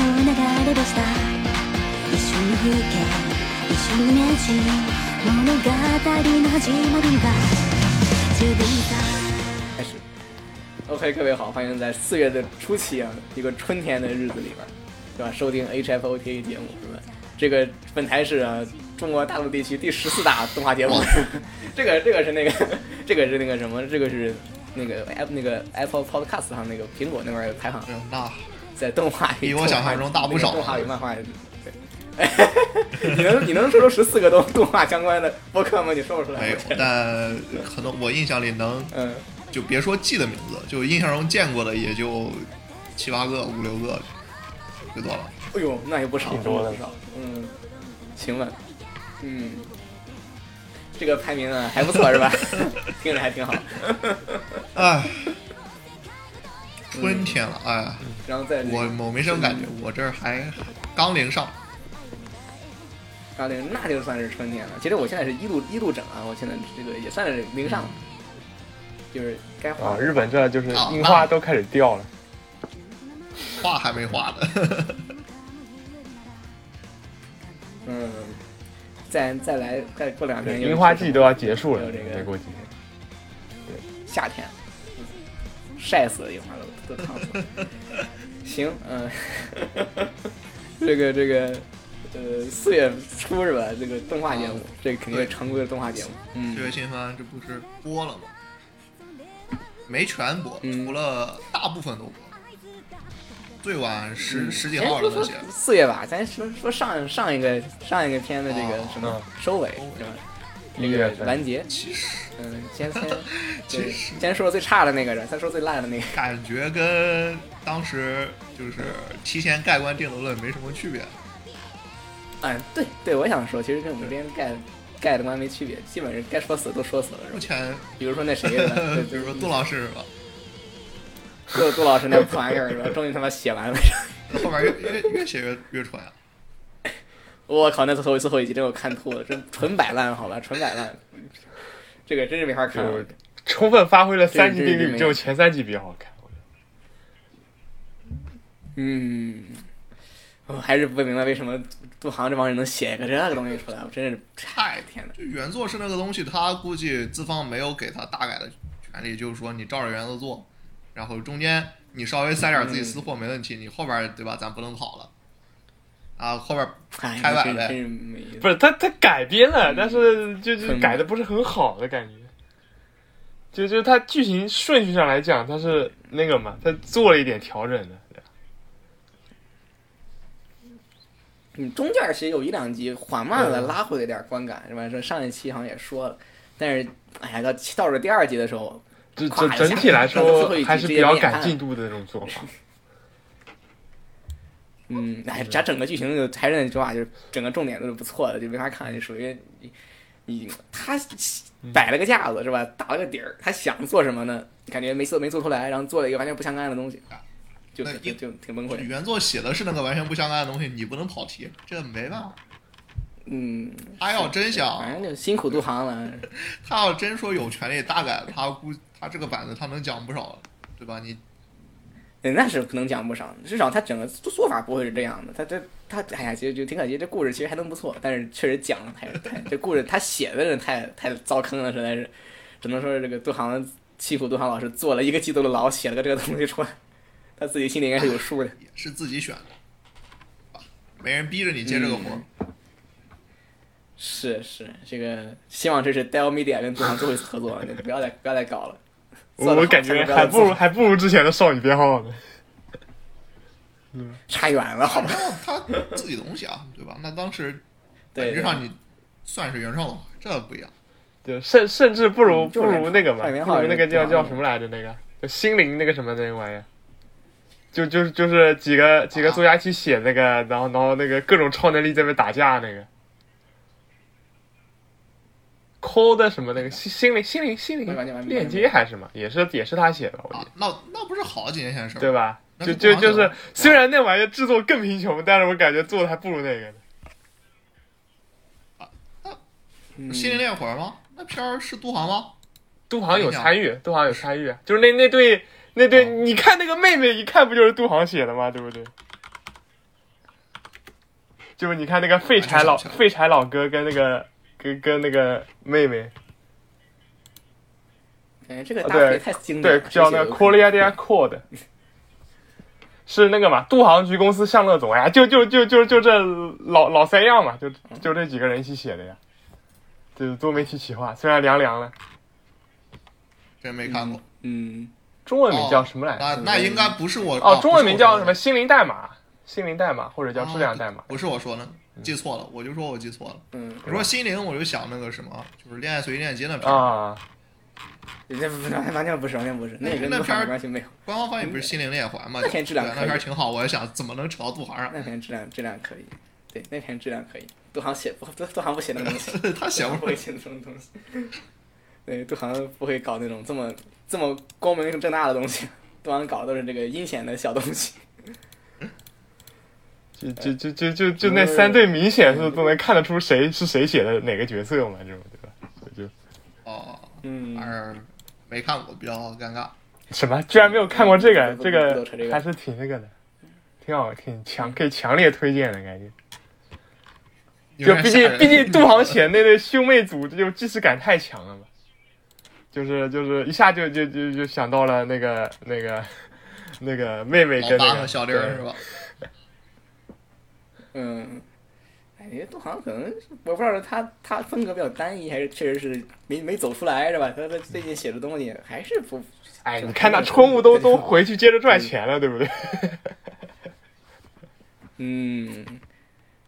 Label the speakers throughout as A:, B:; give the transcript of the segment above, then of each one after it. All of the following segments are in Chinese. A: れでした一緒に風景一緒にイメージ物語の始まりは自分さ
B: 开始。OK，各位好，欢迎在四月的初期啊，一个春天的日子里边，对吧？收听 HFOTA 节目是吧？这个本台是、啊、中国大陆地区第十四大动画节目， 这个这个是那个 这个是那个什么？这个是那个 App 那个 Apple Podcast 上那个苹果那边排行，
C: 嗯，那
B: 在动画
C: 比我想象中大不少
B: 动画与漫画。对 你能你能说出十四个动动画相关的播客吗？你说不出来。
C: 没有，但可能我印象里能
B: 嗯，
C: 就别说记的名字，就印象中见过的也就七八个、五六个，最多了。
B: 哎呦，那也不少，
D: 挺多的
B: 不少。嗯，行吧，嗯，这个排名啊还不错是 吧？听着还挺好。
C: 唉，哎春天了，哎呀，
B: 然后再
C: 我我没什么感觉，我这儿还刚零上，
B: 啊，对，那就算是春天了。其实我现在是一路一路整啊，我现在这个也算是零上了，就是该画
D: 嗯啊，日本这就是
B: 哦
D: 樱花都开始掉了，
C: 画还没画呢。
B: 嗯，再再来再过两
D: 对
B: 天
D: 樱花季都要结束
B: 有
D: 了，
B: 这个
D: 再过几天。
B: 夏天，晒死了樱花都都烫死了。 行，嗯， 这个这个，呃，四月初是吧？这个动画
C: 嗯
B: 节目，这肯定是常规的动画节目。
C: 这
B: 嗯，
C: 位新番这不是播了吗？没全播，
B: 嗯
C: 除了大部分都播，最晚十十几
B: 哎
C: 号
B: 说
C: 的
B: 说
C: 东西。
B: 四月吧，咱说说上上一个上一个片的这个
C: 哦
B: 什么
D: 嗯
B: 收尾
C: 收尾
B: 是吧？
D: 一月
B: 这个
D: 份
B: 完结，
C: 其实
B: 嗯，先先
C: 其
B: 对，
C: 实
B: 先说最差的那个人，再说最烂的那个。
C: 感觉跟当时就是提前盖棺定论没什么区别。
B: 嗯，对对，我想说，其实跟我们之前盖盖的官没区别，基本上该说死都说死了，是吧
C: 目？前，
B: 比如说那 谁是吧对，
C: 比如说
B: 对
C: 杜老师是吧，
B: 杜杜老师那破玩意儿是吧？终于他妈写完了。
C: 后面越越越写越越蠢啊。
B: 我靠，那最后最后一集真给我看吐了，真纯摆烂，好吧，纯摆烂。这个真是没法看。
D: 就充分发挥了三级定
B: 这这
D: 律，只有前三集比较好看。我觉得
B: 嗯，我还是不明白为什么杜航这帮人能写个这个东西出来，我真是太天哪！
C: 就原作是那个东西，他估计资方没有给他大改的权利，就是说你照着原作做，然后中间你稍微塞点自己私货没问题，你后边对吧，咱不能跑了。啊，后边
B: 哎，
C: 开摆
B: 真
C: 呗
B: 真是没意思。
D: 不是他他改编了，但是就就
B: 嗯很
D: 改的不是很好的感觉。就就他剧情顺序上来讲，他是那个嘛，他做了一点调整的。对吧
B: 嗯，中间其实有一两集缓慢了，
D: 嗯
B: 拉回了一点观感，是吧？说上一期好像也说了，但是哎呀，到到了第二集的时候，
D: 整
B: 夸
D: 整
B: 一下
D: 整体来
B: 让他最后一集
D: 说还是
B: 直
D: 比
B: 接
D: 较
B: 灭
D: 赶
B: 汉
D: 进度的那种做 法。
B: 嗯，哎，咱整个剧情就还是那句话，就是整个重点都是不错的，就没法看，就属于你你他摆了个架子是吧，打了个底儿，他想做什么呢？感觉没做没做出来，然后做了一个完全不相干的东西，就
C: 那
B: 就就挺崩溃。
C: 原作写的是那个完全不相干的东西，你不能跑题，这没办法。
B: 嗯，
C: 他要真
B: 反
C: 想，
B: 正就辛苦杜航了。
C: 他要真说有权利大改，他估他这个板子他能讲不少，对吧？你
B: 对，那是能讲不少，至少他整个做法不会是这样的。他这他哎呀，其实就挺可惜，这故事其实还能不错，但是确实讲的太太这故事他写的人太太糟坑了，实在是，只能说是这个杜航欺负杜航老师做了一个季度的牢，写了个这个东西出来，他自己心里应该是有数的。
C: 也是自己选的，啊没人逼着你接这个
D: 嗯
C: 活儿。
B: 是是，这个希望这是 Dell Media 跟杜航最后一次合作，你不要再不要再搞了。做
D: 我
B: 得
D: 我
B: 好
D: 感
B: 下
D: 觉
B: 面要
D: 还
B: 再
D: 不如
B: 做
D: 还不如之前的少女编号呢。
B: 差远了，好吧？
C: 他自己的东西啊，对吧？那当时本
B: 对，
C: 质
B: 对
C: 上你算是原创的话，这不一样。
D: 对，甚甚至不如
B: 嗯
D: 不
B: 就是
D: 如那个嘛，
B: 海绵
D: 不
B: 号
D: 如那个
B: 也
D: 叫
B: 是
D: 叫什么来着？那个就心灵那个什么那个玩意儿，就就是就是几个几个作家一起写那个，然后然后那个各种超能力在那边打架那个。call 的什么那个心心灵心灵心
B: 完全完全
D: 灵链接还是什么，也是也是他写的，我觉
B: 哦
C: 啊
D: 得，，
C: 那那不是好几年前的事儿，
D: 对吧？
C: 那
D: 就是就
C: 王者
D: 就是，虽然那玩意儿制作更贫穷，但是我感觉做的还不如那个呢。
B: 嗯
C: 心灵炼火吗？那片儿是杜航吗？
D: 杜航有参与，杜航有参与，就是那那对
C: 哦
D: 那对，你看那个妹妹，一看不就是杜航写的吗？对不对？就是你看那个废柴老
C: 完全想不起来
D: 废柴老哥跟那个跟跟那个妹妹，
B: 感觉这个
D: 啊
B: 搭配
D: 对
B: 太
C: 嗯
B: 经典
D: 对
B: 了，，
D: 叫那个 c o r e a d i a Code，是那个嘛，杜航局公司向乐总，哎呀，就就就就就这老老三样嘛，就
C: 嗯
D: 就这几个人一起写的呀，就是多媒体企划，虽然凉凉了，
C: 真没看过。
B: 嗯，
D: 中文名叫什么来着？
C: 那那应该不是我
D: 哦，中文
C: 不是我
D: 名叫
C: 说
D: 什
C: 的
D: 么？心灵代码，心灵代码或者叫质量代嗯码
C: 啊。不是我说的，记错了，我就说我记错了。
B: 嗯，
C: 我说心灵，我就想那个什么，就是《恋爱随意链接》那片儿，
D: 啊，
B: 那不那完全不是，完全不是，
C: 那
B: 个跟
C: 那
B: 杜航
C: 片儿
B: 没关系，没有，
C: 官方翻译不是《心灵恋怀》吗？
B: 那
C: 对，
B: 片质量可以
C: 那片儿挺好，我也想怎么能扯到杜航
B: 那篇质量质量可以，对，那篇质量可以，杜航写不，杜杜航不写那个东西。
C: 上？他写
B: 杜航
C: 不
B: 不会写那种东西。 对，杜航不会搞那种这么这么光明正大的东西，杜航搞的都是这个阴险的小东西。
D: 就就就就就就那三对，明显是都能看得出谁是谁写的哪个角色嘛，这种对吧？就
C: 哦，
B: 嗯
C: 反，正没看过，比较 尴尬。
D: 什么居然没有看过这个，
B: 不不不
D: 这
B: 不扯这
D: 个
B: 个
D: 还是挺那个的，挺好，挺强，可以强烈推荐的感觉。
C: 有
D: 就
C: 点
D: 毕
C: 吓
D: 竟
C: 人
D: 毕竟杜航写的那对兄妹组，就既视感太强了嘛，就是就是一下就就就就想到了那个那个那个妹 妹
C: 老
D: 跟
C: 八
D: 那
C: 和
D: 个
C: 小玲儿
D: 对
C: 是吧？
B: 嗯，感觉杜航可能是我不知道他他风格比较单一，还是确实是没没走出来是吧？他他最近写的东西还是不，
D: 哎，你看那春雾都都回去接着赚钱了，对不对？
B: 嗯，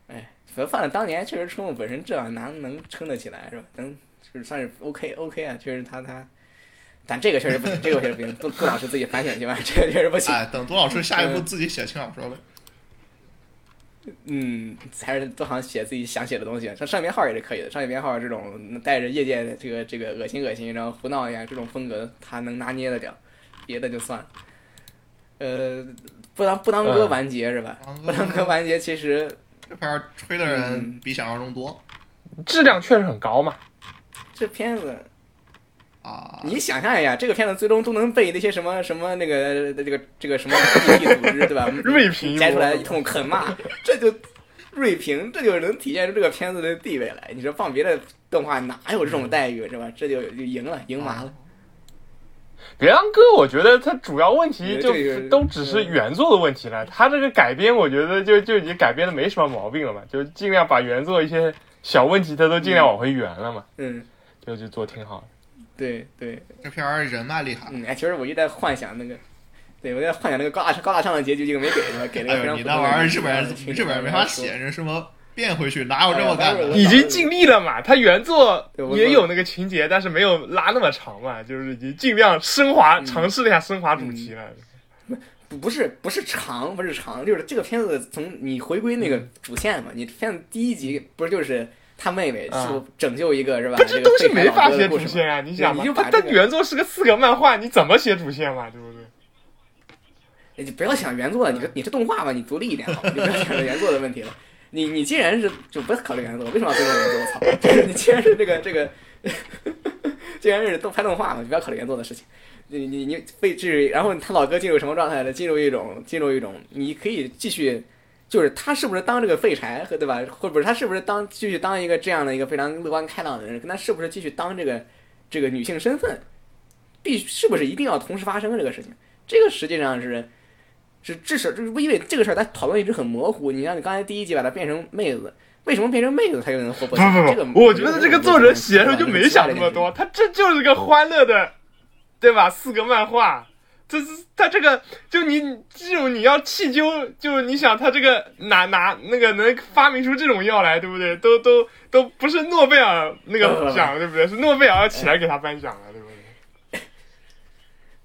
B: 哎，反正放在当年确实春雾本身质量能能撑得起来是吧？能就是算是 OK OK 啊，确实他他。但这个确实不行，这个确实不行。杜杜老师自己反省去吧，这个确实不行。
C: 哎，等杜老师下一步自己写轻小说呗。
B: 嗯，还是多想写自己想写的东西，像上编号也是可以的。上编号这种带着业界的这个这个恶心恶心，然后胡闹一下这种风格，他能拿捏得了，别的就算了。呃，不当不当哥
D: 嗯
B: 完结是吧？
C: 当
B: 不当哥完结其实
C: 这片儿吹的人比想象中多
D: 质量确实很高嘛。
B: 这片子，
C: 啊。
B: 你想象一下，这个片子最终都能被那些什么什么那个这个这个什么异议组 织对吧？嗯
D: 锐评
B: 摘出来一通狠骂，这就锐评，这就能体现出这个片子的地位来。你说放别的动画哪有这
C: 嗯
B: 种待遇是吧？这就就赢了，赢麻了。
D: 别当哥，我觉得他主要问题就
B: 这个嗯
D: 都只是原作的问题了。他这个改编，我觉得就就已经改编的没什么毛病了嘛，就尽量把原作一些小问题，他都尽量往回圆了嘛，
C: 啊
B: 嗯，
D: 就就做挺好的。
B: 对对，
C: 这片儿人脉厉害。
B: 嗯，哎，其实我一直在幻想那个。对，我在幻想那个高大上高大上的结局，结果没给是吧？给了
C: 哎
B: 个非
C: 呦，
B: 常
C: 你
B: 普
C: 那
B: 通的
C: 玩
B: 结
C: 意儿日
B: 局
C: 本人
B: 然后
C: 日本人没法写，这什么变回去哪有这么
B: 嗯
C: 干
B: 哎呀
C: 的？
D: 已经尽力了嘛，他原作
B: 对我
D: 也有那个情节，但是没有拉那么长嘛，就是已经尽量升
B: 嗯
D: 华，尝试了一下升华主题了。
B: 不不是不是长，不是长，就是这个片子从你回归那个
D: 嗯
B: 主线嘛，你片子第一集不是就是他妹妹
D: 啊
B: 就拯救一个是吧？
D: 不，这
B: 个
D: 东西
B: 被害
D: 没
B: 老
D: 法
B: 哥的
D: 写
B: 故
D: 主
B: 事嘛
D: 线啊！你想
B: 对
D: 嘛
B: 你就，把
D: 他
B: 这
D: 他
B: 个
D: 原作是个四格漫画，你怎么写主线嘛？对不对？
B: 你不要想原作
D: 啊
B: 了，你这你这动画吧，你独立一 点好吗，你不要想着原作的问题了。你你既然是就不要考虑原作，为什么要尊重原作？我操！就是你既然是这个这个，既然是动拍动画嘛，你不要考虑原作的事情。你你你被置，然后他老哥进入什么状态呢？进入一种进入一种，你可以继续，就是他是不是当这个废柴和对吧？或者他是不是当继续当一个这样的一个非常乐观开朗的人？跟他是不是继续当这个这个女性身份，必须是不是一定要同时发生这个事情？这个实际上是是至少就是因为这个事儿，咱讨论一直很模糊。你像你刚才第一集把它变成妹子，为什么变成妹子她就能活
D: 不
B: 泼起来？
D: 不
B: 这个
D: 不，我觉得这个作者写的时候就没想那
B: 对
D: 么
B: 吧
D: 多，他这就是个欢乐的，对吧？四格漫画，这是他这个就你这种你要气究，就是你想他这个哪哪那个能发明出这种药来，对不对？都都都不是诺贝尔那
B: 呃
D: 个奖，对不对？是诺贝尔要起来给他颁奖了，对不对？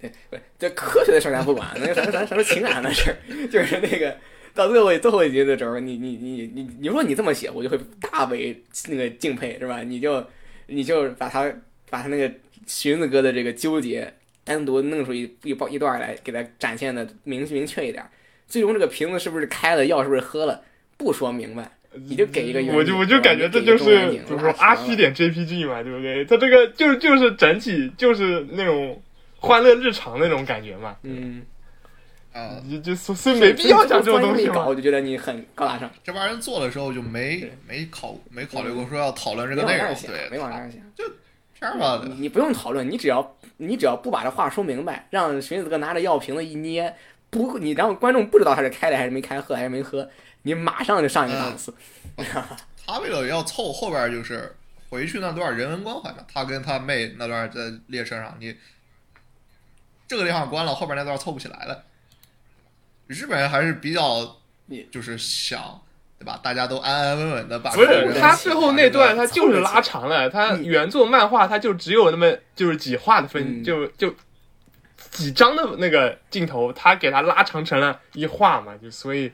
B: 对，不是这科学的事儿咱不管，那个咱咱咱说情感的事儿， 就是那个到最后最后一集的时候，你你你你你说你这么写，我就会大为那个敬佩，是吧？你就你就把他把他那个荀子哥的这个纠结单独弄出一一包一段来，给他展现的明明确一点儿。最终这个瓶子是不是开了，药是不是喝了，不说明白，你就给一个原因
D: 我就我就感觉这
B: 给一
D: 就
B: 个中
D: 是
B: 间景
D: 怎么说阿虚点 JPG 嘛，对不对？他这个就就是整体就是那种欢乐日常那种感觉嘛，
B: 嗯，
C: 啊、
D: 你就所所以没必要讲这种东西
B: 一搞，
D: 嘛
B: 我。就觉得你很高大上，
C: 这帮人做的时候就没
B: 对嗯
C: 没考没考虑过说要讨论这
B: 没
C: 个
B: 往
C: 内
B: 那儿
C: 容，
B: 想，没
C: 对，
B: 往那儿想。
C: 片儿吧，
B: 你不用讨论，你只要你只要不把这话说明白，让荀子哥拿着药瓶子一捏，不你让观众不知道他是开的还是没开，喝还是没喝，你马上就上一个档次。
D: 嗯
C: 他为了要凑后边儿就是回去那段人文关怀嘛，他跟他妹那段在列车上，你这个地方关了，后边那段凑不起来了。日本人还是比较
B: 也，
C: 就是想对吧？大家都安安稳稳的把
D: 不
C: 这个
D: 是
C: 人
D: 他最后那段，他就是
B: 凑得
D: 拉长了。他
B: 嗯
D: 原作漫画，他就只有那么就是几画的分，
B: 嗯
D: 就就几张的那个镜头，他给他拉长成了一画嘛，就所以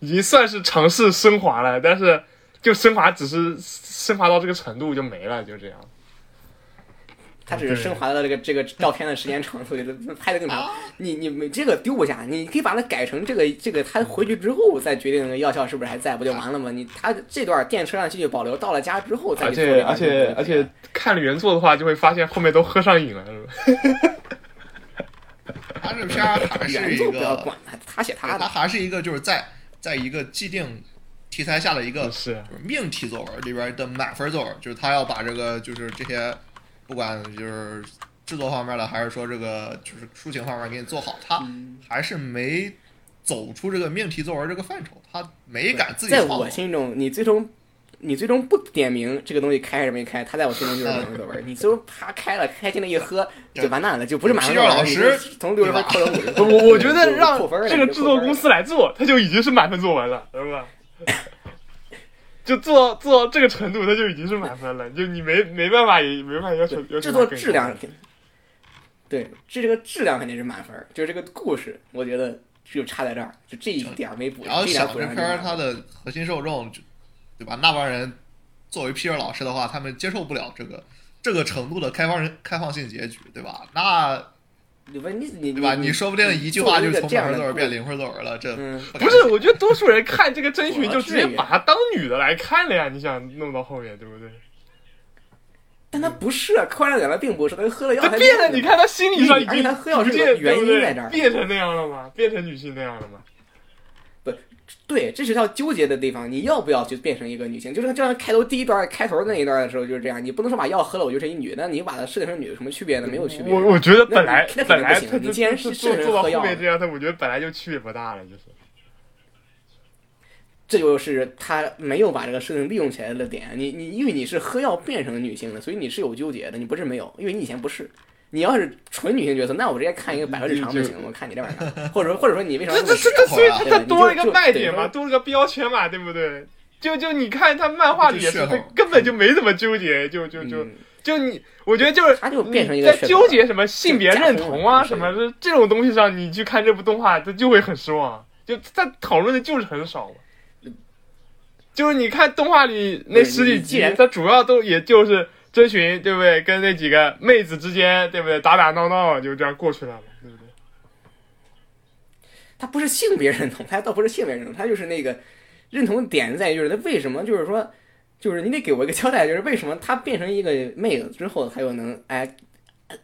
D: 已经算是尝试升华了。但是就升华只是升华到这个程度就没了，就这样。
B: 他
D: 啊
B: 只是升华了这个这个照片的时间长度，给它拍的更
C: 哦
B: 长。你你没这个丢不下，你可以把它改成这个这个他回去之后再决定药效是不是还在，不就完了吗？你他这段电车上继续保留，到了家之后再
D: 而
B: 去做这
D: 且
B: 个
D: 而且而且看了原作的话，就会发现后面都喝上瘾了，是吧？
C: 他这片儿还是
B: 原
C: 一
B: 作不要
C: 个，
B: 管他，他写他
C: 对
B: 的
C: 他。还是一个就是在在一个既定题材下的一个
D: 是
C: 就是命题作文里边的满分作文，就是他要把这个就是这些，不管就是制作方面的，还是说这个就是抒情方面给你做好，他
B: 嗯
C: 还是没走出这个命题作文这个范畴，他没敢自己
B: 在
C: 创
B: 我
C: 作。
B: 心中，你最终你最终不点名这个东西开还是没开，他在我心中
C: 呃
B: 就是满分作文。你最后啪开了，开进来一喝就完蛋了，就不是满分作文。
C: 批卷老师
B: 你就从六十分扣到五十分，
D: 我我觉得
B: 就
D: 让
B: 扣分了
D: 这个制作公，司来做，他就已经是满分作文了，是吧？ 就做做到这个程度，他就已经是满分了，就你没没办法，也没办法要求
B: 就扣分了
D: 要求
B: 制
D: 他
B: 作
D: 更
B: 质量
D: 高。
B: 对，这这个质量肯定是满分，就是这个故事，我觉得就差在这儿，就这一点儿没补，
C: 然后
B: 这一点
C: 想
B: 儿补
C: 这
B: 上
C: 片
B: 就
C: 儿
B: 完
C: 它
B: 了。
C: 的核心受众，就对吧？那帮人作为批卷老师的话，他们接受不了这个这个程度的开放人开放性结局，对吧？那
B: 你不你你
C: 对吧？
B: 你
C: 你说不定一句
B: 嗯做
C: 话就
B: 一个
C: 从
B: 这
C: 满
B: 样的
C: 分作文
B: 故
C: 变零分作文了，这
B: 嗯
C: 不敢
D: 不是，我觉得多数人看这个真寻就直接
B: 我是
D: 把她当女的来看了呀！你想弄到后面，对不对？
B: 但他不是啊，柯南染了并不是，他喝了药
D: 她
B: 才
D: 变了，你看她心理上已
B: 而且
D: 经
B: 她喝药是
D: 逐渐
B: 有原因
D: 对不对
B: 在这儿
D: 变成那样了嘛，变成女性那样了嘛。
B: 对，这是要纠结的地方。你要不要去变成一个女性？就是就像开头第一段开头那一段的时候就是这样，你不能说把药喝了我就是一女的，那你把它设定成女有什么区别呢？没有区别。
D: 我我觉得
B: 那
D: 本来
B: 你那肯定
D: 本来
B: 不行
D: 他
B: 你既然
D: 是
B: 是
D: 做
B: 圣人
D: 做到
B: 喝
D: 后
B: 药
D: 面
B: 了
D: 这样，他我觉得本来就区别不大了，就是。
B: 这就是他没有把这个设定利用起来的点。你你因为你是喝药变成女性的，所以你是有纠结的，你不是没有，因为你以前不是。你要是纯女性角色，那我直接看一个百合日常不行？我看你这玩意儿，或者说或者说你为啥
D: 这
B: 么
D: 这这这，所以它
B: 对
D: 它
B: 你
D: 多了一
B: 就
D: 个
B: 就
D: 卖
B: 对
D: 点嘛，
B: 说
D: 多了个标签嘛，对不对？就就你看他漫画里也是
C: 这是噱头，
D: 根本就没怎么纠结，就就就
B: 嗯
D: 就你，我觉得就是
B: 它就变成一
D: 你
B: 个
D: 在
B: 噱头
D: 纠结什么性别认同啊
B: 就加
D: 什
B: 分
D: 么
B: 嘛
D: 这这种东西上，你去看这部动画，它就会很失望，啊就它讨论的就是很少嘛。就是你看动画里那
B: 对
D: 十
B: 你
D: 几
B: 你既
D: 集
B: 然，
D: 它主要都也就是追寻，对不对？跟那几个妹子之间，对不对？打打闹闹就这样过去了嘛，对不对？
B: 他不是性别认同， 他倒不是性别认同，他就是那个认同点在于就是他为什么就是说，就是你得给我一个交代，就是为什么他变成一个妹子之后，他又能哎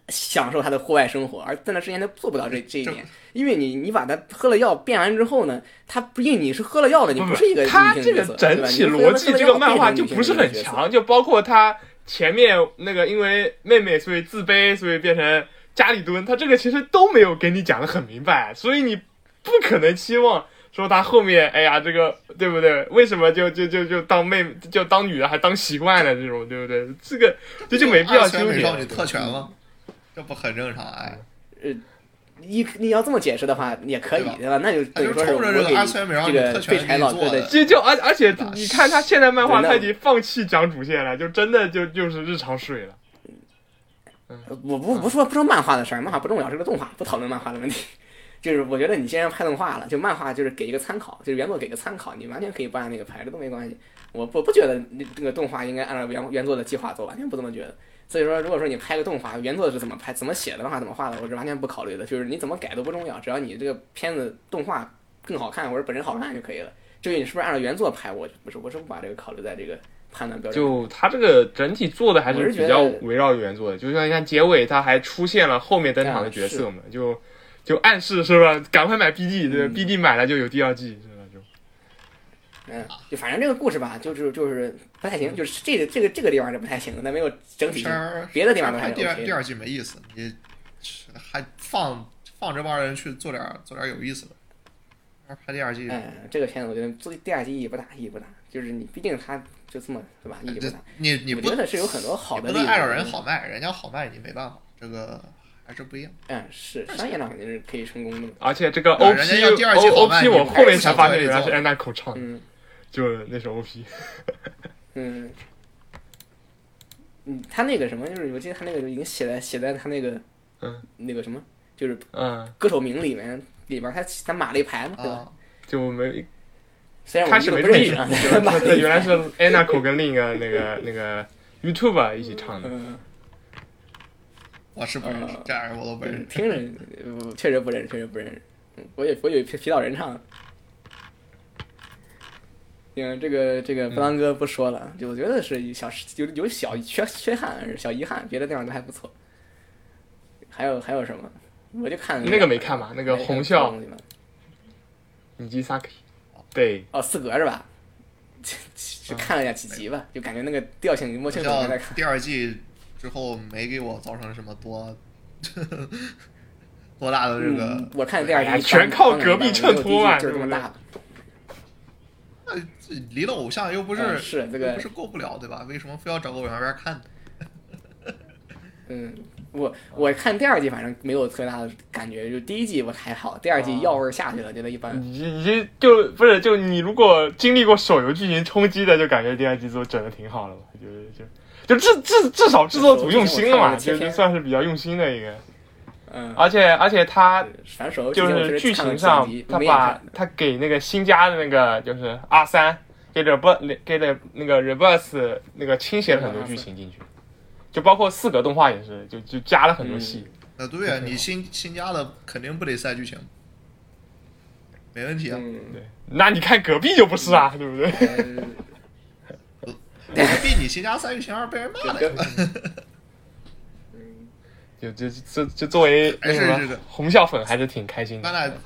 B: 享受他的户外生活，而在那之前他做不到
D: 嗯
B: 这这一点，因为你你把他喝了药变完之后呢，他不因为你是喝了药的，你
D: 不
B: 不是一个女
D: 他
B: 性
D: 这
B: 角
D: 个
B: 色，对
D: 整
B: 吧？
D: 体
B: 你喝了
D: 逻辑，
B: 喝了
D: 这
B: 药
D: 个漫画
B: 变成
D: 就
B: 女性
D: 不是很
B: 角色
D: 强，就包括他前面那个因为妹妹所以自卑，所以变成家里蹲，他这个其实都没有给你讲的很明白，所以你不可能期望。说他后面，哎呀，这个对不对？为什么就就就就当妹，就当女的还当习惯了这种，对不对？这个这就没必要
C: 二次元
D: 纠
C: 美
D: 结。
C: 少女特权吗？这不很正常哎，
B: 嗯你你要这么解释的话也可以，
C: 对吧
B: 对吧？那就
C: 他
B: 等
C: 就
B: 于
C: 是
B: 说是
C: 冲
B: 我
C: 着这
B: 给
C: 个二次元美少
B: 这
C: 女
B: 个
C: 特
B: 废
C: 权
B: 柴
C: 给
B: 老
C: 你
B: 哥
C: 做
B: 的
C: 的，
D: 就就而而且
C: 吧
D: 你看他现在漫画，
B: 对那
D: 他已经放弃讲主线了，就真的就就是日常睡了。
B: 我呃不不说不说漫画的事儿，漫画不重要，这个动画不讨论漫画的问题。 就是我觉得你既然拍动画了，就漫画就是给一个参考，就是原作给个参考，你完全可以不按那个拍，这都没关系。我不不觉得那这个动画应该按照原原作的计划做，完全不这么觉得。所以说，如果说你拍个动画，原作是怎么拍、怎么写的，漫画怎么画的，我是完全不考虑的。就是你怎么改都不重要，只要你这个片子动画更好看，或者本身好看就可以了。至于你是不是按照原作拍，我不是我是不把这个考虑在这个判断标准。
D: 就他这个整体做的还
B: 我
D: 是
B: 是觉
D: 比
B: 得
D: 较围绕原作的，就像你看结尾，他还出现了后面登场的角色嘛，就就暗示是吧？赶快买 BD，对吧、b d 买了就有第二季，是吧？就
B: 嗯，就反正这个故事吧，就是就是不太行，就是这个这个这个地方是不太行，但没有整体性
C: 片嗯儿，
B: 别的地方都还
C: 还第二
B: OK
C: 第
B: 的。
C: 二季没意思，你还放放这帮人去做点儿做点儿有意思的，拍第二季
B: 嗯，这个片子我觉得做第二季意义不大，意义不大，就是你毕竟它就这么对吧，意义不
C: 这
B: 大。
C: 你你
B: 我
C: 不
B: 觉得是有很多好
C: 你
B: 的
C: 不
B: 例
C: 能
B: 子，
C: 按照人好卖，人家好卖你没办法，这个还是不一样。
B: 嗯，是商业上肯定是可以成功的。
D: 而且这个
C: 对
D: OP
C: 人家要第二季
D: O
C: 好卖
D: OP 我
C: 你
D: 后面才发
C: 还
D: 现
C: 是
D: 原来
C: 想
D: 是
C: 做
D: 安娜口唱的，
B: 嗯
D: 就那首 OP。
B: 嗯，嗯，他那个什么，就是我记得他那个就已经写在写在他那个
D: 嗯
B: 那个什么，就是
D: 嗯，
B: 歌手名里面里面，他他码了一排嘛，对吧？
C: 啊，
D: 就没
B: 虽哎然我
D: 开
B: 们
D: 始
B: 都
D: 没
B: 不
D: 注
B: 认
D: 意，
B: 识 啊，
D: 原
B: 码
D: 来
B: 了一
D: 原来
B: 排。
D: 是安娜口跟另一个那个 那个 YouTuber 一起唱的。
B: 嗯，
C: 我是不认识
B: 啊，
C: 这样我都不认识。
B: 听着呃确实不认识，确实不认识。嗯我也我有皮皮岛人唱的。嗯，这个这个布朗哥不说了，就我觉得是一小有有小缺缺憾，小遗憾，别的地方都还不错。还有还有什么？我就看
D: 那个没看吧那个红校
B: 东西嘛
D: 以及 Saki，对，
B: 哦，四格是吧？就
D: 嗯
B: 看了一下几集吧，就感觉那个调性摸清楚了再
C: 像
B: 看。
C: 第二季之后没给我造成什么多 多大的这
B: 嗯
C: 个，，啊
B: 我看第二
D: 哎
B: 集
D: 全靠隔壁衬托啊
B: 就是这么大。
C: 呃这离了偶像又不
B: 嗯
C: 是
B: 是这个
C: 又不是过不了对吧？为什么非要找个我旁边看呢？
B: 嗯，我我看第二季反正没有特别大的感觉，就第一季我还好，第二
C: 哦
B: 季药味儿下去了，觉得一般。
D: 已经已经就不是就你如果经历过手游剧情冲击的，就感觉第二季做整的挺好了吧？就是就就至至至少制作组用心了嘛，
B: 手
D: 就
B: 游剧情我看了切片
D: 就算是比较用心的一个。
B: 嗯，
D: 而且而且他
B: 反正手游剧
D: 就
B: 情我
D: 是
B: 确
D: 剧
B: 实看了
D: 情
B: 几
D: 上
B: 集，
D: 他
B: 没眼
D: 把
B: 看
D: 他给那个新加的那个就是阿三给了不给了那个 reverse 那个倾斜了很多剧情进去，就包括四格动画也是，就就加了很多戏。
C: 那对呀，你新新加的肯定不得塞剧情，没问题啊。
B: 嗯，
D: 对，那你看隔壁就不是啊，对不对？
B: 呃
C: 何必你新加塞剧情而被人骂了呀？
D: 就就就就作为那
C: 还是
D: 什
C: 这
D: 么
C: 个
D: 红校粉还是挺开心
C: 班
D: 的。
C: 代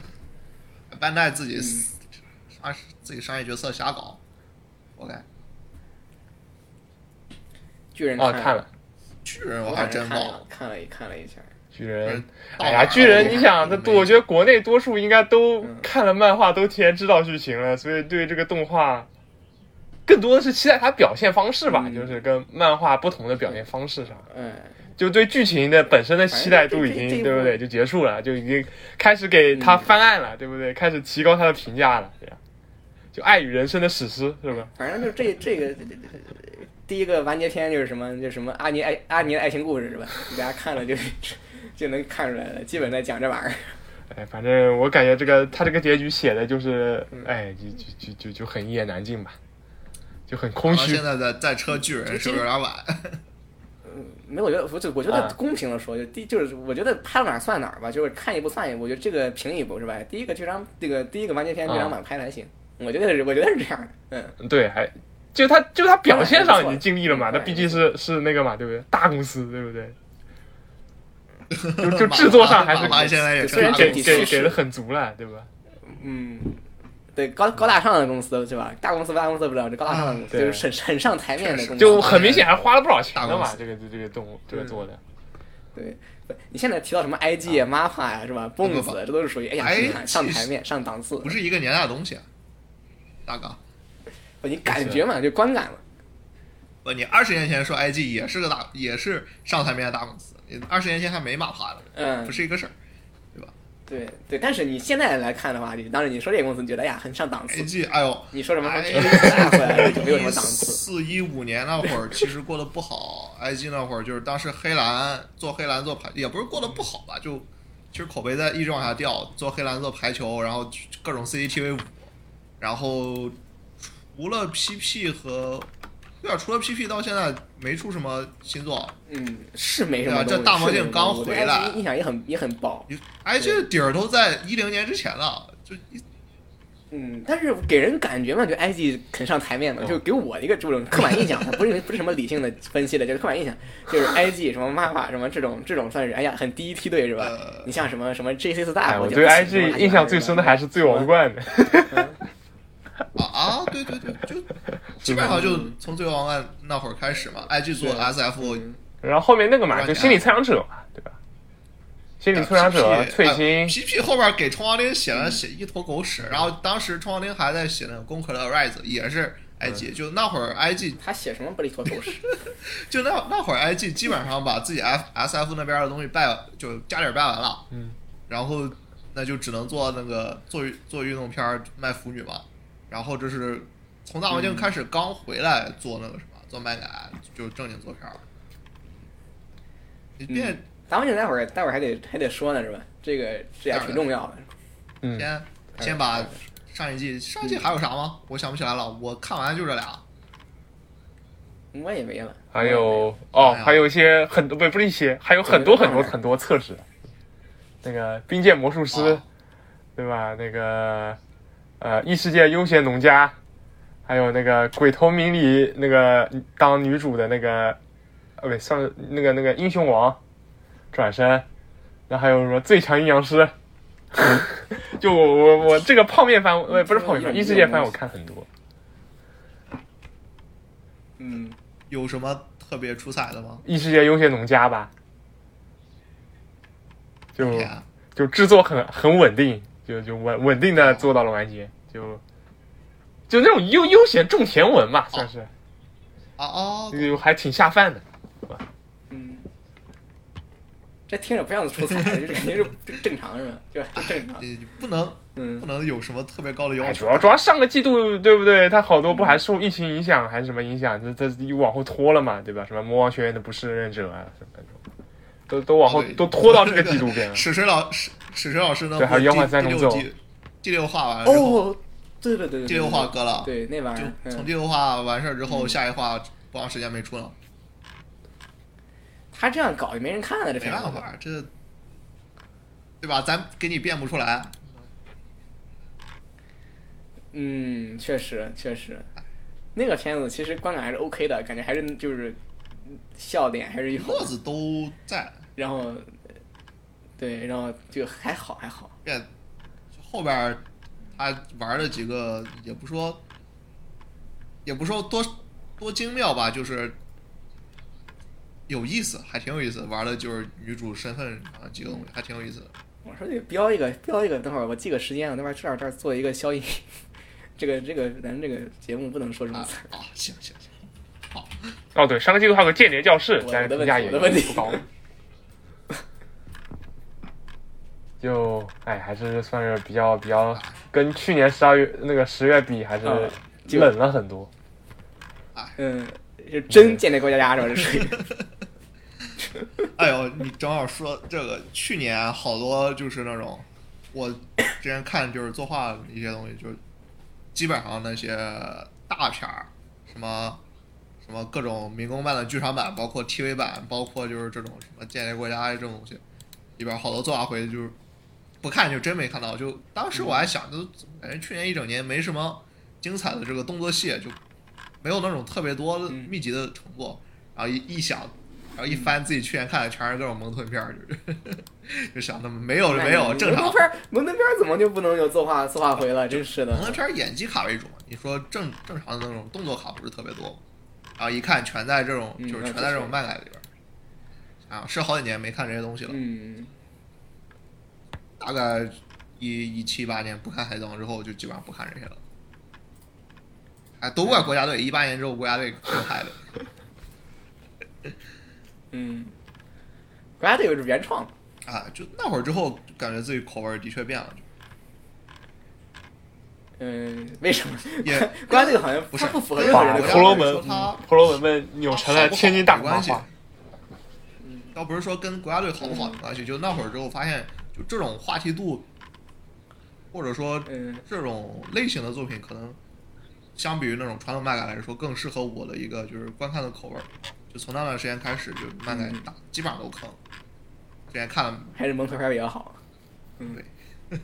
C: 班代自己商自己商业决策瞎搞，活该。
B: 巨人
D: 啊，看了，
C: 巨人
B: 我
C: 我还
B: 反正
C: 真
B: 看
C: 忘了
B: 了，看了一看了一下，
D: 巨
C: 嗯
D: 人，
C: 到哪
D: 哎呀，
C: 儿
D: 巨
C: 我
D: 人，
C: 都
D: 你想，那
C: 哦没
D: 多我觉得国内多数应该都看了漫画，都提前知道剧情了，所以对这个动画，更多的是期待它表现方式吧，
B: 嗯
D: 就是跟漫画不同的表现方式上，
B: 嗯，
D: 就对剧情的本身的期待度
B: 反
D: 已
B: 正这
D: 经，
B: 这
D: 对不对？就结束了，就已经开始给他翻案了，对不对？开始提高他的评价了，这样，就爱与人生的史诗，是吧？
B: 反正就这这个第一个完结篇就是什么，就是什么阿尼爱阿尼的爱情故事是吧？大家看了就 就能看出来了，基本在讲这玩意儿。
D: 哎，反正我感觉这个他这个结局写的就是，哎，就就就就就很一言难尽吧，就很空
C: 然后啊
D: 虚
C: 现。在在在车巨人是不是有点晚？
B: 没有，我觉得我就我觉得
D: 啊
B: 公平的说，就第就是我觉得拍到哪儿算哪儿吧，就是看一部算一部，我觉得这个评一部是吧？第一个剧场这个第一个完结篇
D: 啊
B: 剧场版拍的还行，我觉得是我觉得是这样的，嗯，
D: 对，还就他就他
C: 哎
D: 表现上已经尽力了
B: 嗯
D: 嘛，那毕竟是是那个嘛，对不对？大公司，对不对？ 就就制作上还是
C: 马华现在也
B: 虽然
D: 给
B: 整体
D: 给
B: 叙事
D: 给的很足了，对吧？
B: 嗯，对高高大上的公司是吧？大公司不大公司不知道，这高大上的公司、
D: 对
B: 就是很很上台面的公司，
D: 就很明显还花了不少钱的
C: 嗯大公
D: 嘛，
C: 司嗯
D: 这个这这个动物这个做的，
B: 对。不你现在提到什么 IG 呀、MAPA 呀，是吧？蹦
C: 不不
B: 子，这都是属于哎呀，
C: 哎
B: 你看上
C: 其实
B: 台面、上档次，
C: 不是一个年代的东西啊，大哥。
B: 不你感觉嘛，就观感嘛。
C: 不，你二十年前说 IG 也是个大，也是上台面的大公司，你二十年前还没马趴呢，
B: 嗯
C: 不，是一个事儿。
B: 对对。但是你现在来看的话，你当然你说这个公司，你觉得哎呀很上档
D: 嗯
B: 次，
C: IG，哎呦，
B: 你说什么
C: 哎
B: 大回来就没有什么档次。
C: 四一五年那会儿其实过得不好，IG 那会儿就是当时黑蓝做黑蓝做排，也不是过得不好吧，就其实口碑在一直往下掉，做黑蓝做排球，然后各种 CCTV 五，然后除了 PP 和对啊，除了 PP 到现在没出什么新作，
B: 嗯，是没什么
C: 对啊
B: 东西。
C: 这大魔
B: 是没
C: 镜
B: 什么
C: 刚
B: 东西
C: 回来
B: 我对 IG 印象也很也很薄。
C: 你 IG 的底儿都在一零年之前了，就一
B: 嗯，但是给人感觉嘛，就埃及肯上台
C: 哦
B: 面嘛，就给我一个这种刻板印象，它不是不是什么理性的分析的，就是刻板印象， 就是埃及什么玛法什么这种这种算是哎呀很第一梯队是吧？
C: 呃
B: 你像什么什么 J C 四
D: 哎，
B: 大，
D: 我
B: 觉
D: 对
B: 得
D: 埃及印象最深的还是醉王冠的，
C: 啊啊，对对对，就基本上就从最王案那会儿开始嘛，IG 做
B: 啊嗯
C: SFO
D: 然后后面那个嘛，
C: 对
D: 就心理测量者嘛，对吧？心
C: 呃
D: 理测量者翠心，
C: PP 后边给冲王林写了写一头狗屎，然后当时冲王林还在写那个《攻壳的 Rise》，也是
D: 嗯
C: IG，就那会儿 IG
B: 他写什么不离坨狗屎，
C: 就那那会儿 IG 基本上把自己 F SF 那边的东西败，就加点败完了，
D: 嗯，
C: 然后那就只能做那个做做运动片儿卖腐女嘛，然后这是从大环境开始刚回来做那个什么做漫改，就正经做片儿，
D: 嗯
C: 你变
B: 咱们就待会儿待会儿还得还得说呢是吧？这个这还挺重要的，
D: 嗯，
C: 先先把上一季上一季还有啥吗？我想不起来了，我看完就这俩，
B: 我也没了。哎
D: 还有哦，还有一些很多不不是一些，还有很多很多很多测试，那个冰剑魔术师
C: 哦，
D: 对吧？那个呃异世界悠闲农家，还有那个鬼头明里那个当女主的那个，呃不对上那个那个英雄王转身，然后还有什么最强阴阳师。 就我我我这个泡面番，呃不是泡面
B: 哦
D: 番，异世界番我看很多，
B: 嗯，
C: 有什么特别出彩的吗？
D: 异世界悠闲农家吧，就
B: 哎
C: 天啊，
D: 就制作很很稳定，就就稳稳定的做到了完结，就就那种悠悠闲种田文吧，算是，
C: 啊哦，
D: 就还挺下饭的。
B: 嗯，这听着不像出彩，就感觉是正常是吧？就就正常。
C: 你不能
B: 嗯
C: 不，能有什么特别高的要
D: 哎，
C: 求
D: 主。要主要上个季度对不对？它好多不还受疫情影响还是什么影响？这这往后拖了嘛，对吧？什么魔王学院的不适任者啊什么的，都都往后
C: 哦对
D: 都拖到这个季度变了。
C: 史水老史史水老师呢？
D: 对还有
C: 第
D: 妖幻三
C: 第
D: 重
C: 六
D: 奏
C: 季第六话完了之后，
B: 哦，对对对对，
C: 第六话割了，
B: 对那玩意
C: 就
B: 儿，
C: 从
B: 嗯，
C: 第六话完事儿之后，下一话不长时间没出了，
B: 他这样搞也没人看了，这
D: 嗯
C: 没
B: 片子
C: 办法，这对吧？咱给你变不出来，
B: 嗯，确实确实，那个片子其实观感还是 OK 的，感觉还是就是笑点还是有，
C: 乐子都在，
B: 然后对，然后就还好还好，
C: 变后边儿他玩的几个也不说，也不说多多精妙吧，就是有意思，还挺有意思。玩的就是女主身份啊几个东西，还挺有意思的。
B: 我说得标一个标一个，等会儿我记个时间，我那边这儿这儿做一个消音。 这个这个咱这个节目不能说什么
C: 啊
B: 词儿，
C: 啊，行行行，
D: 哦，对，上个季度还有个间谍教室，
B: 我
D: 但是
B: 我的
D: 评价
B: 问题
D: 也
B: 我的问题
D: 不高。 就哎，还是算是比较比较，跟去年十二月那个十月比，还是
B: 嗯就
D: 冷了很多。
B: 嗯，就真间谍过家家是吧？这属于
C: 哎呦，你正好说这个，去年好多就是那种，我之前看就是作画一些东西，就是基本上那些大片儿，什么什么各种民工版的剧场版，包括 TV 版，包括就是这种什么《间谍国家》这种东西，里边好多作画回就是不看就真没看到，就当时我还想，就感觉哎去年一整年没什么精彩的这个动作戏，就没有那种特别多的
B: 嗯
C: 密集的重做，然后一一想，然后一翻自己去年看的全是各种萌豚片儿，就是 就想他们没有哦没有正
B: 蒙
C: 常
B: 面 片儿，蒙面片儿怎么就不能有作画作画回了？真是的
C: 蒙，面片儿演技卡为主嘛，你说正正常的那种动作卡不是特别多嘛，然后一看全在这种
B: 嗯
C: 就是
B: 那
C: 全
B: 确
C: 在这种
B: 实
C: 漫改里边儿，啊，是好几年没看这些东西了，
B: 嗯，
C: 大概一一七八年不看海贼王之后就基本上不看这些了，哎，都怪国家队，一八年之后国家队更嗨的，
B: 嗯，国家队有原创，
C: 啊，就那会儿之后感觉自己口味儿的确变了，
B: 嗯，为什么？
C: 也
B: 国家队好像
C: 不是
B: 它不符合任何人的
C: 国
B: 口
C: 家
B: 味
D: 葫芦
C: 队说
D: 门
C: 他
D: 婆罗门被扭成了千斤大
C: 好不
D: 骨
C: 好
D: 麻
C: 有关系嗯
D: 花。
C: 倒不是说跟国家队好不好有关系，就那会儿之后发现，就这种话题度，或者说
B: 嗯
C: 这种类型的作品，可能相比于那种传统漫改来说，更适合我的一个就是观看的口味儿。就从那段时间开始，就漫改
B: 嗯
C: 打基本上都坑。之前看了，
B: 还是蒙头片儿比较好。
C: 对，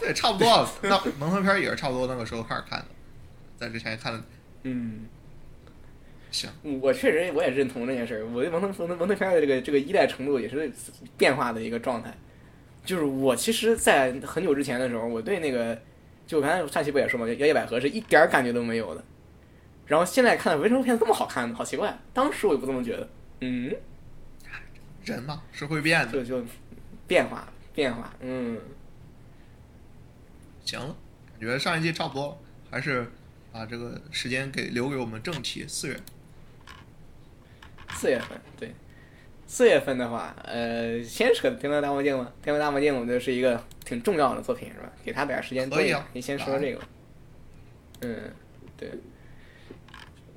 C: 对，差不多。那萌魂片也是差不多那个时候开始看的，在之前看的。
B: 嗯，
C: 行，
B: 我确实我也认同这件事儿。我对蒙特蒙特蒙特片的这个这个依赖程度也是变化的一个状态。就是我其实，在很久之前的时候，我对那个就我刚才上期不也说嘛，《摇曳百合》是一点儿感觉都没有的。然后现在看为什么片子这么好看，好奇怪。当时我也不这么觉得。嗯，
C: 人嘛是会变的。
B: 这就变化变化，嗯。
C: 行了，感觉上一季差不多了，还是把这个时间给留给我们正题，四月。
B: 四月份，对，四月份的话，呃，先扯《天文大魔镜》吧，《天文大魔镜》我觉得是一个挺重要的作品，是吧？给他点儿时间多
C: 可以
B: 一点
C: 啊，
B: 你先说这个。嗯，对。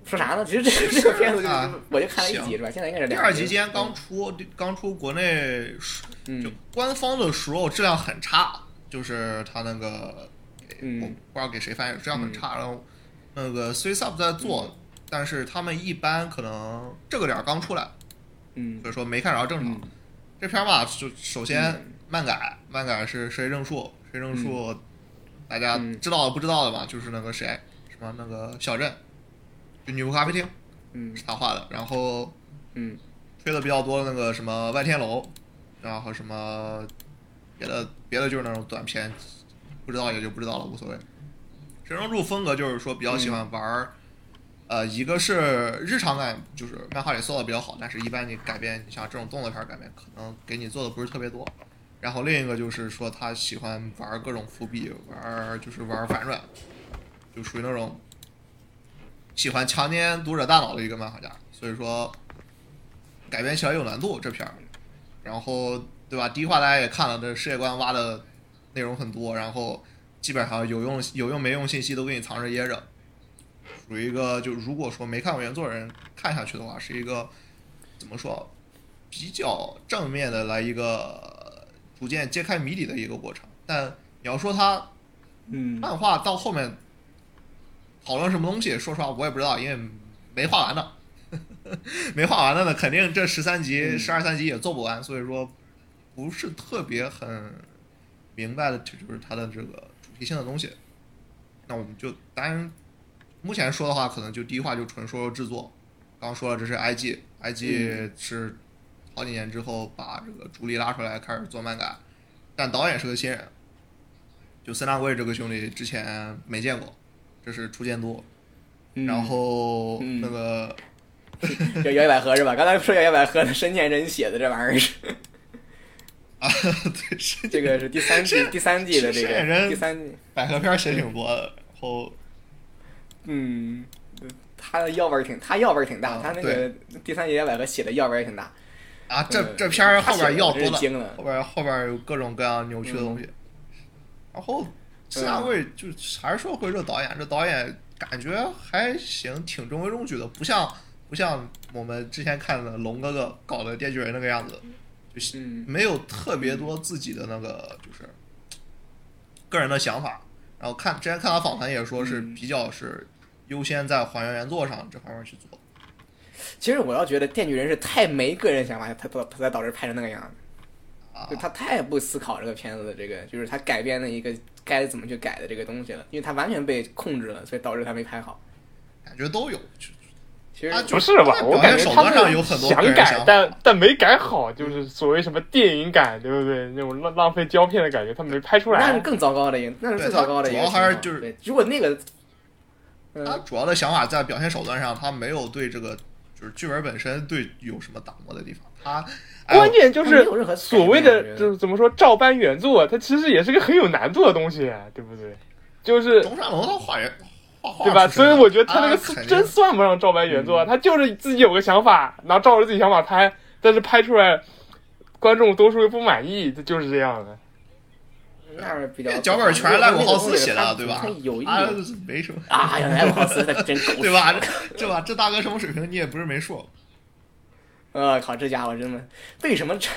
B: 说啥呢？其实这个这个片子就是
C: 啊
B: 我就看了一集，嗯
C: 行
B: 是吧？现在应该是
C: 第
B: 两
C: 二集今天刚出，刚出国内熟
B: 嗯
C: 就官方的熟肉质量很差，就是他那个，
B: 嗯
C: 我不知道给谁翻译，质量很差。然后那个 C Sub 在
B: 嗯
C: 做，但是他们一般可能这个点儿刚出来，
B: 嗯
C: 所以说没看着正常。
B: 嗯
C: 这片儿吧，就首先
B: 嗯
C: 漫改，漫改是谁认树，谁认树，大家
B: 嗯
C: 知道的不知道的吧？就是那个谁，什么那个小镇，就女仆咖啡厅
B: 嗯
C: 是他画的，然后
B: 嗯
C: 吹的比较多的那个什么万天楼，然后什么别的别的就是那种短片，不知道也就不知道了，无所谓。神龙柱风格就是说比较喜欢玩儿，呃，一个是日常感，就是漫画里做的比较好，但是一般你改编，你像这种动作片儿改编，可能给你做的不是特别多。然后另一个就是说他喜欢玩儿各种伏笔，玩儿就是玩儿反转，就属于那种喜欢强奸读者大脑的一个漫画家，所以说改编起来有难度这片儿。然后对吧？第一话大家也看了，这世界观挖的内容很多，然后基本上有用有用没用信息都给你藏着掖着，属于一个就如果说没看过原作的人看下去的话，是一个怎么说比较正面的来一个逐渐揭开谜底的一个过程。但你要说它
B: 嗯
C: 漫画到后面讨论什么东西，说实话我也不知道，因为没画完呢， 没画完的呢，肯定这十三集、十二三集也做不完，所以说不是特别很明白的，就是它的这个主题性的东西。那我们就当然，目前说的话，可能就第一话就纯说制作。刚说了，这是 IG，IG
B: 嗯
C: 是好几年之后把这个主力拉出来开始做漫改，但导演是个新人，就森大贵这个兄弟之前没见过，这是初见多。
B: 嗯
C: 然后
B: 嗯
C: 那 个
B: 就摇一百合是吧？刚才说摇一百合的深见人写的这玩意儿是，
C: 啊，对，是
B: 这个是第三季
C: 是
B: 第三季的这
C: 是人
B: 个第三季，
C: 百合片写挺多的，然后
B: 嗯，他的药味儿挺他药味儿挺大，
C: 啊
B: 他那
C: 对
B: 个第三季摇一百合写的药味儿也挺大，
C: 啊，这
B: 对
C: 这片儿
B: 他
C: 后
B: 写
C: 边
B: 的
C: 要
B: 真是
C: 多了，
B: 精了嗯
C: 后边后边有各种各样扭曲的东西。然后森
B: 啊
C: 大贵就还是说回这导演，这导演感觉还行，挺中规中矩的，不像不像我们之前看的龙哥哥搞的电锯人那个样子，就是
B: 嗯
C: 没有特别多自己的那个就是个人的想法。然后看之前看他访谈也说是
B: 嗯
C: 比较是优先在还原原作上这方面去做。
B: 其实我要觉得电锯人是太没个人想法，他他他才导致拍成那个样子，
C: 啊
B: 就，他太不思考这个片子的这个，就是他改编的一个该怎么去改的这个东西了，因为他完全被控制了，所以导致他没拍好。
C: 感觉都有，就
B: 其实
C: 啊
D: 不是吧？我感觉他们
C: 表现手段上有很多个
D: 想
C: 人想
D: 改
C: 法，
D: 但但没改好，就是所谓什么电影感，对不对？那种浪浪费胶片的感觉，他们没拍出
B: 那是
D: 来。
B: 更糟糕的一个，那是
C: 对
B: 最糟糕的一个
C: 他
B: 情
C: 主要
B: 况。
C: 还是就是
B: 对，如果那个，嗯、
C: 他主要的想法在表现手段上，他没有对这个就是剧本本身对有什么打磨的地方。他哎
D: 关
C: 呦，
D: 键就
B: 他没
D: 是
B: 有任何
D: 所谓
B: 改变我觉
D: 的
B: 得
D: 就是怎么说照搬原作，它其实也是个很有难度的东西，对不对？就是
C: 东山龙他画人画画
D: 对吧？
C: 出身
D: 所
C: 的
D: 以我觉得他那个
C: 啊肯定
D: 真算不上照搬原作
B: 嗯
D: 啊，他就是自己有个想法，然后照着自己想法拍，但是拍出来观众多数又不满意，这就是这样的。
B: 那是比较
C: 脚本全是赖古浩斯写
B: 那
C: 的，
B: 个
C: 对吧
B: 他有？意
C: 啊
B: 义，
C: 没什么，
B: 啊，呀，赖古浩斯他真狗屎
C: 对吧？这这吧，这大哥什么水平你也不是没说。
B: 呃，靠，这家伙真的，为什么 这？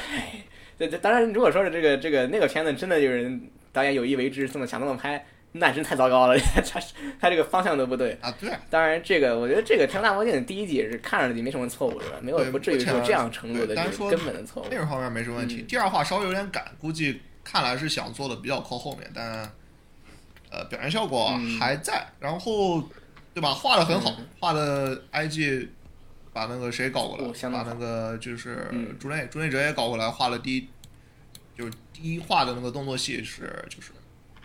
B: 这这当然，如果说是这个这个那个片子真的有人导演有意为之，这么想这么拍，那真太糟糕了， 他他这个方向都不对。
C: 啊，对，
B: 当然，这个我觉得这个《天大魔镜》第一季也是看上去没什么错误，是吧？没有
C: 对
B: 不至于
C: 目前
B: 说这样程度的
C: 对单
B: 这
C: 说
B: 个根本的错误。
C: 内容方面没什么问题。
B: 嗯
C: 第二话稍微有点赶，估计看来是想做的比较靠后面，但呃表现效果
B: 嗯
C: 还在，然后对吧？画的很好，画的 IG 把那个谁搞过来，
B: 哦相
C: 把
B: 当好
C: 那个就是
B: 嗯
C: 竹内竹内哲也搞过来，画了第一就是第一画的那个动作戏是就是
B: 嗯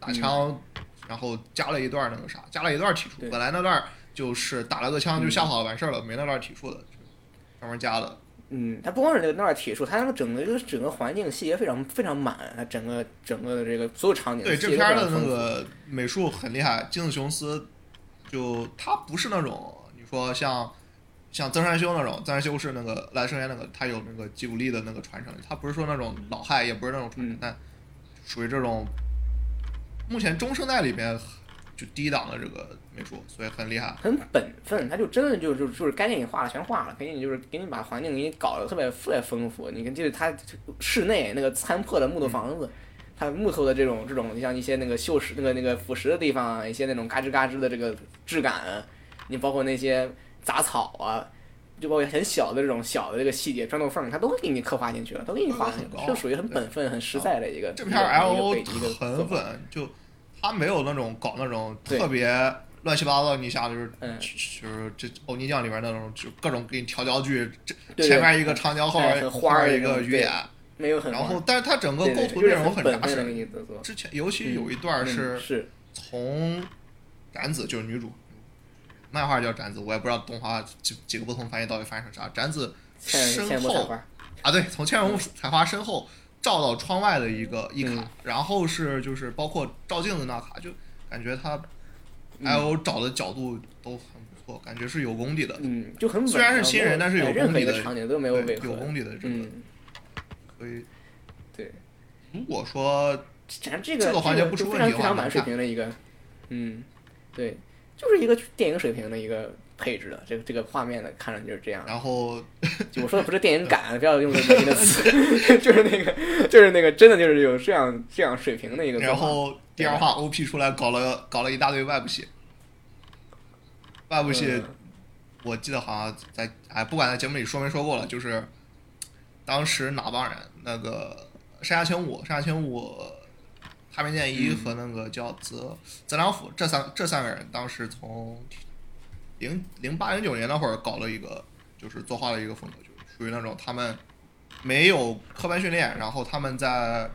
C: 打枪，然后加了一段那个啥，加了一段体术
B: 对，
C: 本来那段就是打了个枪就吓跑了完事儿了，没那段体术的，就是专门加的。
B: 嗯，它不光是那个那块铁树，它那个整个一个整个环境细节非常非常满，它整个整个的这个所有场景
C: 对
B: 细
C: 这
B: 节都
C: 片儿
B: 非
C: 的
B: 常
C: 那
B: 丰富
C: 个美术很厉害，金子琼斯就他不是那种你说像像曾山修那种，曾山修是那个来生源那个，他有那个吉卜力的那个传承，他不是说那种老害，也不是那种传承，
B: 嗯
C: 但属于这种目前中生代里边就低档的这个美术，所以很厉害。
B: 很本分，它就真的就就就是该给你画的全画了，给你就是给你把环境给你搞得特别特别丰富。你看，就是它室内那个残破的木头房
C: 嗯
B: 子，它木头的这种这种，你像一些那个锈蚀那个那个腐蚀的地方啊，一些那种嘎吱嘎吱的这个质感啊，你包括那些杂草啊。就包括很小的这种小的这个细节，钻洞缝儿，它都给你刻画进去了，都给你画进去
C: 高嗯
B: 了，就属于很本分、很实在的一个。
C: 这片 L
B: 一个
C: O
B: 背一个做
C: 很
B: 法
C: 稳，就他没有那种搞那种
B: 对
C: 特别乱七八糟，你想就是、
B: 嗯
C: 就是这欧尼酱里边那种，就各种给你调焦距，这
B: 对对
C: 前面一个长焦，后
B: 哎
C: 面
B: 很花
C: 后
B: 儿的那
C: 面一个
B: 种
C: 鱼
B: 对
C: 眼，
B: 没有很
C: 然后
B: 忙
C: 但是它整个
B: 对
C: 构
B: 对
C: 图
B: 就是
C: 阵容
B: 很本
C: 扎
B: 分的给你
C: 实。
B: 做做。
C: 之前尤其有一段
B: 嗯
C: 是
B: 是
C: 从展子就是女主，漫画叫展子，我也不知道动画几几个不同翻译到底翻译成啥。展子
B: 欠
C: 身
B: 欠木彩
C: 后
B: 花，
C: 啊，对，从千荣采花身后照到窗外的一个一卡，
B: 嗯
C: 然后是就是包括照镜子那卡，就感觉他
B: 嗯
C: I O 找的角度都很不错，感觉是有功底的，
B: 嗯，就很稳
C: 虽然是
B: 啊
C: 新
B: 没有
C: 人但是有
B: 哎任何
C: 功
B: 一
C: 底
B: 个
C: 的
B: 场景都没有
C: 对，
B: 违和
C: 有，功底的这个，
B: 嗯，
C: 所以
B: 对，
C: 如果说
B: 反正这个
C: 这个环节不
B: 就
C: 出
B: 非
C: 问
B: 常
C: 题
B: 非
C: 的话
B: 常
C: 能
B: 满水
C: 看
B: 平的一个，嗯，对，就是一个电影水平的一个配置的，这个这个画面的看上去就是这样的。
C: 然后
B: 就我说的不是电影
C: 嗯
B: 感，不要用这个的词， 就是那个就是那个真的就是有这样这样水平的一个做法。
C: 然后第二话 O P 出来搞了搞了一大堆外部戏，外部戏
B: 嗯
C: 我记得好像在哎，不管在节目里说没说过了，就是当时哪帮人，那个山下千武、山下千武、哈梅健一和那个叫泽泽良辅这三这三个人，当时从零零八零九年那会儿搞了一个，就是作画的一个风格，就是属于那种他们没有科班训练，然后他们在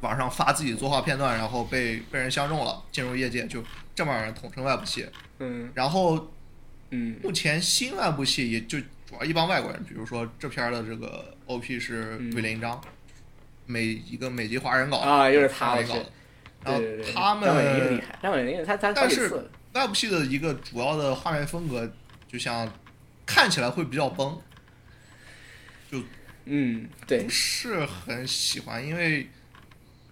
C: 网上发自己作画片段，然后被被人相中了，进入业界，就这帮人统称外部系。
B: 嗯
C: 然后
B: 嗯
C: 目前新外部系也就主要一帮外国人，比如说这片儿的这个 OP 是
B: 嗯
C: 魏林章，每一个美籍华人搞的
B: 啊又是他
C: 华
B: 我
C: 人
B: 去
C: 搞的，然
B: 对
C: 后
B: 对对，
C: 他
B: 张伟宁
C: 们
B: 厉害，张伟宁他他好
C: 但
B: 几
C: 是
B: 次了，
C: 外部系的一个主要的画面风格，就像看起来会比较崩，
B: 嗯，对
C: 不，是很喜欢，因为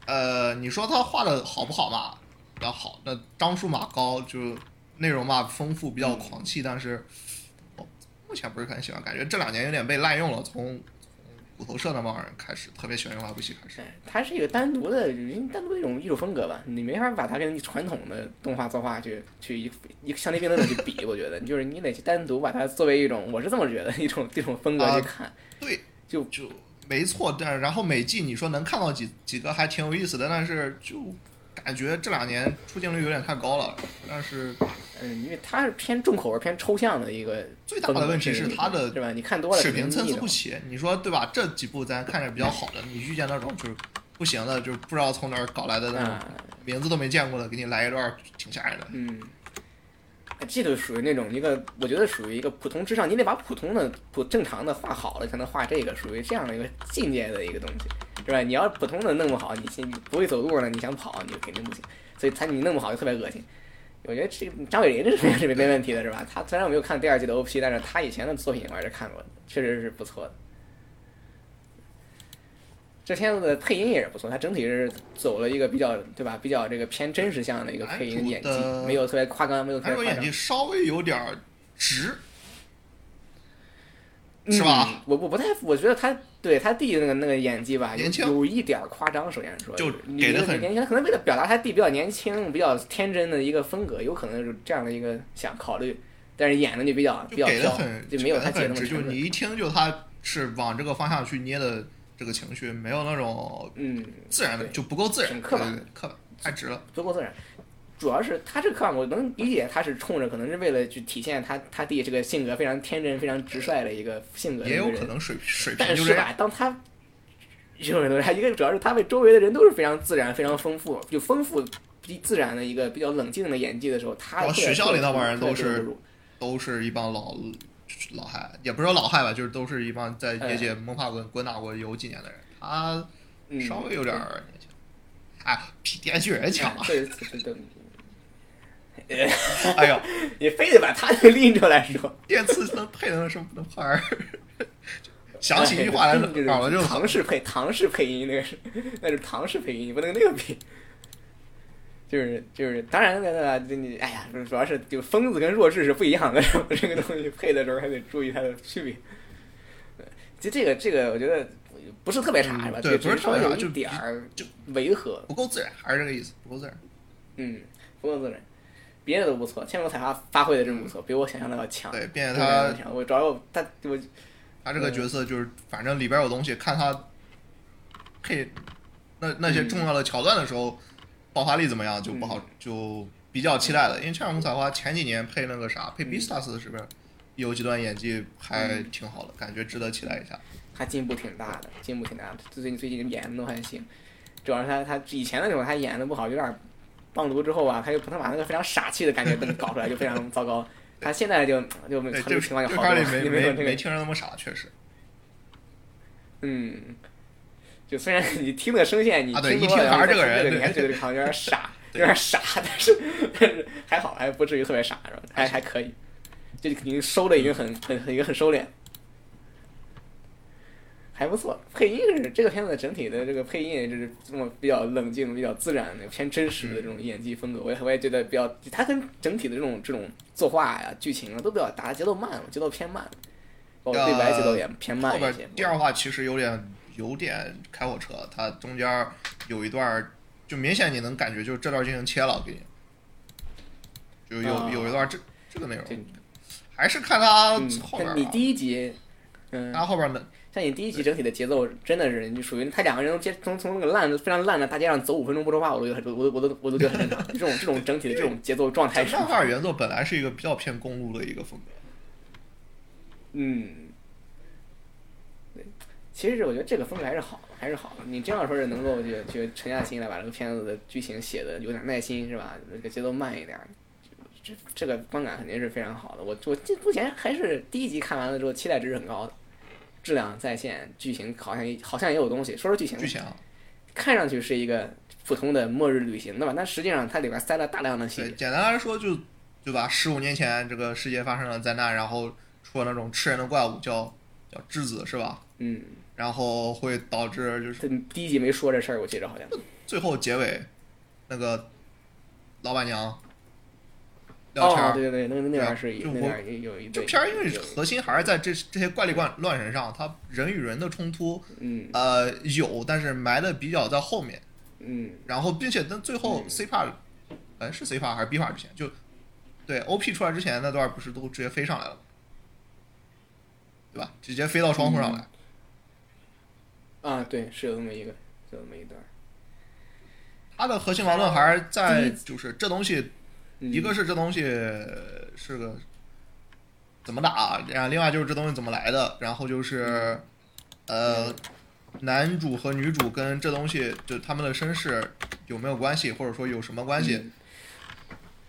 C: 呃，你说他画的好不好吧？比较好，那张数码高，就是内容吧丰富，比较狂气，但是我目前不是很喜欢，感觉这两年有点被滥用了，从。从骨头社那帮人开始特别喜欢用外部系，开始
B: 哎，它是一个单独的、单独的一种艺术风格吧，你没法把它跟传统的动画作画去去一一个相提并论的去比。我觉得，就是你得去单独把它作为一种，我是这么觉得，一种这种风格
C: 啊
B: 去看。
C: 对，
B: 就
C: 就没错。但然后每季你说能看到几几个还挺有意思的，但是就感觉这两年出镜率有点太高了。但是
B: 嗯，因为它是偏重口味、偏抽象的一个
C: 最大
B: 风格。
C: 的问题是
B: 甚至
C: 它的
B: 是吧？你看多了
C: 水平参差不
B: 齐。
C: 齐。你说对吧？这几部咱看着比较好的，你遇见那种就是不行的，就是不知道从哪儿搞来的那种
B: 啊，
C: 名字都没见过的，给你来一段挺吓人的。
B: 嗯，这就属于那种一个，我觉得属于一个普通之上，你得把普通的、普正常的画好了，才能画这个，属于这样的一个境界的一个东西，对吧？你要普通的弄不好，你先你不会走路呢，你想跑，你肯定不行，所以他你弄不好就特别恶心。我觉得这个张伟林这是没没问题的，是吧？他虽然我没有看第二季的 OP，但是他以前的作品我还是看过的，确实是不错的。这片子的配音也是不错，它整体是走了一个比较，对吧？比较这个偏真实向的一个配音演技
C: 男主的，哎
B: 没有特别夸张，没有特别
C: 男主
B: 夸
C: 演
B: 张
C: 技，稍微有点儿直，
B: 嗯
C: 是吧？
B: 我我不太，我觉得他对他弟那个那个演技吧，有
C: 年轻
B: 有一点儿夸张。首先说，
C: 就
B: 你
C: 给得
B: 这个
C: 很
B: 年轻，可能为了表达他弟比较年轻、比较天真的一个风格，有可能是这样的一个想考虑，但是演的就比较比
C: 就
B: 较
C: 给的
B: 飘
C: 很，
B: 就没有他
C: 给
B: 姐
C: 得
B: 那
C: 很
B: 么
C: 直，就
B: 沉
C: 你
B: 稳。
C: 一听就他是往这个方向去捏的这个情绪，没有那种
B: 嗯，
C: 自然的，
B: 对
C: 就不够自然，
B: 很
C: 对
B: 刻
C: 对
B: 板
C: 对，刻板太直了。
B: 足够自然。主要是他这个刻板，我能理解他是冲着可能是为了去体现他他弟这个性格非常天真、非常直率的一个性格的一
C: 也
B: 个人，
C: 有可能水水平
B: 但
C: 就这
B: 是
C: 样
B: 吧，，当他有很多人，一个主要是 他被周围的人都是非常自然、非常丰富，就丰富、比自然的一个比较冷静的演技的时候，他
C: 然后
B: 会
C: 学校里那帮人都是
B: 特别特别入
C: 都是一帮老老害，也不是说老害吧，就是都是一帮在
B: 哎
C: 业界摸爬滚滚打过有几年的人，他
B: 嗯
C: 稍微有点儿年轻，哎，比电锯人强啊！
B: 对对对，
C: 哎呦，
B: 你非得把他 给拎出来说，
C: 电刺能配得上什么能牌 儿？想起一句话来，
B: 就是
C: 耳朵就疼
B: 唐。氏配唐氏配音，那个是 那是唐氏配音，你不能跟那个比。就是就是，当然了，就你哎呀，主要是就疯子跟弱智是不一样的，这个东西配的时候还得注意它的区别。其实这个这个，我觉得不是特别差，是吧？
C: 嗯对
B: 就只
C: 不是
B: 稍
C: 特别
B: 微
C: 差
B: 有
C: 就
B: 一点儿
C: 就
B: 违和。
C: 不够自然，还是这个意思，不够自然。
B: 嗯，不够自然，别的都不错，千龙彩花发挥的真不错，比我想象的要强。
C: 对，并且
B: 比我想象
C: 他
B: 的强，我主要他我
C: 他这个角色就是，反正里边有东西，看他配那那些重要的桥段的时候，爆发力怎么样就不好，就比较期待了。因为《倩儿红彩花》前几年配那个啥，配《Beastars》是不是有几段演技还挺好的，感觉值得期待一下。
B: 他进步挺大的，进步挺大的。最近最近演的都还行，主要是他他以前那种他演的不好，有点棒读之后啊，他就他把那个非常傻气的感觉都搞出来，就非常糟糕。他现在就就很
C: 对，
B: 多
C: 这
B: 情况
C: 这
B: 就好多
C: 片里
B: 了，因
C: 没
B: 为
C: 没
B: 有这
C: 没
B: 个
C: 听着那么傻，确实
B: 嗯，就虽然你听的声线，你
C: 啊对
B: 多了，
C: 一听
B: 然后
C: 还
B: 再
C: 是这个人
B: 听你还觉得好像有点 傻，有点傻，但是但是还好，还不至于特别傻，是吧？还还可以，就已经收的已经很很很已经很收敛，还不错。配音是这个片子的整体的这个配音也就是这么比较冷静、比较自然的、偏真实的这种
C: 嗯
B: 演技风格，我也我也觉得比较，它跟整体的这种这种作画呀、剧情啊都比较搭，节奏慢，节奏偏慢。包括对白节奏也偏慢
C: 后
B: 一些。
C: 边第二话其实有点有点开火车，它中间有一段儿就明显你能感觉就是这段进行切了，给你就有
B: 啊
C: 有一段这这个内容
B: 对，
C: 还是看他
B: 嗯
C: 后
B: 但
C: 边儿啊
B: 你
C: 吧，
B: 第一集，嗯，
C: 他后边的
B: 像你第一集整体的节奏真的是，你就属于他两个人接从从那个烂的非常烂的大街上走五分钟不说话，我都觉得很我都我都我都觉得很正常。这种这种整体的这种节奏状态是，
C: 漫画原作本来是一个比较偏公路的一个风格，
B: 嗯，对，其实我觉得这个风格还是好，还是好的。你这样说是能够去去沉下心来把这个片子的剧情写的有点耐心是吧？这个节奏慢一点。这这个观感肯定是非常好的，我我这目前还是第一集看完了之后期待值是很高的，质量在线，剧情好像也好像也有东西。说说剧情吧，
C: 剧情啊，
B: 看上去是一个普通的末日旅行，对吧？但实际上它里边塞了大量的细
C: 对，
B: 节。
C: 简单来说就对吧？十五年前这个世界发生了灾难，然后出了那种吃人的怪物叫叫质子是吧？
B: 嗯，
C: 然后会导致就是
B: 这第一集没说这事儿，我记着好像。
C: 最后结尾那个老板娘聊天
B: 哦，
C: 儿，
B: 对对对，那那
C: 对啊
B: 玩意儿是有
C: 就
B: 那
C: 我
B: 玩意儿有有一
C: 这
B: 对。
C: 片儿因为
B: 有
C: 核心还是在这这些怪力乱乱神上，它人与人的冲突
B: 嗯
C: 呃有，但是埋的比较在后面。
B: 嗯
C: 然后并且但最后
B: 嗯
C: C 帕，哎是 C 帕还是 B 帕之前就对 OP 出来之前那段不是都直接飞上来了吗？对吧？直接飞到窗户上来。
B: 嗯啊，对，是有那么一个，有那么一段儿。
C: 它的核心矛盾还是在
B: 第一
C: 就是这东西，
B: 嗯
C: 一个是这东西呃是个怎么打，然后另外就是这东西怎么来的，然后就是呃男主和女主跟这东西就他们的身世有没有关系，或者说有什么关系
B: 嗯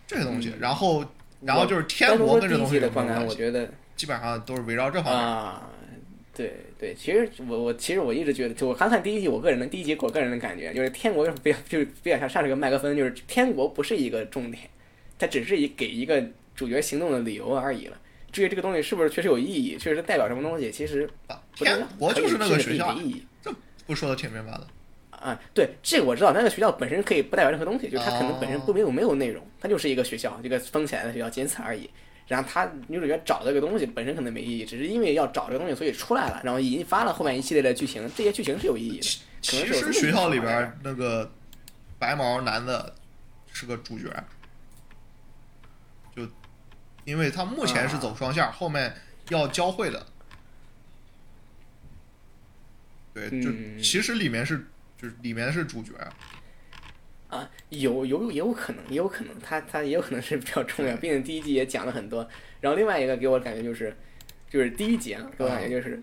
C: 这些东西
B: 嗯，
C: 然后然后就是天
B: 单独
C: 魔
B: 说
C: 跟
B: 第
C: 这
B: 一
C: 东西
B: 集的
C: 有没
B: 观
C: 有
B: 感，
C: 关
B: 我
C: 系，
B: 觉得
C: 基本上都是围绕这方面。
B: 啊，对对，其实我我其实我一直觉得，就我刚看第一集，我个人的第一集，我个人的感觉就是天国就是比较就是比较像上这个麦克风，就是天国不是一个重点，它只是以给一个主角行动的理由而已了。至于这个东西是不是确实有意义，确实代表什么东西，其实不重
C: 天
B: 要
C: 国就是那
B: 可
C: 个
B: 以
C: 学校
B: 可以没意义。
C: 这不说的挺明白的。
B: 啊，对，这个我知道，那个学校本身可以不代表任何东西，就是它可能本身不没有没有内容，它就是一个学校，一个封起来的学校，仅此而已。然后他女主角找这个东西本身可能没意义，只是因为要找这个东西，所以出来了，然后引发了后面一系列的剧情，这些剧情是有意义的。可能
C: 其
B: 是有这
C: 实
B: 么一
C: 学校
B: 说
C: 里
B: 法
C: 边
B: 的
C: 儿那个白毛男的是个主角，就因为他目
B: 啊
C: 前是走双线儿，后面要交汇的。对，
B: 嗯
C: 就其实里面是就是里面是主角，
B: 啊，有有也有可能，也有可能，他他也有可能是比较重要，毕竟第一集也讲了很多。然后另外一个给我感觉就是，就是第一集啊，给我感觉就是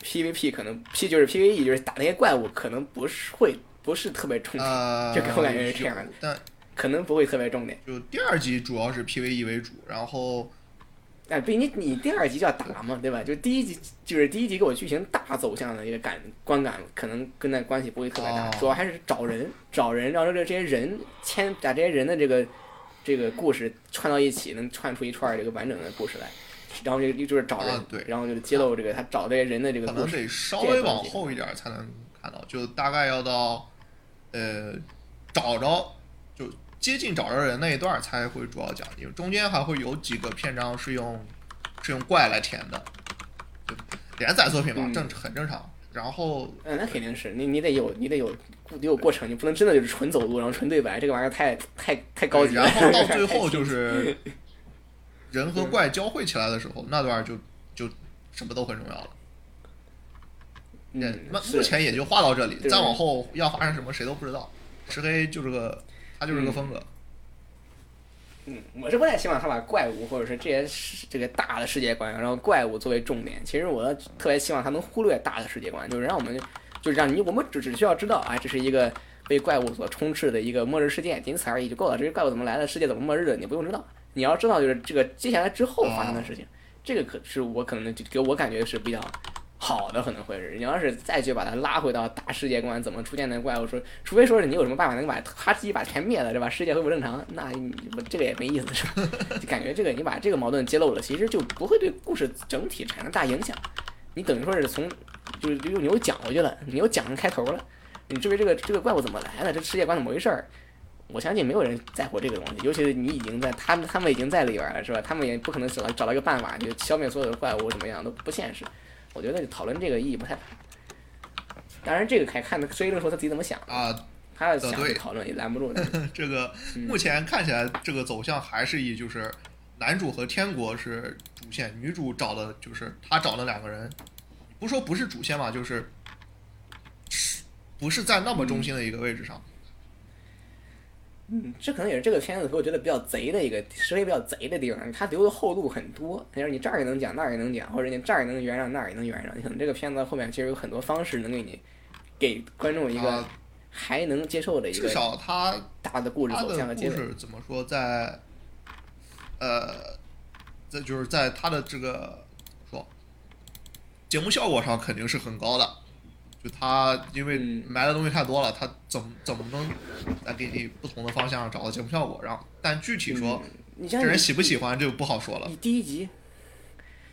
B: ，PVP 可能 P 就是 PVE 就是打那些怪物，可能不是会不是特别重点，
C: 呃，
B: 就给我感觉是这样的
C: 有但
B: 可能不会特别重点。
C: 就第二集主要是 PVE 为主，然后
B: 哎，毕竟你第二集就要打嘛，对吧？就第一集就是第一集给我剧情大走向的一个感观感，可能跟那关系不会特别大，
C: 哦
B: 主要还是找人找人，让这这些人牵把这些人的这个这个故事串到一起，能串出一串这个完整的故事来。然后就就是找人，
C: 啊对
B: 然后就是揭露这个他找这些人的这个
C: 可
B: 故
C: 能
B: 事。
C: 得稍
B: 这
C: 微
B: 也不
C: 往
B: 理解
C: 后一点才能看到，就大概要到呃找着就接近找着人那一段才会主要讲，因为中间还会有几个篇章是用是用怪来填的，就连载作品嘛，
B: 嗯
C: 正很正常。然后
B: 嗯，那肯定是你，你得有，你得有，得有过程，你不能真的就是纯走路，然后纯对白，这个玩意儿太太太 高级了。
C: 然 后到最后就是人和怪交汇起来的时候，那段就就什么都很重要了。
B: 嗯，
C: 那
B: 是
C: 目前也就画到这里，
B: 对
C: 再往后要发生什么谁都不知道。石黑就是个，他就是个风格。
B: 嗯，我是不太希望他把怪物或者是这些世这个大的世界观，然后怪物作为重点。其实我特别希望他能忽略大的世界观，就是让我们就是让你我们只只需要知道，哎，这是一个被怪物所充斥的一个末日事件，仅此而已就够了。这些怪物怎么来的，世界怎么末日的，你不用知道。你要知道就是这个接下来之后发生的事情，这个可是我可能就给我感觉是比较好的，可能会是你要是再去把它拉回到大世界观，怎么出现的怪物说，除非说是你有什么办法能把哈基把全灭了，对吧？世界恢复正常，那你我 这个也没意思，是吧？就感觉这个你把这个矛盾揭露了，其实就不会对故事整体产生大影响。你等于说是从就是又牛讲回去了，你又讲开头了，你至于这个这个怪物怎么来的，这世界观怎么回事儿？我相信没有人在乎这个东西，尤其是你已经在他们他们已经在里边了，是吧？他们也不可能找到找到一个办法就消灭所有的怪物，怎么样都不现实。我觉得讨论这个意义不太大。当然，这个还看追论说他自己怎么想，
C: 啊，
B: 他要想
C: 呃
B: 去
C: 对
B: 讨论也拦不住的。
C: 这个
B: 嗯
C: 目前看起来这个走向还是以就是男主和天国是主线，女主找的就是他找的两个人，不说不是主线吧，就是不是在那么中心的一个位置上。
B: 嗯，这可能也是这个片子给我觉得比较贼的一个，稍微比较贼的地方，它留的后路很多。就是你这儿也能讲，那儿也能讲，或者你这儿也能圆上，那儿也能圆上。你可能这个片子后面其实有很多方式能给你给观众一个
C: 啊
B: 还能接受的一
C: 至
B: 个
C: 少他
B: 大的故事
C: 他
B: 走向和
C: 的故
B: 结尾。
C: 事怎么说，在呃，在就是在他的这个怎么说节目效果上肯定是很高的。就他因为
B: 嗯
C: 埋的东西太多了，他怎么怎么能来给你不同的方向找到节目效果？然后，但具体说，
B: 你像
C: 这人
B: 你
C: 喜不喜欢就不好说了
B: 你。第一集，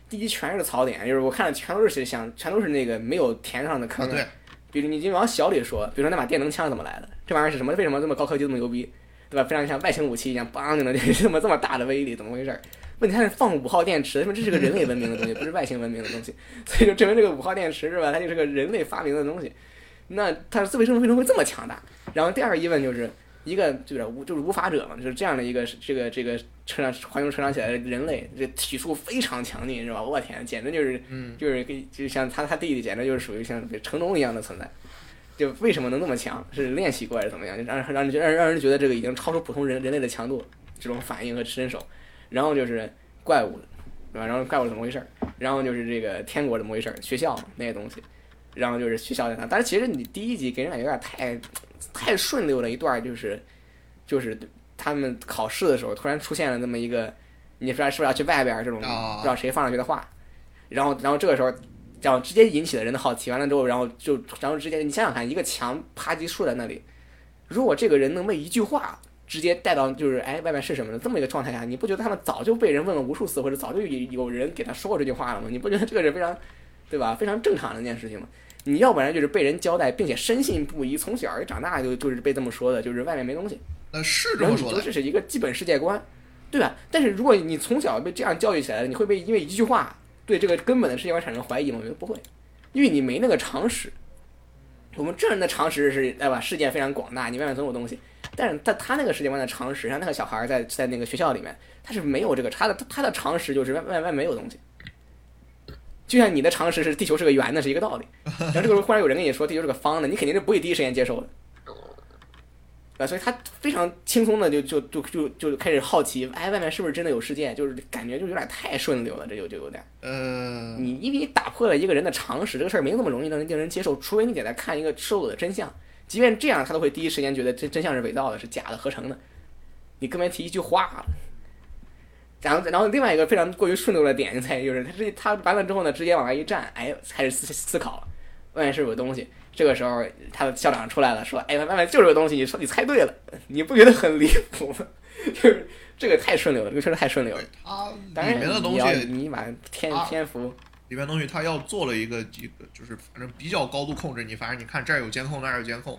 B: 第一集全是槽点，就是我看的全都是想，全都是那个没有填上的
C: 啊，
B: 坑、
C: 对，
B: 比如你就往小里说，比如说那把电能枪怎么来的？这玩意儿是什么？为什么这么高科技这么牛逼？对吧？非常像外星武器一样，梆就能 这么这么大的威力，怎么回事儿？问题还是放五号电池，他妈这是个人类文明的东西，不是外星文明的东西， 所以就证明这个五号电池是吧？它就是个人类发明的东西。那它是为什么为什么会这么强大？然后第二个疑问就是一个就是无就是无法者嘛，就是这样的一个这个这个成长环球成长起来的人类，这体术非常强劲是吧？我天，简直就是
C: 嗯，
B: 就是跟就像他他弟弟，简直就是属于像成龙一样的存在。就为什么能那么强？是练习过还是怎么样？就让让人觉得让让人觉得这个已经超出普通人人类的强度，这种反应和身手。然后就是怪物，对吧？然后怪物怎么回事儿？然后就是这个天国怎么回事儿？学校那些东西，然后就是学校在哪？但是其实你第一集给人感觉有点太太顺溜了一段，就是就是他们考试的时候突然出现了那么一个，你说是不是要去外边儿这种、
C: 啊
B: 不知道谁放上去的话，然后然后这个时候。然后直接引起了人的好奇，完了之后，然后就，然后直接，你想想看，一个墙啪叽竖在那里，如果这个人能被一句话直接带到就是哎外面是什么的这么一个状态下，你不觉得他们早就被人问了无数次，或者早就有有人给他说过这句话了吗？你不觉得这个是非常，对吧？非常正常的一件事情吗？你要不然就是被人交代，并且深信不疑，从小长大就就是被这么说的，就是外面没东西。
C: 那是这
B: 然后
C: 么
B: 你
C: 说
B: 说
C: 的
B: 这是一个基本世界观，对吧？但是如果你从小被这样教育起来的，你会被因为一句话对这个根本的世界观产生怀疑吗？我觉得不会，因为你没那个常识。我们正人的常识是，对吧？世界非常广大，你外面总有东西。但是他他那个世界观的常识，像那个小孩儿在在那个学校里面，他是没有这个，他的他的常识就是外外外面没有东西。就像你的常识是地球是个圆的，是一个道理。然后这个时候忽然有人跟你说地球是个方的，你肯定是不会第一时间接受的。啊，所以他非常轻松的就就就就就开始好奇，哎，外面是不是真的有世界？就是感觉就有点太顺溜了，这就就有点。
C: 呃，
B: 你因为你打破了一个人的常识，这个事儿没那么容易能令人接受，除非你给他看一个赤裸裸的真相，即便这样，他都会第一时间觉得这真相是伪造的，是假的、合成的，你根本提一句话。然后，然后另外一个非常过于顺溜的点在于，就是他这他完了之后呢，直接往外一站，哎，开始思思考，外面是不是有东西？这个时候，他的校长出来了，说：“哎，外面就是有东西，你说你猜对了，你不觉得很离谱吗？ 就是这个太顺溜了，这个确实太顺溜了。
C: 它
B: 当
C: 里
B: 然
C: 面的
B: 你
C: 东
B: 要
C: 西
B: 你把篇
C: 啊
B: 篇幅
C: 里面东西，它要做了一个一个，就是反正比较高度控制你，反正你看这儿有监控，那儿有监控，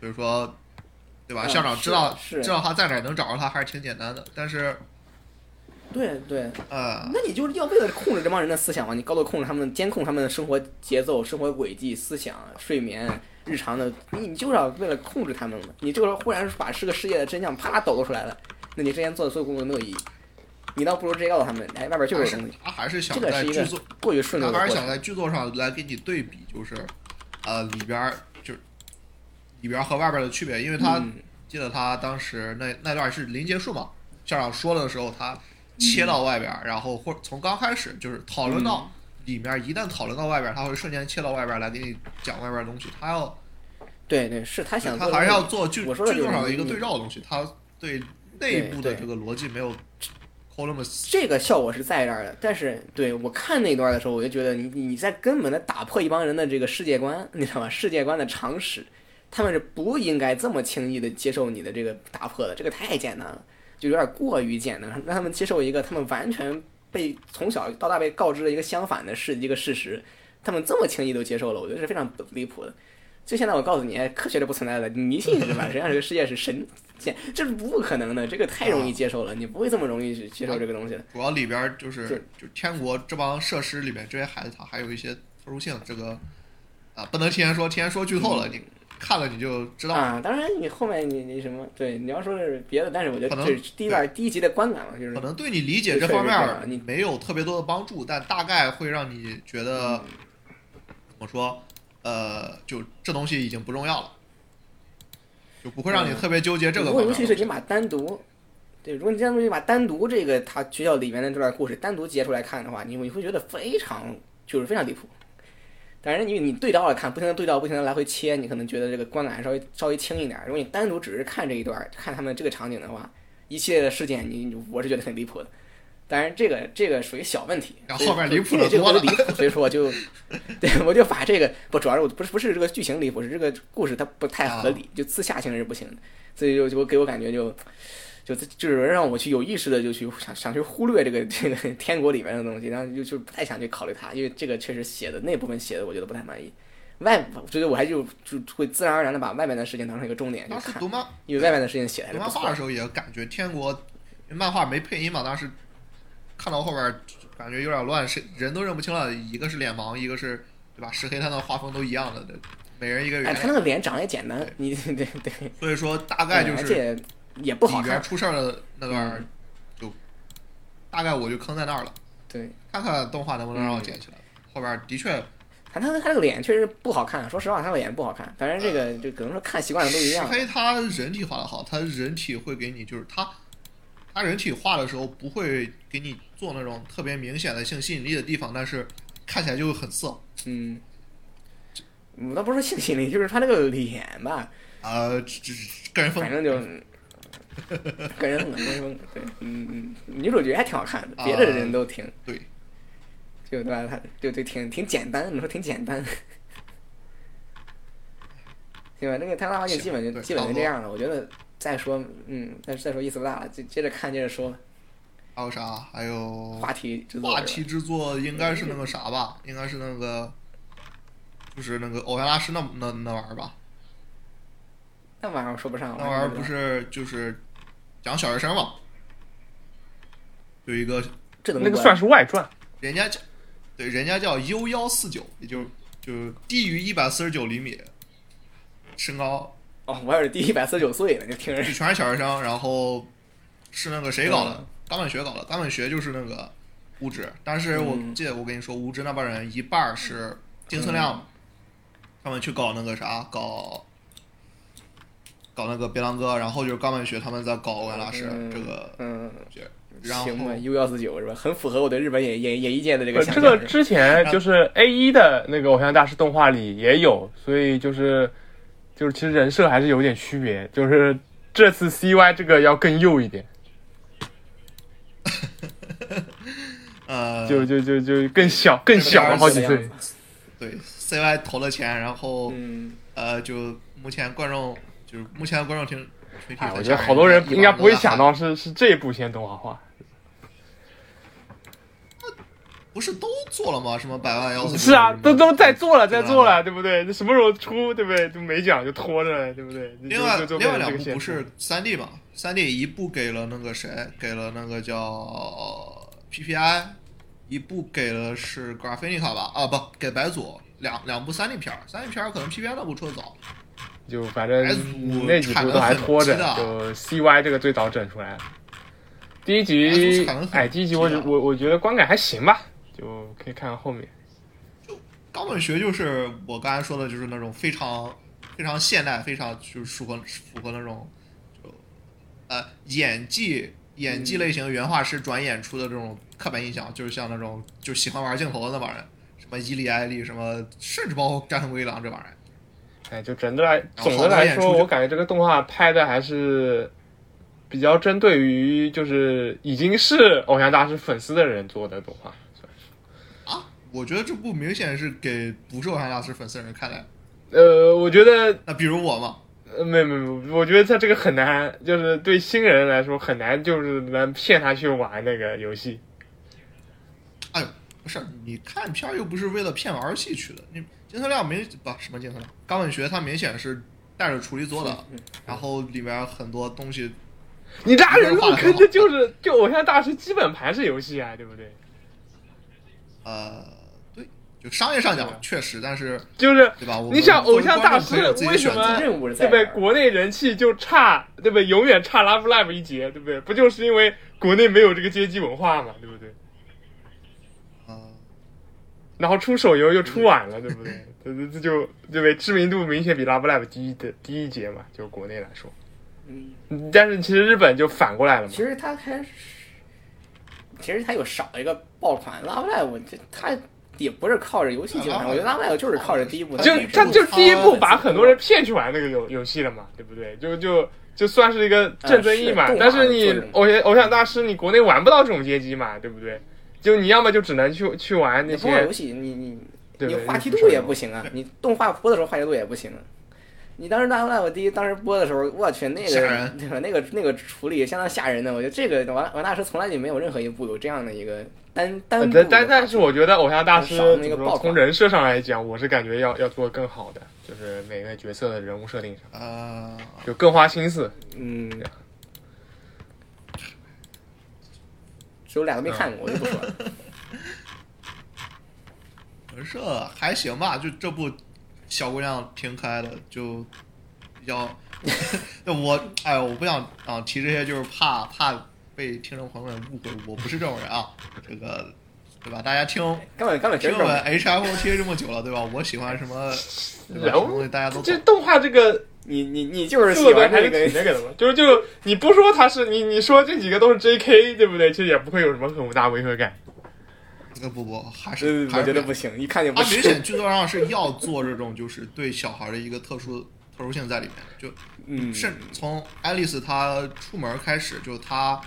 C: 所以说，对吧？
B: 嗯
C: 校长知道
B: 是是
C: 知道他在哪儿能找着他，还是挺简单的。但是，
B: 对对，
C: 呃，
B: 那你就是要为了控制这帮人的思想嘛，你高度控制他们，监控他们的生活节奏、生活轨迹、思想、睡眠、日常的，你你就是要为了控制他们嘛。你这个时候忽然把这个世界的真相啪抖露出来了，那你之前做的所有工作没有意义。你倒不如直接告诉他们，哎，外边就
C: 他
B: 是有东
C: 是
B: 西。
C: 他还是想
B: 这个
C: 在
B: 是一
C: 剧
B: 个
C: 作，
B: 过于顺
C: 他
B: 溜的
C: 还
B: 过
C: 是想
B: 程。
C: 在剧作上来给你对比，就是，呃，里边儿就是里边儿和外边儿的区别，因为他、
B: 嗯
C: 记得他当时那那段是临结束嘛，校长说了的时候，他切到外
B: 嗯
C: 边儿，然后或从刚开始就是讨论到里面，一旦讨论到外边儿，他会瞬间切到外边儿来给你讲外边儿的东西，他要
B: 对对，是他想做的东
C: 他还
B: 西，
C: 是要做剧
B: 我说的
C: 剧作
B: 就是
C: 上的一个
B: 你
C: 对照的东西，他对内部的
B: 对
C: 这个逻辑没有 Columbus
B: 这个效果是在这儿的，但是对我看那段的时候，我就觉得你你在根本的打破一帮人的这个世界观，你知道吗？世界观的常识，他们是不应该这么轻易的接受你的这个打破的，这个太简单了，就有点过于简单，让他们接受一个他们完全被从小到大被告知的一个相反的事一个事实，他们这么轻易都接受了，我觉得是非常不离谱的。就现在我告诉你，哎科学是不存在的，你迷信是 吧？实际上这个世界是神仙，这是不可能的，这个太容易接受了，你不会这么容易去接受这个东西的。
C: 主要里边儿就是
B: 对
C: 就是天国这帮设施里面这些孩子，他还有一些特殊性，这个啊不能提前说，提前说剧透
B: 嗯
C: 了，你看了你就知道了。
B: 啊，当然你后面你你什么，对，你要说是别的，但是我觉
C: 可
B: 得
C: 能
B: 这是第一段第一集的观感嘛，就是
C: 可能对你理解
B: 的
C: 这
B: 确
C: 方
B: 是
C: 面
B: 这样
C: 儿
B: 你
C: 没有特别多的帮助，但大概会让你觉
B: 嗯
C: 得怎么说？呃，就这东西已经不重要了，就不会让你
B: 嗯
C: 特别纠结这
B: 如
C: 个方
B: 果
C: 面
B: 尤
C: 儿
B: 其是
C: 了。
B: 你把单独，对，如果你单独你把单独这个他学校里面的这段故事单独截出来看的话，你会你会觉得非常就是非常离谱。当然，因为你对照着看，不停的对照，不停的来回切，你可能觉得这个观感稍微稍微轻一点儿。如果你单独只是看这一段儿，看他们这个场景的话，一系列的事件你，你我是觉得很离谱的。当然，这个这个属于小问题，
C: 然后后 面离谱
B: 所以
C: 的
B: 这个
C: 多
B: 我
C: 了
B: 就离谱，所以说我 就对我就把这个不主要是我不是不是这个剧情离谱，是这个故事它不太合
C: 啊
B: 理，就自洽性是不行的，所以就就给我感觉就就就是让我去有意识的就去想想去忽略这个 这个天国里面的东西，然后就就不太想去考虑它，因为这个确实写的那部分写的我觉得不太满意。外，我觉得我还就就会自然而然的把外面的事情当成一个重点去
C: 当时
B: 看
C: 读，漫
B: 因为外面的事情写的还
C: 读
B: 是
C: 漫
B: 不
C: 画
B: 错
C: 的。时候也感觉天国因为漫画没配音嘛，当时看到后边儿感觉有点乱，谁人都认不清了，一个是脸盲，一个是对吧？石黑他的画风都一样的，每人一个
B: 哎，
C: 圆
B: 他
C: 脸，
B: 那哎个脸长得也简单，你 对对对，
C: 所以说大概就
B: 而
C: 是
B: 且也不好
C: 里边
B: 看嗯
C: 儿，出事儿的那段儿，就大概我就坑在那儿了。
B: 对。
C: 看看动画能不能让
B: 嗯
C: 我捡起来。后边儿的确
B: 他他他这个脸确实不好看，说实话，他的脸不好看。当然，这个就可能说看习惯了都一
C: 石
B: 样。
C: 黑他人体画的好，他人体会给你就是他他人体画的时候不会给你做那种特别明显的性吸引力的地方，但是看起来就很色。
B: 嗯，我倒不是说性心理，就是他那个脸吧，
C: 呃，这这这个人风
B: 反
C: 格
B: 正就嗯个人风格，个人风格。对，嗯嗯，女主角还挺好看的，别的人都挺
C: 啊对，
B: 就对吧？他就就挺挺简单，你说挺简单，对吧？那个太大话就基本
C: 行
B: 就
C: 对
B: 基本
C: 差
B: 就
C: 不
B: 这
C: 多
B: 样了。我觉得再说，嗯，再再说意思不大了，就接着看，接着说
C: 还有啥？还有
B: 话题制作
C: 哦话
B: 是吧
C: 题之作应该是那个啥吧？应该是那个就是那个偶像大师那那那玩意儿吧？
B: 那玩意儿我说不上，
C: 那玩意儿
B: 我
C: 不
B: 知道
C: 是就是讲小学生嘛？有一个
B: 这怎么
D: 那个
B: 管
D: 算是外传，
C: 人家叫对，人家叫 U 幺四九，也就是就是低于一百四十九厘米身高，
B: 哦，我也是第一百四十九岁了，就听人
C: 就
B: 嗯
C: 全是小学生。然后是那个谁搞的？冈本学搞的。冈本学就是那个五指，但是我
B: 嗯
C: 记得我跟你说，五指那帮人一半儿是丁存
B: 嗯
C: 亮，他们去搞那个啥，搞搞那个别狼哥，然后就是高曼学他们在搞欧阳老师
B: 嗯
C: 这个
B: 嗯，
C: 学，然后
B: 行吧，U 幺四九是吧？很符合我对日本演演演艺界的这个
D: 呃
B: 想
D: 这
B: 象。啊
D: 个
B: 是吧
D: 之前就是 A 一的那个偶像大师动画里也有，所以就是就是其实人设还是有点区别，就是这次 CY 这个要更右一点，
C: 呃，
D: 就就就就更小更小了好
B: 这
D: 几
B: 个
D: 岁
B: 样。子
C: 对 CY 投了钱，然后、
B: 嗯，
C: 呃，就目前观众就是目前的观众听群体
D: 哎，
C: 很吓人，
D: 我觉得好多人应该不会想
C: 一帮人都在喊，
D: 到是是这一部先动画化，
C: 不是都做了吗？什么百万幺四
D: 是啊，都都在做
C: 嗯
D: 了，在做了，对不对？这什么时候出，对不对？就没讲就拖着了，对不对？
C: 另外
D: 就就就
C: 另外
D: 变成
C: 两部
D: 这个现
C: 不
D: 实
C: 是三 D 嘛？三 D 一部给了那个谁，给了那个叫 PPI，一部给了是 Graphinica 吧？啊，不给白左，两两部三 D 片儿，三 D 片儿可能 PPI 那部出的早，
D: 就反正
C: S 五
D: 那几部都还拖着
C: 产能，
D: 就 CY 这个最早整出来了。第一
C: S 五
D: 集
C: 产能，很
D: 哎，第一集我
C: 低啊
D: 我我觉得观感还行吧，就可以看看后面。
C: 高本学就是我刚才说的，就是那种非常非常现代，非常就是符合符合那种就呃演技演技类型原画师转演出的这种刻板印象，就是像那种就喜欢玩镜头的那帮人，什么伊利艾利，什么甚至包括战神龟一郎这帮人，
D: 哎，就整的来
C: 然后
D: 总
C: 好
D: 的
C: 多
D: 来
C: 演
D: 说，
C: 出就
D: 我感觉这个动画拍的还是比较针对于就是已经是偶像大师粉丝的人做的动画。
C: 啊，我觉得这部明显是给不是偶像大师粉丝人看的。
D: 呃，我觉得
C: 那比如我嘛，
D: 呃，没有没有没有，我觉得他这个很难，就是对新人来说很难，就是能骗他去玩那个游戏。
C: 哎呦，不是，你看片儿又不是为了骗玩儿游戏去的，你金色亮明不什么金色亮，冈本学他明显是带着处理做的，然后里面很多东西，
D: 你拉人入坑，这就是 就偶像大师基本盘是游戏啊，对不对？
C: 呃，对，就商业上
D: 对啊
C: 讲确实，但是
D: 就是
C: 对吧我们
D: 你想
C: 作
D: 偶
C: 为
D: 像大
C: 观众
D: 师
C: 可以有自己的
D: 为什
C: 选择
D: 么
B: 任务是
D: 对
B: 在
D: 不对？
B: 哪儿
D: 国内人气就差，对不对？永远差 Love Live 一截，对不对？不就是因为国内没有这个街机文化嘛，对不对？
C: 呃，
D: 然后出手游又出晚了，对不对？这这这就对不对？知名度明显比 Love Live 低的低一截嘛，就国内来说。
B: 嗯，
D: 但是其实日本就反过来了嘛。
B: 其实他还是，其实他又少一个爆款 Love Live，这他也不是靠着游戏
C: 啊
B: 精神，我觉得 Love Live 就是靠着第一部，
D: 就
C: 这
D: 他
C: 个
D: 就是
B: 啊
D: 第一步
C: 他
D: 把很多人骗去玩那个游游戏了嘛，对不对？就就就算是一个正争议嘛。
B: 嗯呃是
D: 但是你
B: 动画的作
D: 偶像偶像大师，你国内玩不到这种街机嘛，对不对？就你要么就只能去去玩那
B: 你不玩
D: 些
B: 游，戏，你你
D: 对
B: 你
D: 对
B: 话
D: 日
B: 题
D: 服
B: 度也
D: 上
B: 不行啊，你动画播的时候话题度也不行啊。你当时《大 Live》第一当时播的时候，我去那
C: 吓
B: 个
C: 人
B: 对吧？那个那个处理相当吓人的，我觉得这个王王大师从来就没有任何一部有这样的一个单单部
D: 呃但
B: 的
D: 但但是我觉得偶像大师
B: 少了那个
D: 怎么
B: 爆
D: 说
B: 款
D: 从人设上来讲，我是感觉要要做得更好的，就是每个角色的人物设定上
C: 呃，
D: 就更花心思。
B: 嗯，只有两个
D: 嗯
B: 没看过，我就不说了。
C: 人设还行吧，就这部小姑娘挺可爱的，就比较， 那我哎呦，我不想啊提这些，就是怕怕被听众朋友们误会，我不是这种人啊，这个对吧？大 家听
B: 根本根本
C: 听
B: 真
C: 我
B: 是
C: 们 H F O T 这么久了，对吧？我喜欢什么对吧
D: 然
C: 什
D: 后
C: 么东西，大家都
D: 这
C: 懂。
D: 动画这个
B: 你你你就是
D: 做
B: 喜
D: 的
B: 欢
D: 还
B: 这
D: 是
B: 个
D: 挺那个的嘛，就是就你不说他是你你说这几个都是 J.K. 对不对？其实也不会有什么很大违和感。
C: 这不不，还
B: 呃
C: 是，还
B: 我
C: 是
B: 觉得
C: 不
B: 不行，一看就
C: 他
B: 不
C: 明
B: 是
C: 显。剧作上啊是要做这种，就是对小孩的一个特殊特殊性在里面。就
B: 嗯，
C: 甚从爱丽丝她出门开始，就她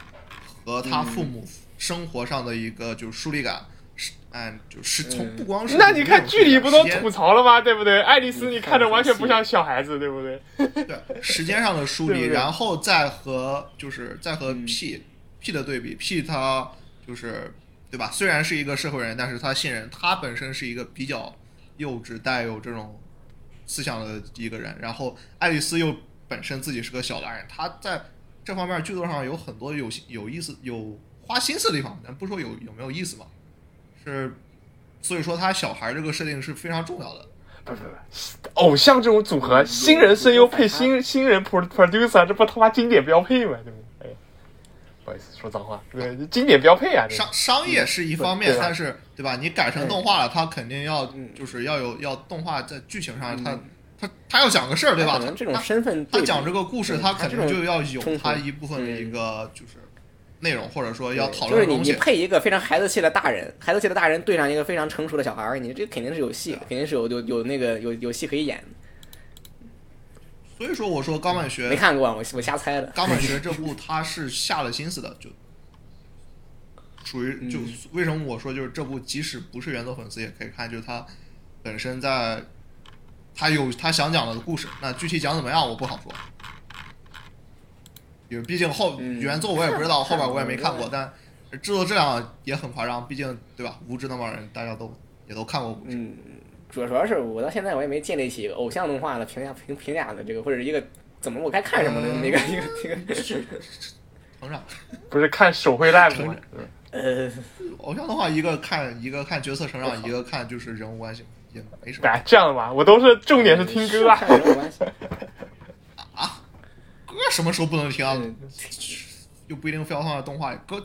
C: 和她父母生活上的一个就是疏离感，是哎，就是从
B: 嗯
C: 不光是
D: 那你看剧里不都
C: 时间
D: 吐槽了吗？对不对？爱丽丝
B: 你
D: 你
B: 看
D: 看着
B: 这
D: 完全
B: 戏
D: 不像小孩子，对不对？
C: 对时间上的梳理，
D: 对对
C: 然后再和就是再和
B: 嗯
C: P、P 的对比，P 他就是对吧？虽然是一个社会人，但是他信任，他本身是一个比较幼稚、带有这种思想的一个人。然后爱丽丝又本身自己是个小男人，他在这方面剧作上有很多有有意思、有花心思的地方，咱不说有有没有意思吧，是。所以说，他小孩这个设定是非常重要的。
D: 哎不是不是，偶像这种组合，新人声优配新新人 pro producer，这不他妈经典标配吗？对不对？哎呀，好意思说脏话，对，经典标配啊，这个
C: 商商业是一方
B: 嗯
C: 面
D: 对，吧
C: 但是对吧？你改成动画了，它肯定要就是要有要动画在剧情上，它它它要讲个事儿，对吧？
B: 嗯可能这种
C: 它
B: 身份
C: 他
B: 对比
C: 讲这个故事，
B: 对
C: 他
B: 他
C: 肯
B: 这
C: 定
B: 种
C: 就要有
B: 冲突
C: 他一部分的
B: 嗯
C: 一个就是内容，或者说要
B: 对
C: 讨
B: 就
C: 论
B: 是
C: 的
B: 你
C: 东
B: 你
C: 西。
B: 配一个非常孩子气的大人，孩子气的大人对上一个非常成熟的小孩儿，你这肯定是有戏，
C: 啊
B: 肯定是有有有那个有有戏可以演。
C: 所以说，我说冈本
B: 没
C: 学
B: 看过啊，我我瞎猜的。
C: 冈本学这部他是下了心思的，就属
B: 嗯
C: 于就为什么我说就是这部，即使不是原作粉丝也可以看，就是他本身在他有他想讲的故事，那具体讲怎么样我不好说。因为毕竟后
B: 嗯
C: 原作我也不知道，后
B: 看
C: 边我也没
B: 看
C: 看
B: 过
C: 过，但制作质量也很夸张，毕竟对吧？无知那帮人大家都也都看过无知。
B: 嗯，主要主要是我到现在我也没建立起偶像动画的评价评评价的这个或者一个怎么我该看什么的
C: 嗯
B: 那个一个一 个
C: 成长。
D: 不是看手绘 live 吗？嗯
B: 呃，
C: 偶像的话，一个看一个看角色成长，一个看就是人物关系，也没什么。
D: 哎，这样的吧，我都是重点是听歌啊
B: 是。没有关系。
C: 歌什么时候不能听啊？
B: 嗯
C: 又不一定非要放在动画里。歌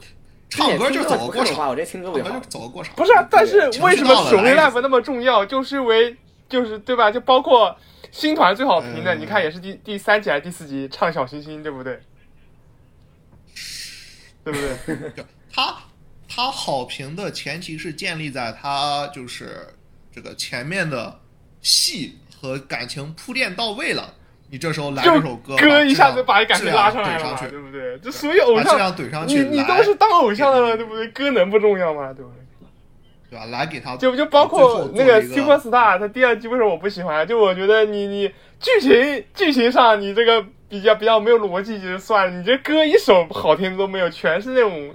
C: 唱歌就是走个过
B: 听
C: 场，
B: 话，我直接听歌
C: 唱
B: 不
C: 歌
B: 就
C: 就
B: 好
C: 是
B: 了？
C: 走个过场。
D: 不是，啊，但是为什么手绘
C: 情绪到了
D: live 那么重要？就是因为就是对吧？就包括新团最好评的，
C: 嗯
D: 你看也是第第三集还是第四集唱小星星，对不对？对不 对？
C: 他他好评的前提是建立在他就是这个前面的戏和感情铺垫到位了，你这时候来这首
D: 就
C: 歌，
D: 歌
C: 把
D: 一
C: 质
D: 下
C: 量
D: 子把感
C: 质
D: 觉
C: 量
D: 拉上来
C: 怼
D: 了
C: 上
D: 嘛，
C: 去
D: 对不对？就所有偶
C: 把质量
D: 像，
C: 怼上
D: 你
C: 去，
D: 你
C: 来
D: 都是当偶像的了，对不对？歌能不重要吗？对不对？
C: 对吧？来给他
D: 就就包括那个
C: 最后做一
D: Super Star，它第二季为什么我不喜欢？啊就我觉得你你剧情剧情上你这个比较比较没有逻辑就算了，你这歌一首好听都没有，全是那种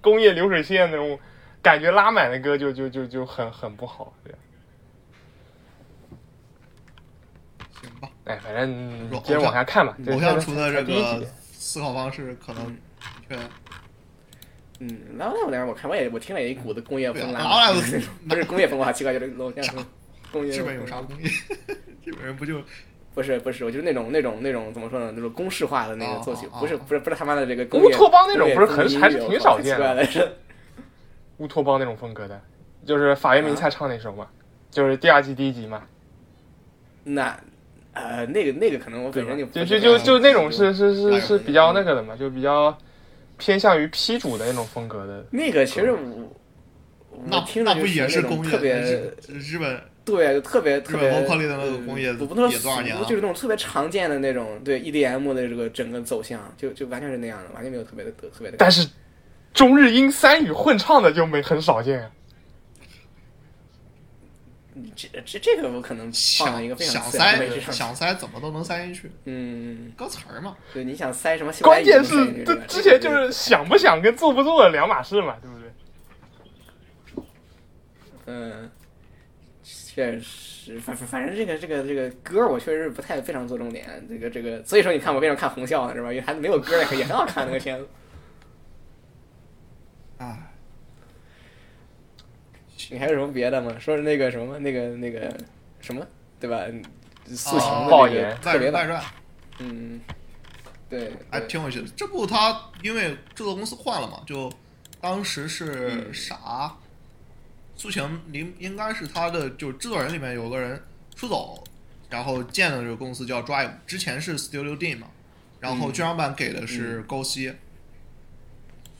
D: 工业流水线那种感觉拉满的歌就，就就就很很不好。对，
C: 行吧。
D: 哎，反正
C: 偶像
D: 接着往下看吧。
C: 偶像
D: 出
C: 除的这
D: 第一
C: 个
D: 集，
C: 思考方式可能确
B: 嗯，然后那我那我看我也我听了也一股子工业
C: 对啊
B: 风
C: 然
B: 啦
C: 后那，
B: 不是工业风我好奇怪，就是楼下
C: 啥
B: 工业
C: 日
B: 风
C: 本有啥 工艺，日本人不就
B: 不是不是，我就是那种那种那种怎么说呢，那种公式化的那个作曲
C: 哦，哦
B: 不是
C: 哦
B: 不是不是他妈的这个工
D: 乌
B: 业
D: 托邦那种不是
B: 工业
D: 很
B: 风
D: 还是
B: 音乐
D: 挺
B: 我靠
D: 少见
B: 太奇怪
D: 的
B: 了是
D: 乌托邦那种风格的，就是法原明
C: 啊
D: 菜唱那首嘛，就是第二季第一集嘛。
B: 那呃那个那个可能我
D: 对
B: 本
D: 吧
B: 身就不
D: 就就是就
B: 很
D: 就那种是是
C: 哪
D: 是
C: 有
D: 是
C: 那
D: 比较那个的嘛，就比较偏向于批主的那种风格的。
B: 那个其实我
C: 那
B: 我听着
C: 那不
B: 就
C: 也
B: 是
C: 是
B: 那种
C: 工业？
B: 特别
C: 日日本
B: 对，就特别
C: 日
B: 特别
C: 本伯克利的那个工业
B: 呃不不能
C: 也
B: 说
C: 多少年啊
B: 俗
C: 了
B: 就是那种特别常见的那种对 EDM 的这个整个走向，就就完全是那样的，完全没有特别的特别的。
D: 但是中日英三语混唱的就没很少见啊。
B: 这这这个我可能放了一个
C: 想
B: 非常
C: 想
B: 次要的
C: 塞
B: 位置上。
C: 想塞怎么都能塞进去，
B: 嗯，
C: 歌词儿嘛。
B: 对，你想塞什么？
D: 关键是
B: 这
D: 这之前就是想不想跟做不做的两码事嘛，对不对？
B: 嗯，确实，反反反正这个这个这个歌我确实不太非常做重点，这个这个，所以说你看我为什么看红校呢，是吧？因为它没有歌也也很好看那个片子。啊
C: 哎，
B: 你还有什么别的吗？说是那个什么那个那个什么，对吧？
C: 哦
B: 塑形的
D: 爆
B: 那个
D: 炎
B: 特
C: 外
B: 别
C: 外
B: 版，
C: 传
B: 嗯，对，
C: 还
B: 对
C: 挺有意思的。这部它因为制作公司换了嘛，就当时
B: 嗯
C: 是啥？苏晴应应该是他的，就是制作人里面有个人出走，然后建的这个公司叫 Drive，之前是 Studio D 嘛，然后
B: 嗯
C: 剧场版给的是高希，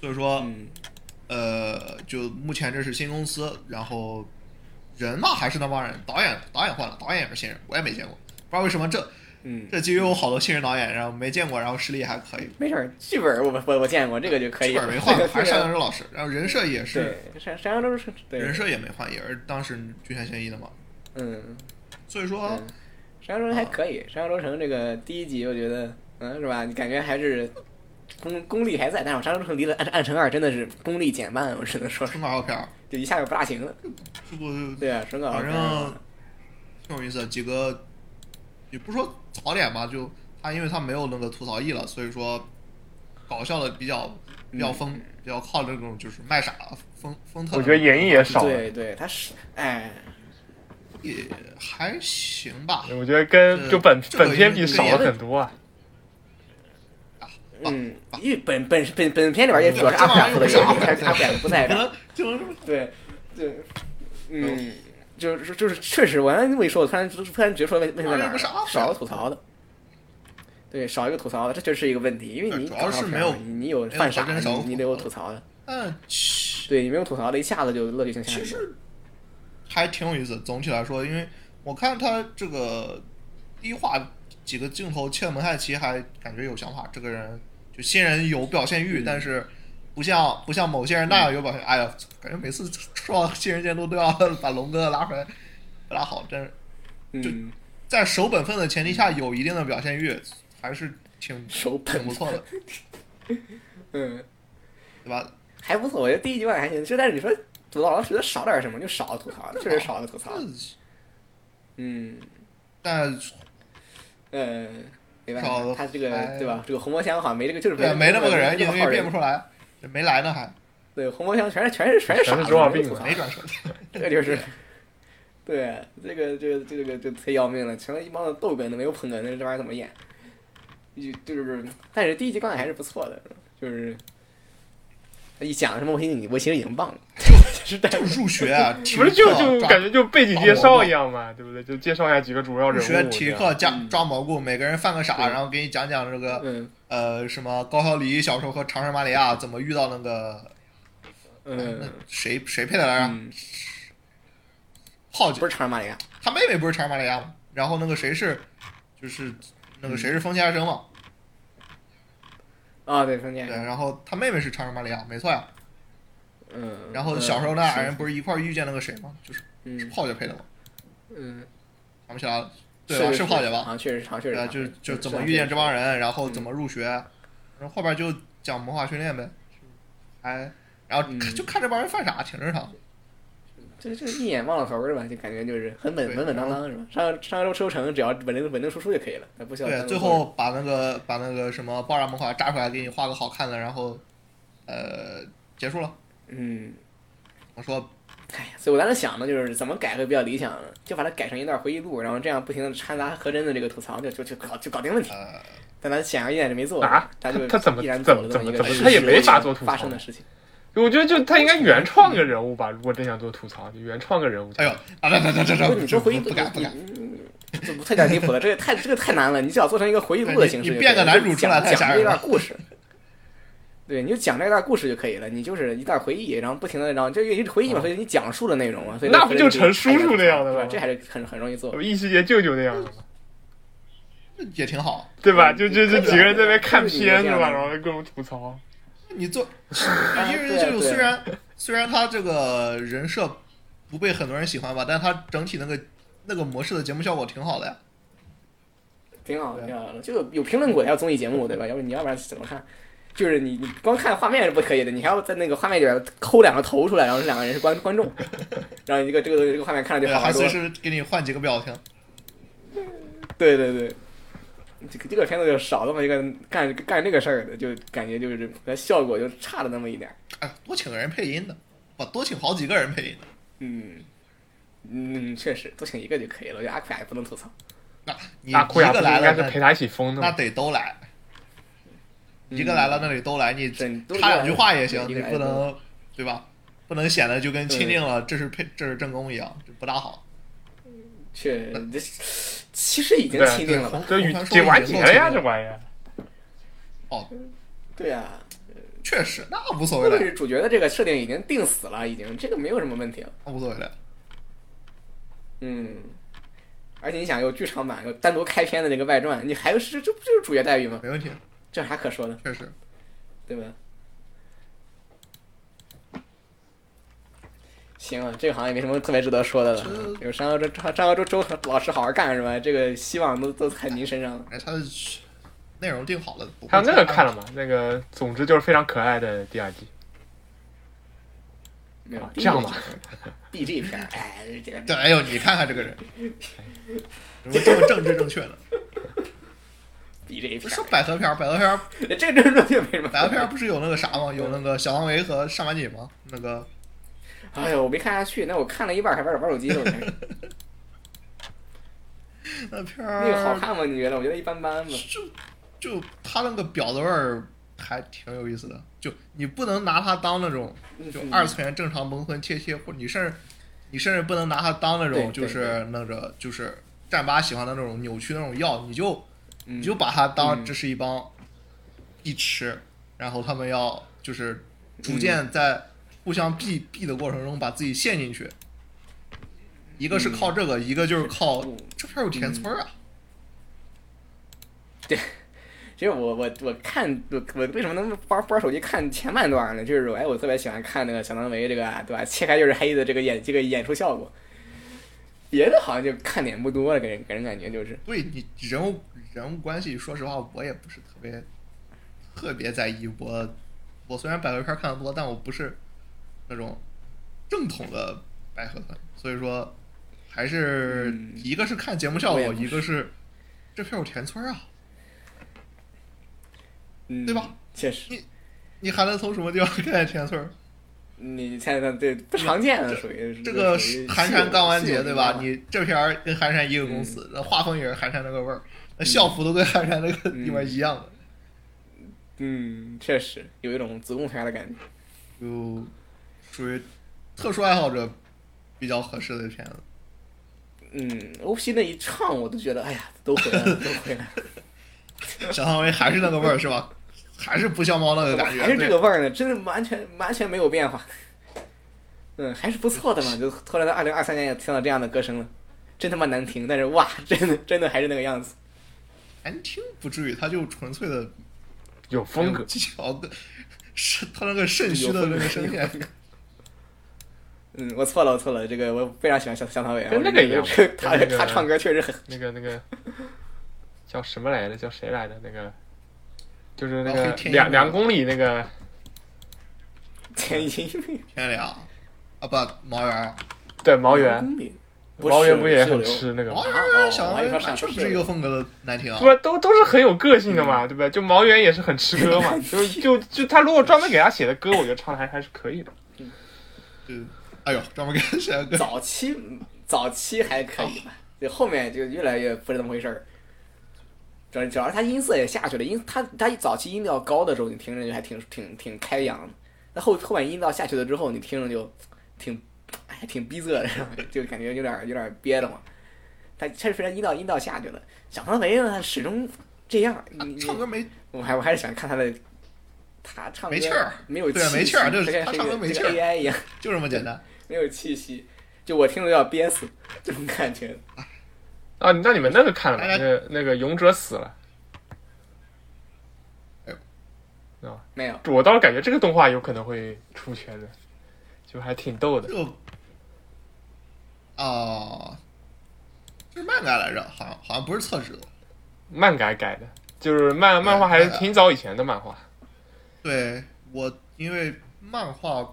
C: 所以说、
B: 嗯，
C: 呃，就目前这是新公司，然后人嘛还是那帮人，导演导演换了，导演也是新人，我也没见过，不知道为什么这
B: 嗯，
C: 这集有好多新人导演，然后没见过，然后实力还可以，
B: 没事儿，剧本我我我见过，这个就可以。
C: 剧本没 换，还是
B: 这
C: 山
B: 个
C: 羊洲老师，然后人设也是
B: 对，山山羊洲是对
C: 人设也没换，也是当时巨泉贤一的嘛，
B: 嗯，
C: 所以说
B: 嗯山羊洲还可以，山羊洲城这个第一集我觉得，嗯，是吧？你感觉还是功功力还在，但是我山羊洲城离了暗暗城二真的是功力减半，我只能说是，
C: 纯搞笑片儿，
B: 就一下就不大行了。
C: 这不挺
B: 对啊，纯搞笑
C: 反
B: 片
C: 正
B: 儿。
C: 有意思的，几个也不说槽点吧，就他因为他没有那个吐槽艺了，所以说搞笑的比较比较疯，比较靠这种就是卖傻疯疯特的。
D: 我觉得演绎也少了。
B: 对对，他是哎，
C: 也还行吧，
D: 我觉得跟
C: 这
D: 嗯就本
C: 这个
D: 本片比
C: 应该
D: 少了很多啊，
B: 嗯，
C: 吧
B: 因为本本本本片里边也主要是阿普雅做的原因，但是阿普雅不在
C: 不
B: 这儿。
C: 能就能这么
B: 对，对，嗯，就是就是确实，我刚才那么一说，我突然突然觉出来问问题在哪儿
C: 不是阿
B: 了，
C: 福
B: 少了吐槽的。对，少一个吐槽的，这确实是一个问题，因为你
C: 主要
B: 搞笑
C: 是
B: 片
C: 没有
B: 嘛你你有
C: 没有
B: 犯傻
C: 真
B: 的，
C: 少
B: 你你得
C: 吐
B: 有
C: 槽
B: 吐槽的。
C: 但嗯其
B: 对，你没有吐槽的，一下子就乐剧性下
C: 其
B: 去了。
C: 实还挺有意思。总体来说，因为我看他这个第一话几个镜头，切蒙太奇还感觉有想法，这个人就新人有表现欲，但是不像不像某些人那样有表现。哎呀，感觉每次说到新人监督都要把龙哥拉回来，不大好。真是
B: 嗯，
C: 在守本分的前提下，有一定的表现欲，还是挺
B: 手
C: 挺
B: 本
C: 不错的，
B: 嗯，
C: 对吧？
B: 还不错，我觉得第一集吧还行，就但是你说吐槽觉得少点什么，就少了吐槽的，确实少了吐槽的。嗯，
C: 但
B: 呃，没办
C: 少
B: 法，
C: 了
B: 他这个
C: 哎
B: 对吧？这个红魔箱好像没这个，就是
C: 对啊没那么个人，
B: 这
C: 因
B: 么
C: 为
B: 好
C: 变
B: 人
C: 不。出来，没来呢还
B: 对，红魔箱全是全是全是傻
D: 全
B: 子，
D: 是中二病啊
B: 没吐槽
C: 没转身。
B: 这就是，对，这个这个这个就忒要命了，成了一帮子逗哏的，没有捧哏的，这玩意儿怎么演？就就是，但是第一集观感还是不错的，就是一讲什么，我心里我其实已经忘了，就是但
C: 就入学啊，体
D: 不
C: 育
D: 是就
C: 课
D: 就
C: 抓
D: 感觉就背景介绍一样嘛，对不对？就介绍一下几个主要
C: 入
D: 人物。
C: 学体育课加
B: 嗯
C: 抓蘑菇，每个人犯个傻，
B: 对
C: 然后给你讲讲这个
B: 嗯
C: 呃什么高桥李小时候和长生玛利亚怎么遇到那个那
B: 嗯，
C: 谁谁配的来着？
B: 嗯
C: 浩
B: 不
C: 姐，
B: 嗯是长马里亚，
C: 他妹妹不是长生玛利亚吗？然后那个谁是就是那个谁是风先生嘛？
B: 啊，对，封建
C: 对，，然后他妹妹是长生玛利亚，没错呀。
B: 嗯，
C: 然后小时候那俩人不是一块儿遇见那个谁吗？就是
B: 嗯
C: 浩姐配的吗？
B: 嗯，
C: 想不起来了，对吧？是浩姐吧？
B: 啊，确实长，确
C: 对
B: 实
C: 啊，
B: 长，
C: 就是就怎么遇见这帮人，然
B: 嗯
C: 后怎么入学，然后后边就讲魔法训练呗，哎，然后
B: 嗯
C: 就看这帮人犯傻，挺正常的。
B: 这这一眼望到头是吧？就感觉就是很稳
C: 对
B: 稳稳当当是吧？上上周收成只要稳定稳定输出就可以了，不需要
C: 对，啊
B: 单独
C: 最
B: 做
C: 后把那个把那个什么爆炸魔法炸出来，给你画个好看的，然后呃结束了。
B: 嗯，
C: 我说
B: 哎，所以我当时想的就是怎么改会比较理想，就把它改成一段回忆录，然后这样不停的掺杂和真的这个吐槽，就就就搞就搞定问题。
C: 呃，
B: 但咱显而易见是没做，
D: 啊
B: 他就
D: 他他怎么
B: 依然
D: 怎
B: 走
D: 么
B: 了这么一个
D: 怎么
B: 事
D: 他也没法
B: 实
D: 做吐槽
B: 发生的事情。
D: 我觉得就他应该原创个人物吧，如果真想做吐槽，就原创个人物。
C: 哎呦，啊这这这
B: 不是
C: 这
B: 你
C: 这
B: 说回忆录，
C: 不不敢不
B: 你
C: 敢，
B: 你这不太点离谱了，这个太这个太难了。你只要做成一个回忆录的形式
C: 你
B: 就可以了，
C: 你变个男主出来
B: 就
C: 太
B: 讲
C: 吓
B: 讲
C: 人
B: 这一
C: 了
B: 段故事。 对，你就讲这段故事就可以了，你就是一段回忆，然后不停的，然后这一回忆嘛，所以你讲述的内容嘛，所以
D: 哦那不就成
B: 叔
D: 叔叔那样的
B: 了？
D: 了
B: 这还是很很容易做。
D: 异世界舅舅那样的嘛，
C: 也挺好。
D: 对吧？就就就
B: 对
D: 几个人在那边看
B: 就是你这样
D: 片子
B: 的
D: 嘛，然后各种吐槽。
C: 你做一人就
B: 啊对
C: 有，
B: 对
C: 虽然虽然他这个人设不被很多人喜欢吧，但他整体那个那个模式的节目效果挺好的呀。
B: 挺好，挺好的，就有有评论过才有综艺节目，对吧？要不你要不然怎么看？就是你你光看画面是不可以的，你还要在那个画面里边抠两个头出来，然后这两个人是观 观众，然后一个这个东西这个画面看着就
C: 对，
B: 好
C: 呃还
B: 玩多
C: 随
B: 了。
C: 时给你换几个表情。
B: 对对对，这个这个片子就少那么一个干干这个事儿的，就感觉就是呃效果就差了那么一点儿。
C: 哎，多请个人配音的，不多请好几个人配音的。
B: 嗯嗯，确实多请一个就可以了。我觉得阿奎亚也不能吐槽，
C: 那你
D: 那库亚
C: 一
D: 不
C: 个
D: 是
C: 来
D: 应该
C: 了，
D: 是陪
C: 那
D: 他一起疯的
C: 那
D: 吗？
C: 得都来。
B: 嗯
C: 一个来了，那得都来。你
B: 整都
C: 插两句话也行，
B: 一
C: 你
B: 个来
C: 不能对吧？不能显得就跟
B: 对
C: 钦定了这是配这是正宫一样，这不大好。
B: 确这其实已经
C: 啊
D: 对
B: 钦定了吧？
D: 这
C: 红
D: 与
C: 传说
D: 这完
C: 已经
D: 结
C: 够
D: 了呀，
C: 清
D: 这
C: 楚了
D: 玩意儿。
C: 哦，
B: 对啊，
C: 确实，那无所
B: 或
C: 谓
B: 者
C: 的，
B: 是主角的这个设定已经定死了，已经这个没有什么问题了。
C: 那无所谓的。
B: 嗯，而且你想有剧场版，有单独开篇的那个外传，你还有是这不就是主角待遇吗？
C: 没问题，
B: 这有啥可说的，
C: 确实。
B: 对吧？行啊，这个好像也没什么特别值得说的了。有张耀周张张耀周周老师好好干是吧？这个希望都都在您身上了。
C: 哎，他的内容定好了，不会
D: 还有那
C: 再
B: 嗯
D: 个看了吗？那个，总之就是非常可爱的第二季。
B: 没有
D: 啊这样吧，
B: ，B G 片儿，哎，这个
C: 对，哎呦，你看看这个 人，怎么这么政治正确呢？
B: B G
C: 不
B: 片
C: 是百合片儿，百合片儿，
B: 儿，这这这没什么。
C: 百合片儿不是有那个啥吗？有那个小汤唯和上官锦吗？那个
B: 哎呦，我没看下去，那我看了一半还玩玩手机呢。我看着
C: 那片
B: 那个好
C: 儿，
B: 看吗？你觉得？我觉得一般般吧。
C: 就就他那个婊子味儿还挺有意思的。就你不能拿它当那种就二次元正常萌魂切切，或者你甚至你甚至不能拿它当那
B: 对对
C: 种就是那个就是战八喜欢的那种扭曲的那种药，你就
B: 嗯
C: 你就把它当
B: 嗯
C: 这是一帮一吃，然后他们要就是
B: 嗯
C: 逐渐在互相避避的过程中把自己陷进去。一个是靠这个，一个就是靠
B: 嗯
C: 这片儿有田村啊，
B: 其实我我我看我我为什么能玩玩手机看前半段呢？就是哎，我特别喜欢看那个小当维这个对吧？切开就是黑的这个演这个演出效果，别的好像就看点不多了，给人给人感觉就是
C: 对你人物人物关系，说实话，我也不是特别特别在意。我我虽然百合片看的多，但我不是那种正统的百合粉，所以说还是
B: 嗯
C: 一个是看节目效
B: 我
C: 果，
B: 也不是
C: 一个是这片有田村啊，
B: 嗯，
C: 对吧？
B: 确实，
C: 你还能从什么地方 看见田村？
B: 你猜猜对不常见的属于
C: 这个
B: 是
C: 是寒山刚完结对吧？
B: 你。
C: 你这片儿跟寒山一个公
B: 嗯
C: 司，那画风也是寒山那个味儿，那校服都跟寒山那个地方一样的。
B: 嗯，确实有一种子宫侠的感觉。
C: 就属于特殊爱好者比较合适的片子。
B: 嗯，OP 那一唱，我都觉得，哎呀，都回来了，都回来了，
C: 小汤唯还是那个味儿是吧？ 还是不像猫那个
B: 怎么
C: 感觉，
B: 还是这个味儿呢？真的完全完全没有变化。嗯，还是不错的嘛。就后来到二零二三年也听到这样的歌声了，真他妈难听，但是哇，真的真的还是那个样子。
C: 对难听不至于，他就纯粹的
D: 有
B: 嗯
D: 风格。
C: 技巧的，是他那个肾虚的那个声线，
B: 嗯，我错了，我错了。这个我非常喜欢小小唐伟啊，
D: 跟那个一样
B: 我这他
D: 跟那个
B: 他唱歌确实很
D: 那个 那个叫什么来着？叫谁来着？那个就是那
C: 老黑
D: 个
C: 天一
D: 两
C: 秒
D: 两公里那个
B: 天 音乐。
C: 天凉啊不毛圆，
D: 对毛源，
B: 公里不
D: 毛源
B: 是
D: 不也
B: 是
D: 很
B: 流
D: 吃那个吗
C: 毛？
B: 哦
C: 圆啊小汤
B: 毛
C: 唯
B: 圆
C: 完全不是一个风格的难听啊
D: 不。是都都是很有个性的
B: 嗯
D: 嘛，对不对？就毛源也是很吃歌 嘛，就就就他如果专门给他写的歌，我觉得唱的还还是可以的。
C: 就哎呦，专门给谁 个
B: 早期早期还可以吧，对，后面就越来越不是那么回事儿。主要主要是他音色也下去了，音他他早期音调高的时候，你听着就还挺挺挺开扬的。那后后面音调下去了之后，你听着就挺哎挺逼仄的，就感觉有点有点憋得慌。他确实音调音调下去了，小唐维呢他始终这样，你
C: 唱歌没
B: 我还我还是喜欢看他的。他唱歌
C: 没气儿
B: 没有气
C: 对
B: 息，
C: 没气儿就是
B: 他像
C: 他
B: 是一
C: 唱
B: 个
C: 歌没
B: 这
C: 气
B: 个
C: 儿
B: AI 一样。
C: 就这么简单。
B: 没有气息，就我听着要憋死这种感觉。
D: 啊，那你们那个看了吗？
B: 哎
C: 大家
D: 那个那个勇者死了，
B: 没有，
D: 我倒是感觉这个动画有可能会出圈的，就还挺逗的。
C: 就哦，这是漫改来着，好像好像不是厕纸的。
D: 漫改改的，就是漫漫画还是挺早以前的漫画。
C: 对我，因为漫画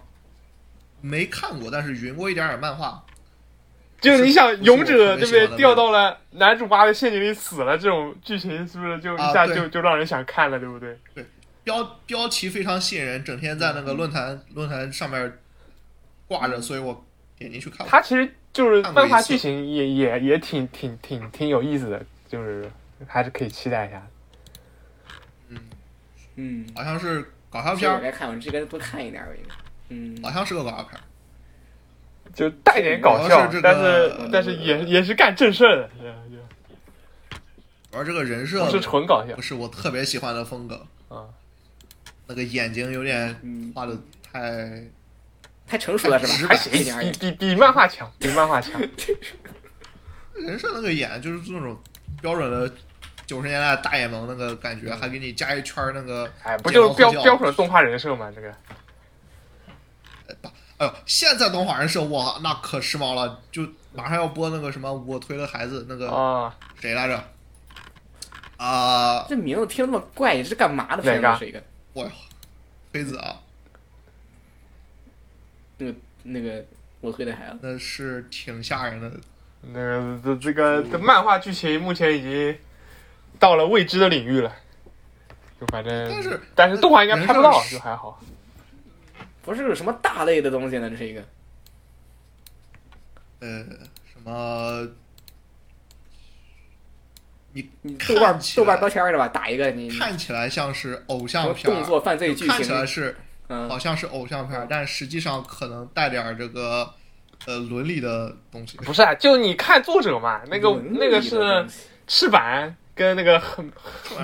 C: 没看过，但是云过一点点漫画。
D: 就是你想
C: 不是
D: 勇者
C: 我特别
D: 对不
C: 喜欢
D: 对
C: 的？那
D: 掉到了男主八的陷阱里死了，这种剧情是不是就一
C: 啊
D: 下
C: 对
D: 就、就让人想看了，对不对？
C: 标标题非常吸引人，整天在那个论坛、论坛上面挂着，所以我点进去看了。
D: 它其实就是
C: 看过
D: 漫
C: 一
D: 画
C: 次
D: 剧情也也也挺挺挺挺有意思的，就是还是可以期待一下。
B: 嗯，
C: 好像是搞笑
B: 其实
C: 片
B: 我
C: 儿，啊
B: 该看，我这该多看一点儿，我应该。嗯，
C: 好像是个搞笑片儿。
D: 就带点搞
C: 主要
D: 笑，
C: 是这个呃
D: 但是但是也也是干正事儿的，是
C: 主要这个人
D: 吧
C: 设
D: 不哦是纯搞笑
C: 不是我特别喜欢的风格，
D: 啊。
C: 那个眼睛有点
B: 嗯
C: 画的太
B: 太成熟了是
C: 直
B: 吧？
C: 白
B: 还
C: 一
B: 行一点儿
D: 比比比漫画强，比漫画强。
C: 人设那个眼就是那种标准的九十年代大眼萌那个感
D: 嗯
C: 觉，还给你加一圈儿那个
D: 哎，不就是
C: 睫毛
D: 标
C: 后翘
D: 标准的动画人设嘛？这个
C: 哎呦，现在动画人设哇，那可时髦了，就马上要播那个什么《我推了孩子》那个
D: 啊，
C: 谁来着？啊、
B: 这名字听着那么怪，你这是干嘛的？
D: 哪
B: 反
D: 个
B: 正是一个
C: 我哟，推子啊，
B: 那个那个我推的孩子。
C: 那是挺吓人的。
D: 那个这这个
C: 嗯
D: 这漫画剧情目前已经到了未知的领域了。就反正，
C: 但是
D: 但是动画应该拍
C: 人
D: 不到，
C: 设是
D: 就还好。
B: 不是有什么大类的东西呢？这是一个
C: 呃，什么你
B: 你
C: 看
B: 豆瓣
C: 起
B: 豆瓣
C: 来
B: 标签儿的吧，打一个你
C: 看起来像是偶
B: 什么
C: 像片
B: 嗯
C: 儿，
B: 动作犯罪剧
C: 就看起来
B: 情，
C: 是
B: 嗯
C: 好像是偶像片儿，但实际上可能带点儿这个呃伦理的东西。
D: 不是啊，就你看作者嘛，
C: 嗯
D: 那个
B: 文艺的
D: 那个
B: 东
D: 是
B: 西
D: 赤坂跟那个横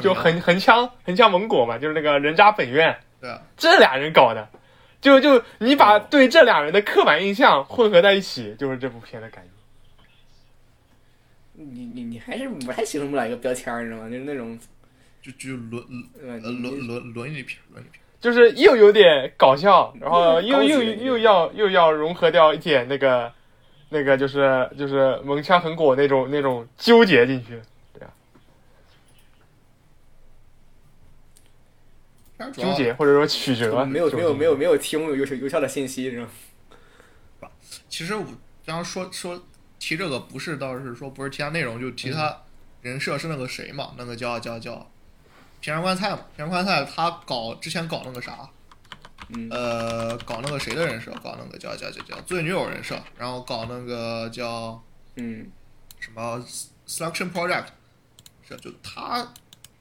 D: 就横横枪横枪盟果嘛，就是那个人渣本院
C: 对啊，
D: 这俩人搞的，就就你
C: 哦
D: 把对这俩人的刻板印象混合在一起，就是这部片的感觉。
B: 你你你还是我还形容不了一个标签儿，你知道吗？就是那种
C: 就就伦
B: 呃
C: 呃
B: 你
C: 伦伦伦理片儿，伦理片儿。
D: 就是又有点搞笑，然后
B: 有
D: 又
B: 点高级
D: 又
B: 的那种
D: 又要又要融合掉一点那个那个就是就是蒙枪横果那种那种纠结进去。
C: 片儿主
D: 纠
C: 要
D: 结或者说曲折，
B: 没有
D: 这种
B: 没有没有没有提供有效有效的信息，你知道吗？
C: 其实我刚刚说说提这个不是，倒是说不是提他内容，就提他人设是那个谁嘛，那个叫叫叫平山观菜嘛，平山观菜他搞之前搞那个啥，
B: 嗯
C: 呃，搞那个谁的人设，搞那个叫叫叫叫醉女友人设，然后搞那个叫
B: 嗯
C: 什么 selection project，是就他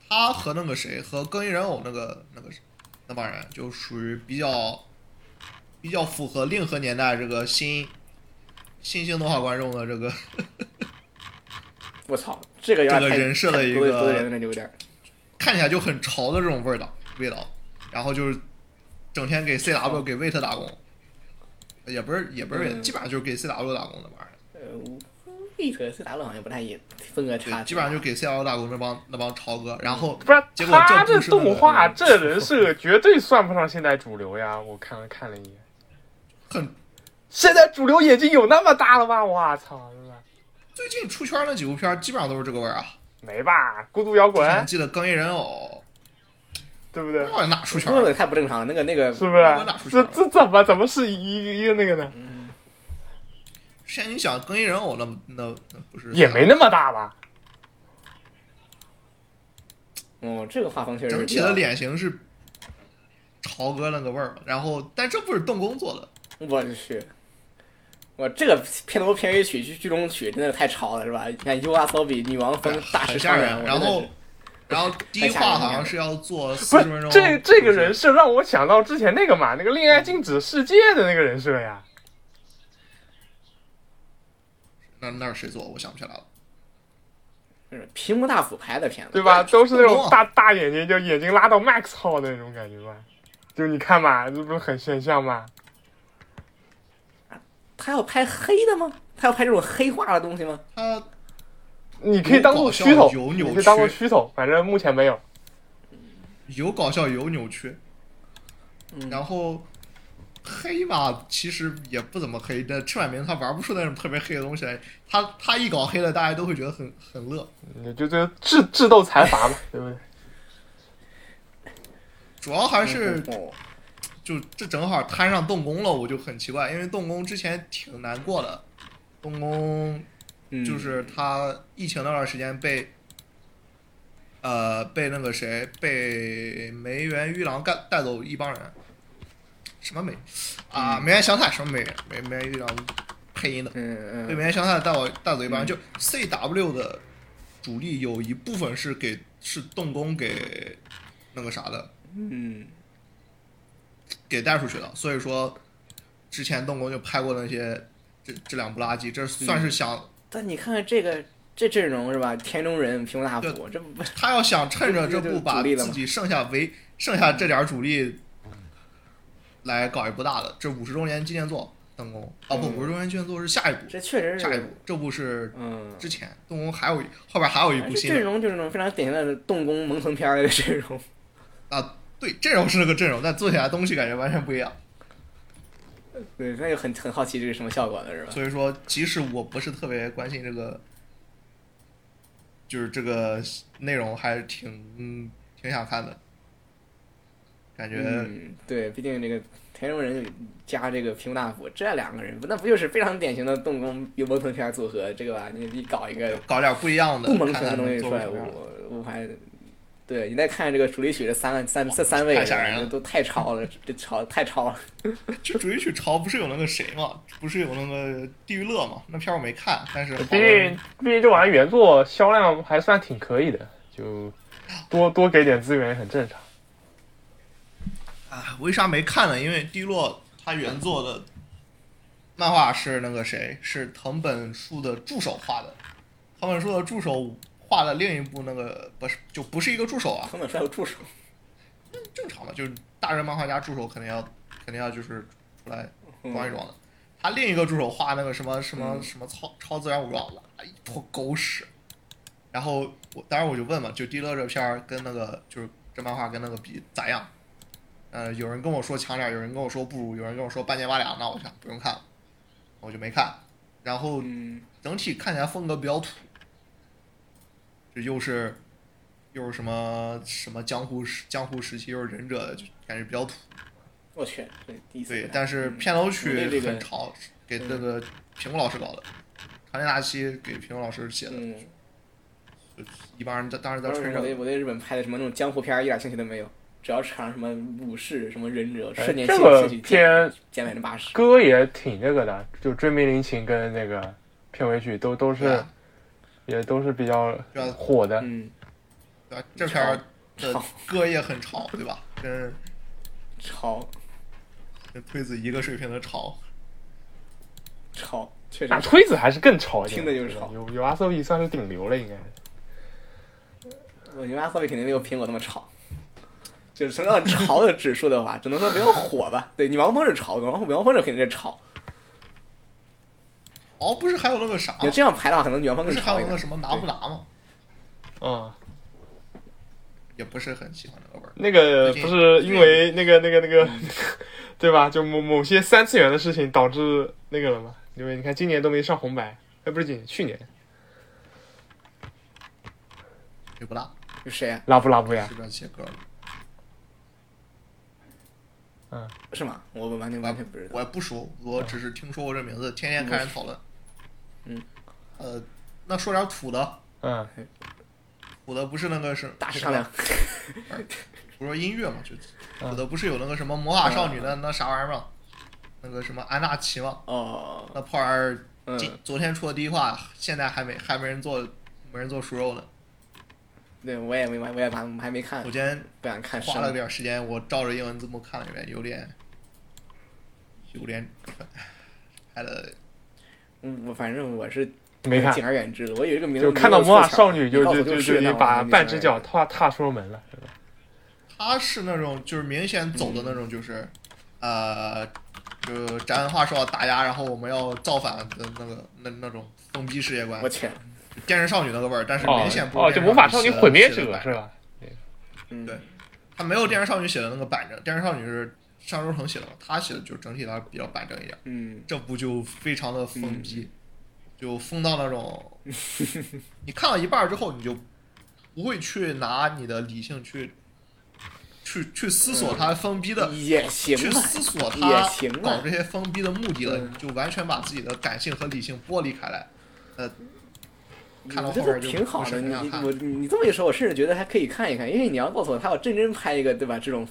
C: 他和那个谁和更衣人偶那个那个那帮人就属于比较比较符合令和年代这个新新兴动画观众的这个
B: 我操，这个有点
C: 这个
B: 太
C: 人设
B: 太
C: 的一
B: 多
C: 个
B: 多人了，就有点儿。
C: 看起来就很潮的这种味道味道，然后就是整天给 CW 给 Wait 打工，也不是也不是，
B: 嗯
C: 基本上就是给 CW 打工那帮人。
B: 呃，Wait 斯达勒好像不太也风格差，嗯
C: 对，基本上就给 CL 打工那帮那帮潮哥，然后
D: 不是
C: 结果
D: 他
C: 这
D: 这
C: 不是那个
D: 动画这人设绝对算不上现在主流呀！ 我看了看了一眼，
C: 很
D: 现在主流眼睛有那么大了吗？我操，是吧？
C: 最近出圈那几部片儿基本上都是这个味儿啊。
D: 没吧？孤独摇
C: 之
D: 滚，
C: 前记得更衣人偶，
D: 对不对
C: 不？知道哪出啊圈
B: 那
C: 了，
B: 个太不正常了，那个那个
D: 是不是
C: 我哪？出去
D: 这
C: 了
D: 这怎么怎么是一一个那个呢？
C: 嗯之前你想更衣人偶那那那不是
D: 也没那么大吧？
B: 哦，这个画风确实
C: 整体
B: 比较
C: 的，脸型是潮哥那个味儿，然后但这不是动工做的，
B: 我去，我这个片头片尾曲、剧剧中曲真的太潮了，是吧？你看 U R 骚比女王风大啊
C: 很
B: 师
C: 吓
B: 上
C: 人。
B: 人，
D: 啊
C: 然后然后第一话好像是要做四十分钟，
D: 不是这这个人设让我想到之前那个嘛，那个《恋爱禁止世界》的那个人 设呀。
C: 那那是谁做？我想不起来了。
B: 是屏幕大辅拍的片子，
D: 对吧？都是那
C: 懂
D: 种
C: 啊
D: 大大眼睛，就眼睛拉到 max 号的那种感觉吧。就你看嘛，这不是很现象吗？
B: 他要拍黑的吗？他要拍这种黑化的东西吗？
C: 他
D: 你可以当做噱
C: 有搞
D: 头
C: 笑有，
D: 你
C: 扭曲
D: 可以当做噱头，反正目前没有。
C: 有搞笑有扭曲，
B: 嗯
C: 然后黑嘛，其实也不怎么黑，但赤坂明他玩不出那种特别黑的东西来，他他一搞黑了，大家都会觉得很很乐。
D: 你就就智智斗财阀 嘛，对不对？
C: 主要还是
B: 哦
C: 就这正好摊上动工了，我就很奇怪，因为动工之前挺难过的，动工
B: 嗯
C: 就是他疫情那段时间被。呃，被那个谁，被梅园玉郎带带走一帮人，什么梅啊，梅园香菜什么梅园梅梅园玉郎配音的，
B: 嗯
C: 对
B: 嗯
C: 梅园香菜带我带走一帮人，就 CW 的主力有一部分是给是动工给那个啥的，
B: 嗯，
C: 给带出去的，所以说之前动工就拍过那些这这两部垃圾，这算
B: 嗯
C: 是想、
B: 但你看看这个这阵容是吧？田中人、屏幕大辅，这不
C: 他要想趁着这
B: 这就
C: 部
B: 是主
C: 把
B: 力了
C: 自
B: 嘛
C: 己剩下唯剩下这点儿主力来搞一部大的，这五十周年纪念作动工啊不
B: 嗯
C: 五十周年纪念作是下一部，
B: 这确实
C: 下一部
B: 是，
C: 这部是
B: 嗯。
C: 之前动工还有一后边还有一部
B: 哎这
C: 新
B: 阵
C: 的
B: 容就是那种非常典型的动工萌臀片儿的 阵容，
C: 啊，对阵容是那个阵容，但做起来东西感觉完全不一样。
B: 对，那就很很好奇这是什么效果了，是吧？
C: 所以说，即使我不是特别关心这个，就是这个内容，还是挺、嗯、挺想看的。感觉、
B: 嗯，对，毕竟这个田中人加这个平大辅这两个人，那不就是非常典型的动工有萌臀片儿组合，这个吧？你你搞一个
C: 搞点不一样的
B: 不，萌
C: 看
B: 臀的
C: 看
B: 东西
C: 能
B: 出
C: 做
B: 来，
C: 什么样。
B: 我我还对你再看这个主题曲这三个三这三位
C: 太吓人了
B: 都太超了，这超太超了。
C: 这主题曲潮不是有那个谁嘛？不是有那个地狱乐嘛？那片儿我没看，但是好多
D: 毕
C: 人
D: 竟毕竟这玩意儿原作销量还算挺可以的，就多多给点资源也很正常。
C: 啊，为啥没看呢？因为地狱乐它原作的漫画是那个谁，是藤本树的助手画的，藤本树的助手画的另一部那个不是就不是一个助手啊，
B: 藤本树还有助手，
C: 正常嘛，就是大人漫画家助手肯定要肯定要就是出来装一装的。他另一个助手画那个什么什么
B: 嗯
C: 什么超超自然武装，哇一坨哎狗屎。然后我当时我就问嘛，就迪乐这片儿跟那个就是这漫画跟那个比咋样？呃，有人跟我说强点儿，有人跟我说不如，有人跟我说半斤八两，那我想不用看了，我就没看。然后
B: 嗯，
C: 整体看起来风格比较土，这又是又是什么什么江户时江户时期，又是忍者的，就感觉比较土。
B: 我去，这第一次
C: 对
B: 看，
C: 但是
B: 嗯
C: 片头
B: 我对
C: 曲
B: 这个
C: 很潮，给
B: 嗯
C: 那个平谷老师搞的，长田大希给平谷老师写的，
B: 嗯，
C: 一帮人在当时在
B: 当时
C: 吹
B: 我对
C: 着。
B: 我对日本拍的什么那种江湖片儿一点兴趣都没有，只要唱什么武士、什么忍者，瞬间
D: 哎这
B: 兴
D: 个
B: 兴趣
D: 片
B: 减减百分之八十。
D: 歌也挺那个的，就《追名铃琴》跟那个片尾曲都都是、
C: 对啊
D: 也都是比较
C: 对啊
D: 火的。
B: 嗯，
C: 对吧？这片儿的歌也很潮，对吧？跟
B: 超
C: 跟推子一个水平的潮。
B: 超确实
D: 大推子还是更潮一点，
B: 听着就是潮
D: 有有 S O E 算是顶流了，应该。
B: 我觉得阿 s 比肯定没有苹果那么潮，就是从按潮的指数的话，只能说没有火吧。对你王峰是潮，王王峰是肯定是潮。
C: 哦，不是还有那个啥
B: 你要，这样排的话，可能元芳
C: 不
B: 更
C: 是还有
B: 潮一
C: 那个
B: 点。
C: 什么拿不拿吗？
D: 嗯，
C: 也不是很喜欢那个味儿。
D: 那个
C: 最近
D: 不是因为那个那个那个， 对吧？就某某些三次元的事情导致那个了嘛？因为你看今年都没上红白，哎，不是今年，去年
C: 也不大，
B: 是谁啊？
D: 拉布拉布呀
C: 是，这些歌儿。
B: 是吗？我完全完全不知道。
C: 我也不熟，我只是听说过这名字，天天看人讨论。
B: 嗯，
C: 呃，那说点土的，
D: 嗯，
C: 土的不是那个是
B: 大师
C: 什
B: 商量
C: 么，，不是说音乐嘛，就
D: 嗯
C: 土的不是有那个什么魔法少女
B: 嗯
C: 的那啥玩意儿嘛，那个什么安纳奇嘛，
B: 哦，
C: 那破玩意儿
B: 嗯，
C: 今昨天出的第一话，现在还没还没人做，没人做熟肉呢。
B: 对我也没完，我也还还没看
C: 我，今天
B: 不想看
C: 花了
B: 深。
C: 点时间，我照着英文字幕看了一遍，有点有点拍的
B: 嗯，我反正我是
D: 没看
B: 敬，而远之的。我有一哎个名字没
D: 就
B: 有
D: 看到
B: 凑
D: 魔法
B: 巧
D: 少女就
B: 你告诉
D: 就
B: 我
D: 就
B: 就是
D: 你
B: 那
D: 把
B: 我就
D: 半
B: 敬
D: 只
B: 而
D: 脚
B: 远之
D: 踏踏出门了，是吧？
C: 他是那种就是明显走的那种，就是、呃，就展文化说要打压，然后我们要造反的那个那那种封闭世界观
B: 我，去，
C: 就电视少女那个味儿，但是
D: 哦
C: 明显不
D: 哦，
C: 是
D: 就
C: 电视
D: 魔法少女
C: 写的
D: 毁灭
C: 写的
D: 者
C: 版
D: 是吧？
B: 嗯，
C: 对他没有电视少女写的那个板正，电视少女是上周腾写的嘛，他写的就整体来比较板正一点，
B: 嗯，
C: 这部就非常的封闭，就封到那种你看到一半儿之后你就不会去拿你的理性去。去去思索它封逼的
B: 也行
C: 去
B: 吧，
C: 思索
B: 也
C: 他
B: 行
C: 搞
B: 吧
C: 这。些封闭的目的了，
B: 嗯
C: 你就完全把自己的感性和理性剥离开来。呃，看到
B: 我觉
C: 后
B: 得
C: 边就
B: 挺好
C: 不是
B: 的，
C: 很
B: 你
C: 想看
B: 我你你这么一说，我甚至觉得还可以看一看，因为你要告诉我他要真真拍一个，对吧？这种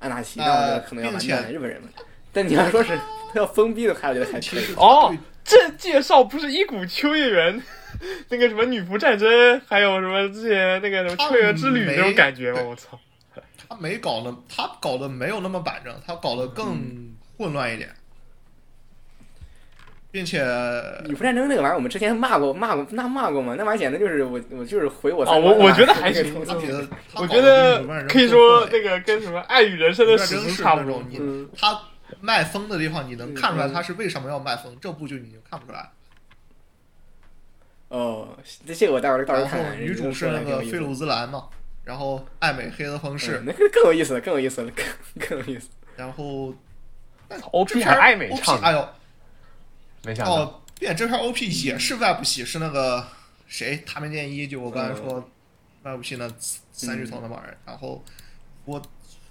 B: 安纳西，那我觉得可能要完
C: 呃并
B: 蛋
C: 且
B: 日本人们。但你要说 是他要封闭的拍，我觉得还可
C: 其
B: 以
C: 实。
D: 哦，这介绍不是一股秋叶原 那个什么女仆战争，还有什么之前那个什么秋叶原之旅那种感觉
C: 他
D: 吗？
C: 嗯没
D: 我操！
C: 他没搞的，他搞的没有那么板正，他搞得
B: 嗯
C: 更混乱一点，并且
B: 女仆战争那个玩意儿，我们之前骂过，骂过，那骂过吗？那玩意儿简直就是我，我就是回我
D: 啊
B: 三观了
D: 我我觉得
B: 那
D: 还
B: 个
D: 行嗯
B: 冲
C: 他
B: 突
C: 觉得他搞
D: 我觉
C: 得
D: 得
C: 比日本人
D: 可以说
C: 更混乱一
D: 那
C: 点
D: 个跟什么《爱与人生》的
C: 真
D: 史
C: 是
D: 诗差
C: 那
D: 不多
C: 种。你
B: 嗯
C: 他卖风的地方，你能看出来
B: 嗯嗯
C: 他是为什么要卖风，这部就你就看不出来。
B: 哦，这这个我待会儿到时候
C: 然
B: 看
C: 后
B: 看。
C: 女主是那个嗯菲鲁兹兰嘛，然后爱美黑泽朋
B: 是
C: 士，
B: 嗯那个更有意思了，更有意思了，更更有意思。
C: 然后
D: OP 还爱美
C: OP
D: 唱的，
C: 哎呦，
D: 没想到。
C: 哦，变这片 OP 也是外部戏，是那个谁，他们建一，就我刚才说外部戏那三巨头那帮人。然后我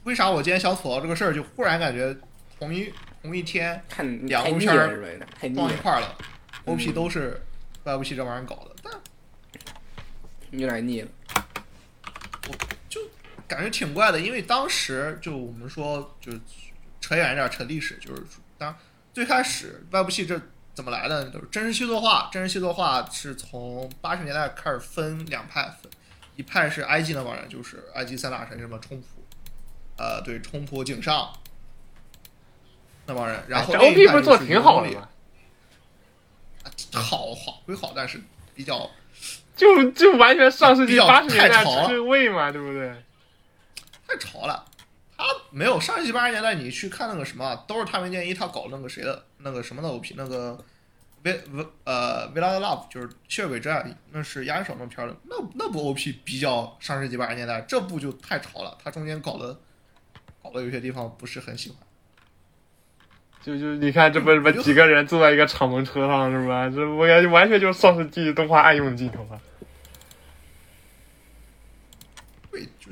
C: 为啥我今天想吐槽这个事儿，就忽然感觉同一同一天
B: 看
C: 两
B: 太
C: 部
B: 腻
C: 片儿
B: 了，是吧？太腻
C: 撞一
B: 了，
C: 块儿了，OP 都是外部戏这玩意儿搞的，但
B: 有点腻了。
C: 就感觉挺怪的，因为当时就我们说，就扯远一点，扯历史，就是当最开始外部系这怎么来的呢？就是真实系作画，真实系作画是从八十年代开始分两派分，一派是埃及那帮人，就是埃及三大神什么冲普，呃，对，冲普井上那帮人，然后
D: 这
C: 另
D: OP
C: 一派
D: 不
C: 就是
D: 做的挺好的
C: 尤里
D: 吗？
C: 好好归好，但是比较
D: 就就完全上世
C: 比
D: 纪
C: 较
D: 八十年代
C: 太潮了
D: 吃味嘛，对不对？
C: 太潮了。他没有上世纪八十年代，你去看那个什么，都是太平建一他搞那个谁的那个什么的 OP，那个维维呃维拉的 Love 就是血鬼之爱，那是压手那片儿的，那那部 OP 比较上世纪八十年代，这部就太潮了，他中间搞的搞的有些地方不是很喜欢。
D: 就就你看，这不是不
C: 就
D: 几个人坐在一个敞篷车上是吧？这我感觉完全就是上世纪动画爱用的镜头啊。
C: 对，就，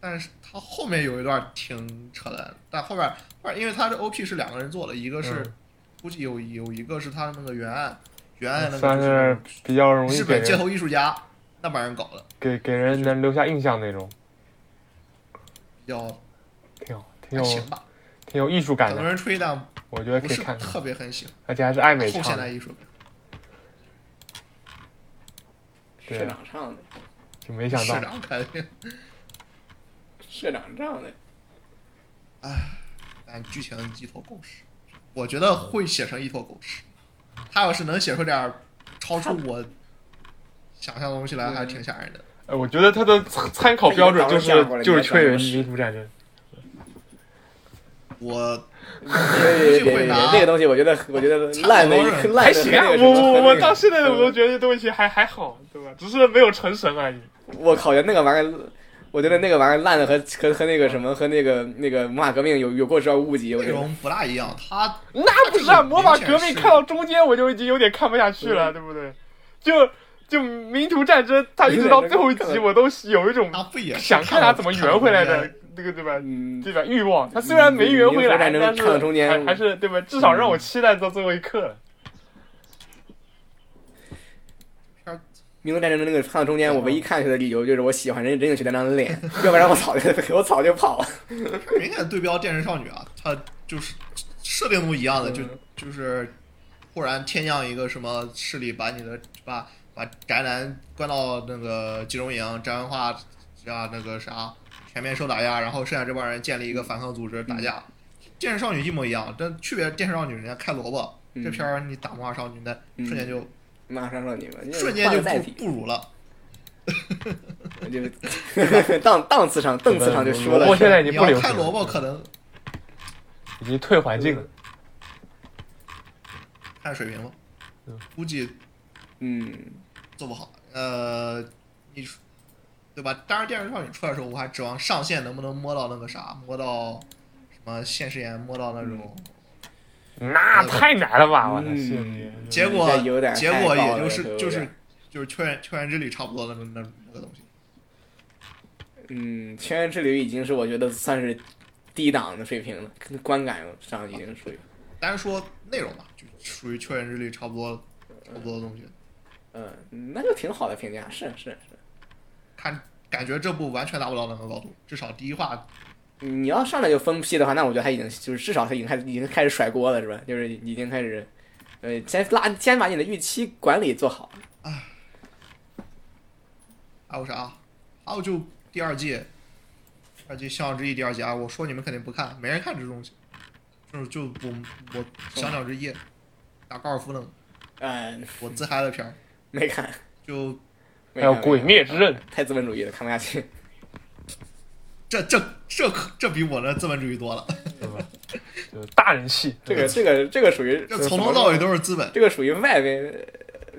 C: 但是他后面有一段挺扯淡的，但后边后边因为他这 OP 是两个人做的，一个是、
D: 嗯
C: 估计有有一个是他那个原案，原案哎那
D: 算
C: 个
D: 是比较容
C: 就是
D: 易
C: 日
D: 给
C: 本街
D: 人
C: 头艺术家那帮人搞的，
D: 给给人能留下印象那种，
C: 比较
D: 挺好，挺
C: 还
D: 有
C: 行吧，
D: 挺有艺术感
C: 很多
D: 的，
C: 人吹，但
D: 我觉得
C: 不
D: 可以
C: 是
D: 看看，
C: 特别很喜欢
D: 而且还是爱美
C: 后
D: 唱
C: 现代
D: 的，
C: 艺术。
D: 对
B: 社长唱的，
D: 就没想
C: 市
D: 到
C: 长肯定，
B: 社长唱 的，
C: 但剧情一坨狗屎，我觉得会写成一坨狗屎。他要是能写出点儿超出我想象的东西来，还挺吓人的。
D: 呃，我觉得他的参参考标准就
B: 他一个早上
D: 是
B: 过来
D: 就是
B: 你还
D: 确
B: 想
D: 认
B: 什么
D: 泥土战争，
C: 我
B: 别别别别，那个东西我觉得我觉得烂的烂的
D: 还行啊。我我我到现在我都觉得这东西还还好，对吧？只是没有成神而已。
B: 我靠，那个玩意儿，我觉得那个玩意儿烂的和和和那个什么和那个那个魔法革命有有过之而无不及，我
C: 内
B: 觉得。
C: 容不大一样，他
D: 那 不是啊，魔法革命看到中间我就已经有点看不下去了，对不对？就就民族战争，它一直到最后一集，我都有一种
C: 他不也是
D: 想看它怎么圆回来的那个，对吧？
B: 嗯，
D: 对吧？欲望，它虽然没圆回
B: 民族
D: 来，
B: 战争
D: 但
B: 看到中
D: 是
B: 间
D: 还还是对吧？至少让我期待到最后一刻了。
B: 民族战争的那个唱到中间，我唯一看下去的理由就是我喜欢任任景学那张 脸，要不然我早就我早就跑了。
C: 明显对标《电视少女》啊，他就是设定都一样的，就
B: 嗯
C: 就是忽然天降一个什么势力，把你的把把宅男关到那个集中营，宅文化啊那个啥全面受打压，然后剩下这帮人建立一个反抗组织
B: 嗯
C: 打架。电视少女一模一样，但区别电视少女人家开萝卜，这片儿你打魔法少女，那
B: 嗯
C: 瞬间就
B: 马上说你们，
C: 瞬间
B: 换个
C: 就
B: 载
C: 不
B: 体，
C: 不如了。
B: 就 档档次上档次上就说了嗯
D: 我
B: 是
D: 现
B: 吧。
D: 在已
C: 你
D: 经不
C: 要
D: 流
C: 开
D: 行
C: 萝
D: 了，
C: 卜可能
D: 已经退环境了。
C: 看水平了
D: 嗯，
C: 估计
B: 嗯，
C: 做不好。呃，你说对吧？当然，电视少女出来的时候，我还指望上线能不能摸到那个啥，摸到什么现实眼，摸到那种。
D: 那太难了吧！我的
B: 嗯
D: 天，
C: 结果
B: 这嗯有点太
C: 结果
B: 高
C: 也
B: 了这
C: 就是
B: 有
C: 就
B: 点
C: 是就是《秋园秋园之旅》差不多的那那那个东西。
B: 嗯，《全员之旅》已经是我觉得算是低档的水平了，观感上已经属于，
C: 单说内容吧，就属于《秋园之旅》差不多差不多的东西。
B: 嗯，那就挺好的评价，是是是。
C: 看感觉这部完全达不到那个高度，至少第一话
B: 你要上来就分批的话，那我觉得他已经就是至少他已经开始已经开始甩锅了，是吧？就是已经开始，呃，先拉先把你的预期管理做好。
C: 还有啥？还有就第二季，第二季《向往之翼》第二集啊！我说你们肯定不看，没人看这东西。就是就我我《小鸟之翼》打高尔夫呢，
B: 嗯，
C: 我自嗨的片儿，
B: 没看，
C: 就
B: 没
D: 还有
B: 看
D: 《鬼灭之刃》，
B: 太资本主义了，看不下去。
C: 这这这可这比我的资本主义多了。
D: 对吧？就是大人气，
B: 这个这个这个属于
C: 这从头到尾
B: 都
C: 都是资本，
B: 这个属于外边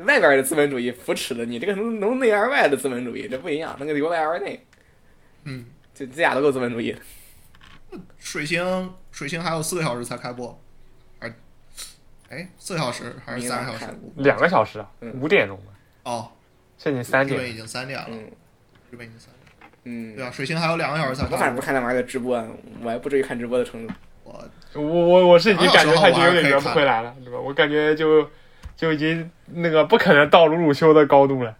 B: 外边的资本主义扶持的，你这个从从内而外的资本主义，这不一样，那个由外而内，
C: 嗯，
B: 就这俩都够资本主义的。
C: 水星水星还有四个小时才开播，还哎四个小时还是三个小时？
D: 两个小时啊，
B: 嗯
D: 五点钟吧，
C: 哦，
D: 现在三
C: 日本
D: 点
C: 已。经三点了，
B: 嗯
C: 日本已经三点了。
B: 嗯
C: 对，啊，水星还有两个小时才
B: 我反
C: 开
B: 正不
C: 播，
B: 看那玩意儿的直播，我还不至于看直播的程度。
C: 我
D: 我我我是已经感觉他已经有点圆不回来了，对吧？我感觉就就已经那个不可能到鲁鲁修的高度了。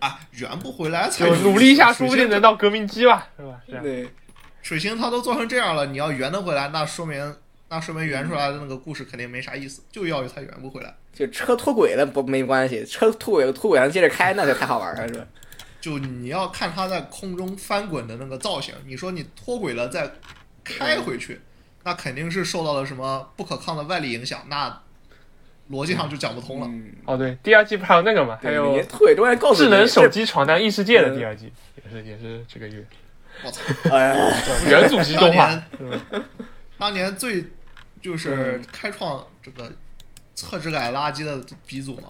C: 啊，圆不回来才
D: 就努力一下，
C: 水
D: 说不
C: 星
D: 定能到革命机吧，是吧？这
C: 啊
D: 样
B: 对，
C: 水星它都做成这样了，你要圆得回来，那说明那说明圆出来的那个故事肯定没啥意思，就要它圆不回来。
B: 就车脱轨了不没关系，车脱轨了脱轨上接着开，那才太好玩了，是吧？
C: 就你要看它在空中翻滚的那个造型，你说你脱轨了再开回
D: 嗯
C: 去，那肯定是受到了什么不可抗的外力影响，那逻辑上就讲不通了。
B: 嗯，
D: 哦，对，第二季不还有那个嘛，还
B: 对
D: 有
B: 你脱轨中间告诉你
D: 智能手
B: 这
D: 机闯荡异世界
B: 嗯
D: 的第二季，也是也是这 个月
C: 我操，
B: 哎，
D: 原祖级动嗯画
C: 当，当年最就是开创这个厕纸改垃圾的鼻祖嘛，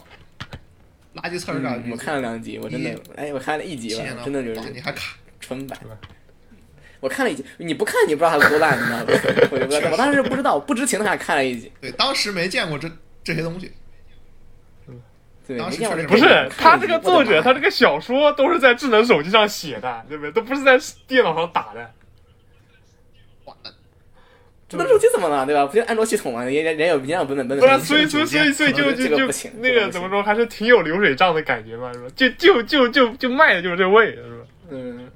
C: 垃圾厕纸改
B: 嗯
C: 鼻
B: 我
C: 祖。
B: 看了两集，我真的，哎，我看了一集
C: 七
B: 吧
C: 年，了，
B: 真的就是
C: 哇你还看？
B: 纯版
D: 是吧。
B: 我看了一集，你不看你不知道它多烂，你知 道吧？我就不知道，我当时不知道，我不知情的还看了一集。
C: 对，当时没见过这这些东西。
B: 对，
C: 当时
B: 没见过这
C: 确实
B: 个
D: 不是他这个作者，他这
B: 个
D: 个小说都是在智能手机上写的，对不对？都不是在电脑上打的。
C: 哇，那
B: 智能手机怎么了，对吧？不就安卓系统嘛，人家人家有人家有本本本
D: 不然，
B: 本。
D: 啊所以所以所以所以
B: 可
D: 就
B: 能
D: 就
B: 这个
D: 就
B: 不行
D: 那
B: 这个
D: 个
B: 不
D: 怎么
B: 行
D: 说，还是挺有流水账的感觉嘛，是吧？就就就就就卖的就是这味，是吧？
B: 嗯，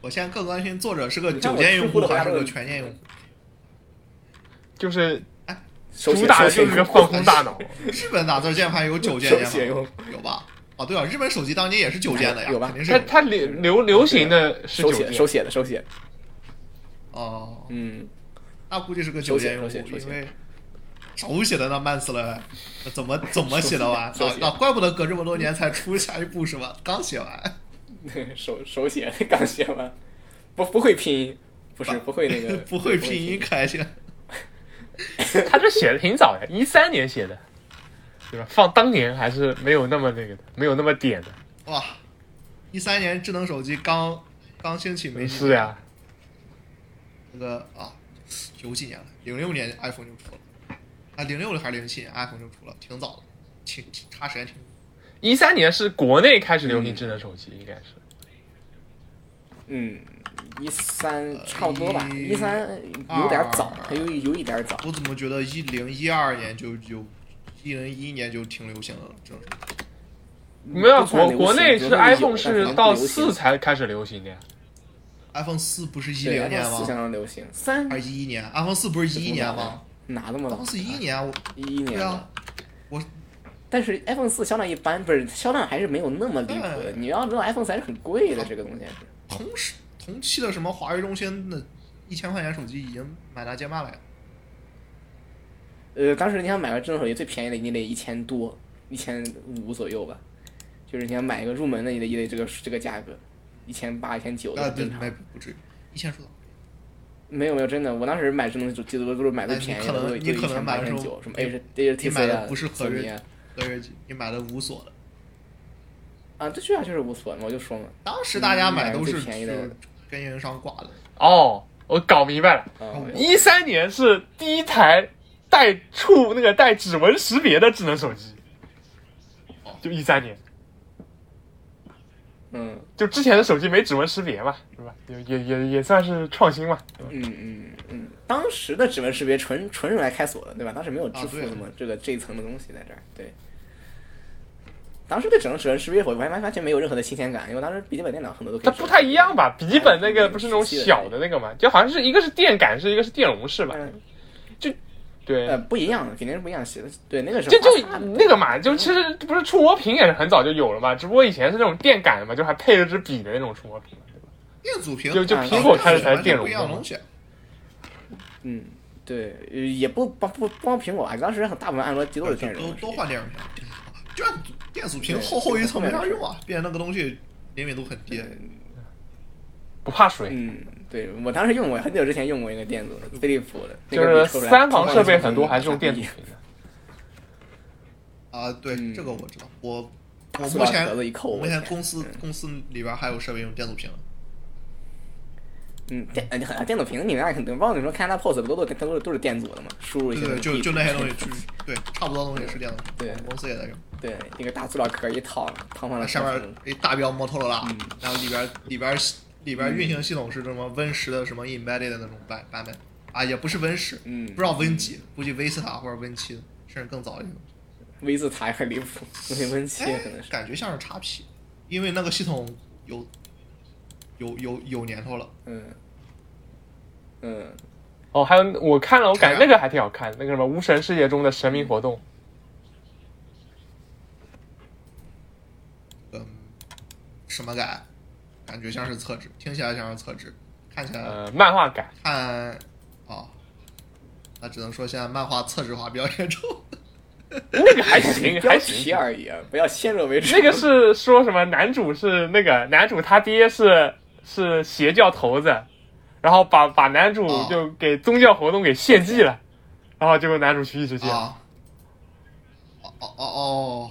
C: 我现在更关心作者是个
B: 你看
C: 九
B: 我
C: 键用户
B: 知乎的
C: 还是
B: 话
C: 个
B: 都
C: 全键用 户。
D: 就是
B: 手
D: 主
B: 写
D: 打的
B: 手写
D: 就是个放空大脑，
C: 日本打字键盘有九键
B: 手
C: 键
B: 写
C: 盘
B: 用
C: 吗有吧？啊，对啊，日本手机当年也是九键的呀，
B: 有吧
C: 肯定是
D: 它
C: 有的。
D: 它流流流行的是
B: 手
D: 九
B: 写
D: 键，
B: 手写的手写，
C: 哦，
B: 嗯，
C: 那估计是个九键用户，
B: 手写手写
C: 因为手写的那慢死了，怎么怎么写的完？
B: 手
C: 那
B: 写
C: 那怪不得隔这么多年才出下一步是吧？刚写完，
B: 对手手写刚写完，不不会拼音，不是不会那个
C: 不会拼音，开心。
D: 它这写的挺早的，一三年写的，对吧？放当年还是没有那么那个的，没有那么点的。
C: 哇，一三年智能手机刚刚兴起没几
D: 是
C: 年
D: 呀、
C: 那个啊，有几年了？零六年 iPhone 就出了，啊，零六还是零七年 iPhone 就出了，挺早的，挺挺差时间挺。
D: 1一三年是国内开始流行智能手机，应该是。
B: 嗯，一三差不多吧，一三有点早，还有有一点早，
C: 我怎么觉得一零一二年就有，一零一一年就挺流行的了？这种
D: 没有
B: 不算流
D: 国
B: 行
D: 国内
B: 就是是有但
D: iPhone 是
B: 不
D: 到
B: 流行
D: 四才开始流行的呀。
C: iPhone 四不是一
B: 对
C: 零年
B: ，iPhone 四相
C: 吗？
B: 当流行，三
C: 还是一一年？iPhone 四不是一一年吗？
B: 哪那么早
C: 当？时一一年，我
B: 一一年
C: 对啊
B: 的，，
C: 我
B: 但是 iPhone 四销量一般，不是销量还是没有那么离谱的。
C: 对
B: 你要知道 iPhone 四还是很贵的，这个东西还是。
C: 同时同期的什么华为、中兴的一千块钱手机已经买大街骂了呀。
B: 呃，当时你想买个智能手机，最便宜的你得一千多，一千五左右吧。就是你想买一个入门的，也得也得这个这个价格，一千八、一千九
C: 啊，
B: 的
C: 对，
B: 正常
C: 没。不至于，一千出头。
B: 没有没有，真的，我当时买智能手机都都是买最便宜的，
C: 哎那你可能
B: 都
C: 你
B: 一
C: 可
B: 千
C: 能
B: 八、
C: 买
B: 一
C: 的时
B: 千
C: 候
B: 九，什么 H HTC
C: 买
B: 啊
C: 的、不是合
B: 索尼
C: 适
B: 啊，
C: 乐月机，你买的无锁的。
B: 啊，这确实就是无所嘛，我就说嘛，
C: 当时大家买都是
B: 嗯买最便宜
C: 就
B: 的
C: 是跟运营商挂的，
D: 哦，我搞明白了，
C: 哦
B: 啊，我
D: 一三年是第一台带触那个带指纹识别的智能手机，就一三年，
B: 嗯
D: 就之前的手机没指纹识别嘛，是吧？也也也也算是创新嘛。对吧
B: 嗯嗯嗯，当时的指纹识别纯纯用来开锁的，对吧？当时没有支
C: 啊
B: 付
C: 对啊
B: 什么这个这一层的东西在这儿，对。当时对整个指纹识别，我完完完全没有任何的新鲜感，因为当时笔记本电脑很多都可
D: 它
B: 以。
D: 不太一样吧？笔记本那
B: 嗯
D: 个不是那种小的那个嘛，就好像是一个是电感式，一个是电容式吧？
B: 嗯，
D: 对，
B: 呃，不一样，肯定是不一样。写的对那个是
D: 就就
B: 花叉
D: 那个嘛，就其实不是触摸屏也是很早就有了嘛，只不过以前是那种电感的嘛，就还配了支笔的那种触摸屏嘛，对吧？
C: 电阻屏
D: 就就
C: 啊
D: 苹果开始才
C: 完全
D: 电容
C: 不一样的
D: 嘛
C: 东西。
B: 嗯，对，呃也不不不光苹果吧，当时很大部分安卓机都是电容
C: 都
B: 的，
C: 都换电容屏，就按电阻屏
B: 对
C: 厚厚一层没啥用啊，变成那个东西灵敏度很低。
D: 不怕水，
B: 嗯，对我当时用过，很久之前用过一个电阻的，飞利浦的，那
D: 就
B: 个
D: 是
B: 笔抽出来
D: 三防设备很多还是用电阻屏的。
C: 啊，对，
B: 嗯
C: 这个我知道。我我
B: 塑
C: 目
B: 料
C: 前
B: 壳子一扣
C: 我目
B: 我
C: 前
B: 天
C: 公司
B: 嗯
C: 公司里边还有设备用电阻屏的，
B: 嗯，电呃电电阻屏你们那肯定，包括你说看它 POS 不都都都是都是电阻的嘛，输入一
C: 对
B: 些
C: 对，就
B: 地
C: 就那些东西，就是对，差不多东西是电阻屏。
B: 对
C: 我们公司也在用，
B: 对一个大塑料壳一套，套上了
C: 上面一大标摩托罗拉
B: 嗯，
C: 然后里边里边里边运行系统是什么 Win 十的什么 embedded 的那种版版本啊，也不是 Win 十，
B: 嗯
C: 不知道 Win 几，估计 V 斯塔或者 Win 七，甚至更早一点。
B: V 字塔也很离谱，那些温七也可能是，
C: 感觉像是叉 P，因为那个系统有有有有年头了。
B: 嗯嗯，
D: 哦，还有我看了，我感
C: 看啊
D: 觉那个还挺好看，那个什么《巫神世界中的神明活动》，
C: 嗯，什么改？感觉像是厕纸，听起来像是厕纸，看起来、
D: 呃，漫画改，
C: 看啊、那只能说现在漫画厕纸化比较严重。
D: 那个还行，还
B: 标题
D: 行。
B: 而已，啊，不要先入为主。
D: 那个是说什么？男主是那个男主他爹是是邪教头子，然后把把男主
C: 哦
D: 就给宗教活动给献祭了，然后结果男主去异世界。
C: 啊，哦哦哦哦，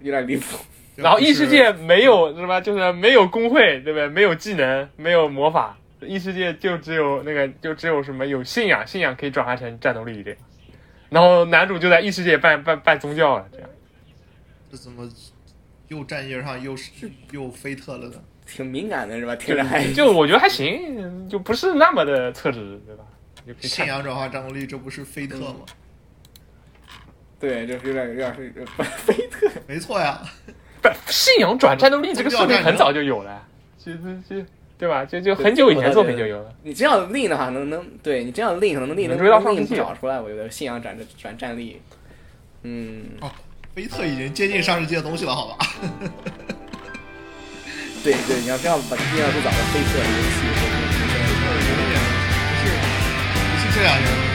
B: 有点离谱。
D: 然后
C: 这
D: 异
C: 不是
D: 世界没有什么，就是没有工会，对不对？没有技能，没有魔法，异世界就只有那个，就只有什么有信仰，信仰可以转化成战斗力这样。然后男主就在异世界办办办宗教了，这样。
C: 这怎么又站页上又是又飞特了呢？
B: 挺敏感的是吧？听着还
D: 就就我觉得还行，就不是那么的厕纸，对吧？就可以
C: 信
D: 看。
C: 仰转化战斗力，这不是飞特吗？
B: 对，就是有点有点是菲特。
D: 嗯
C: 没错呀，
D: 不，信仰转战斗力这个设
C: 宗教
D: 定
C: 战
D: 很早就有了，其实就对吧？就就很久以前作品就有了。
B: 你这样令的话，能能对你这样令可能令
D: 能追到上
B: 令
D: 世纪
B: 找出来，我觉得信仰转转战力，嗯，
C: 哦，飞特已经接近上世纪的东西了，好吧？
B: 对对，你要这样把信仰最早的黑色游戏。
C: 不是不是这两个人。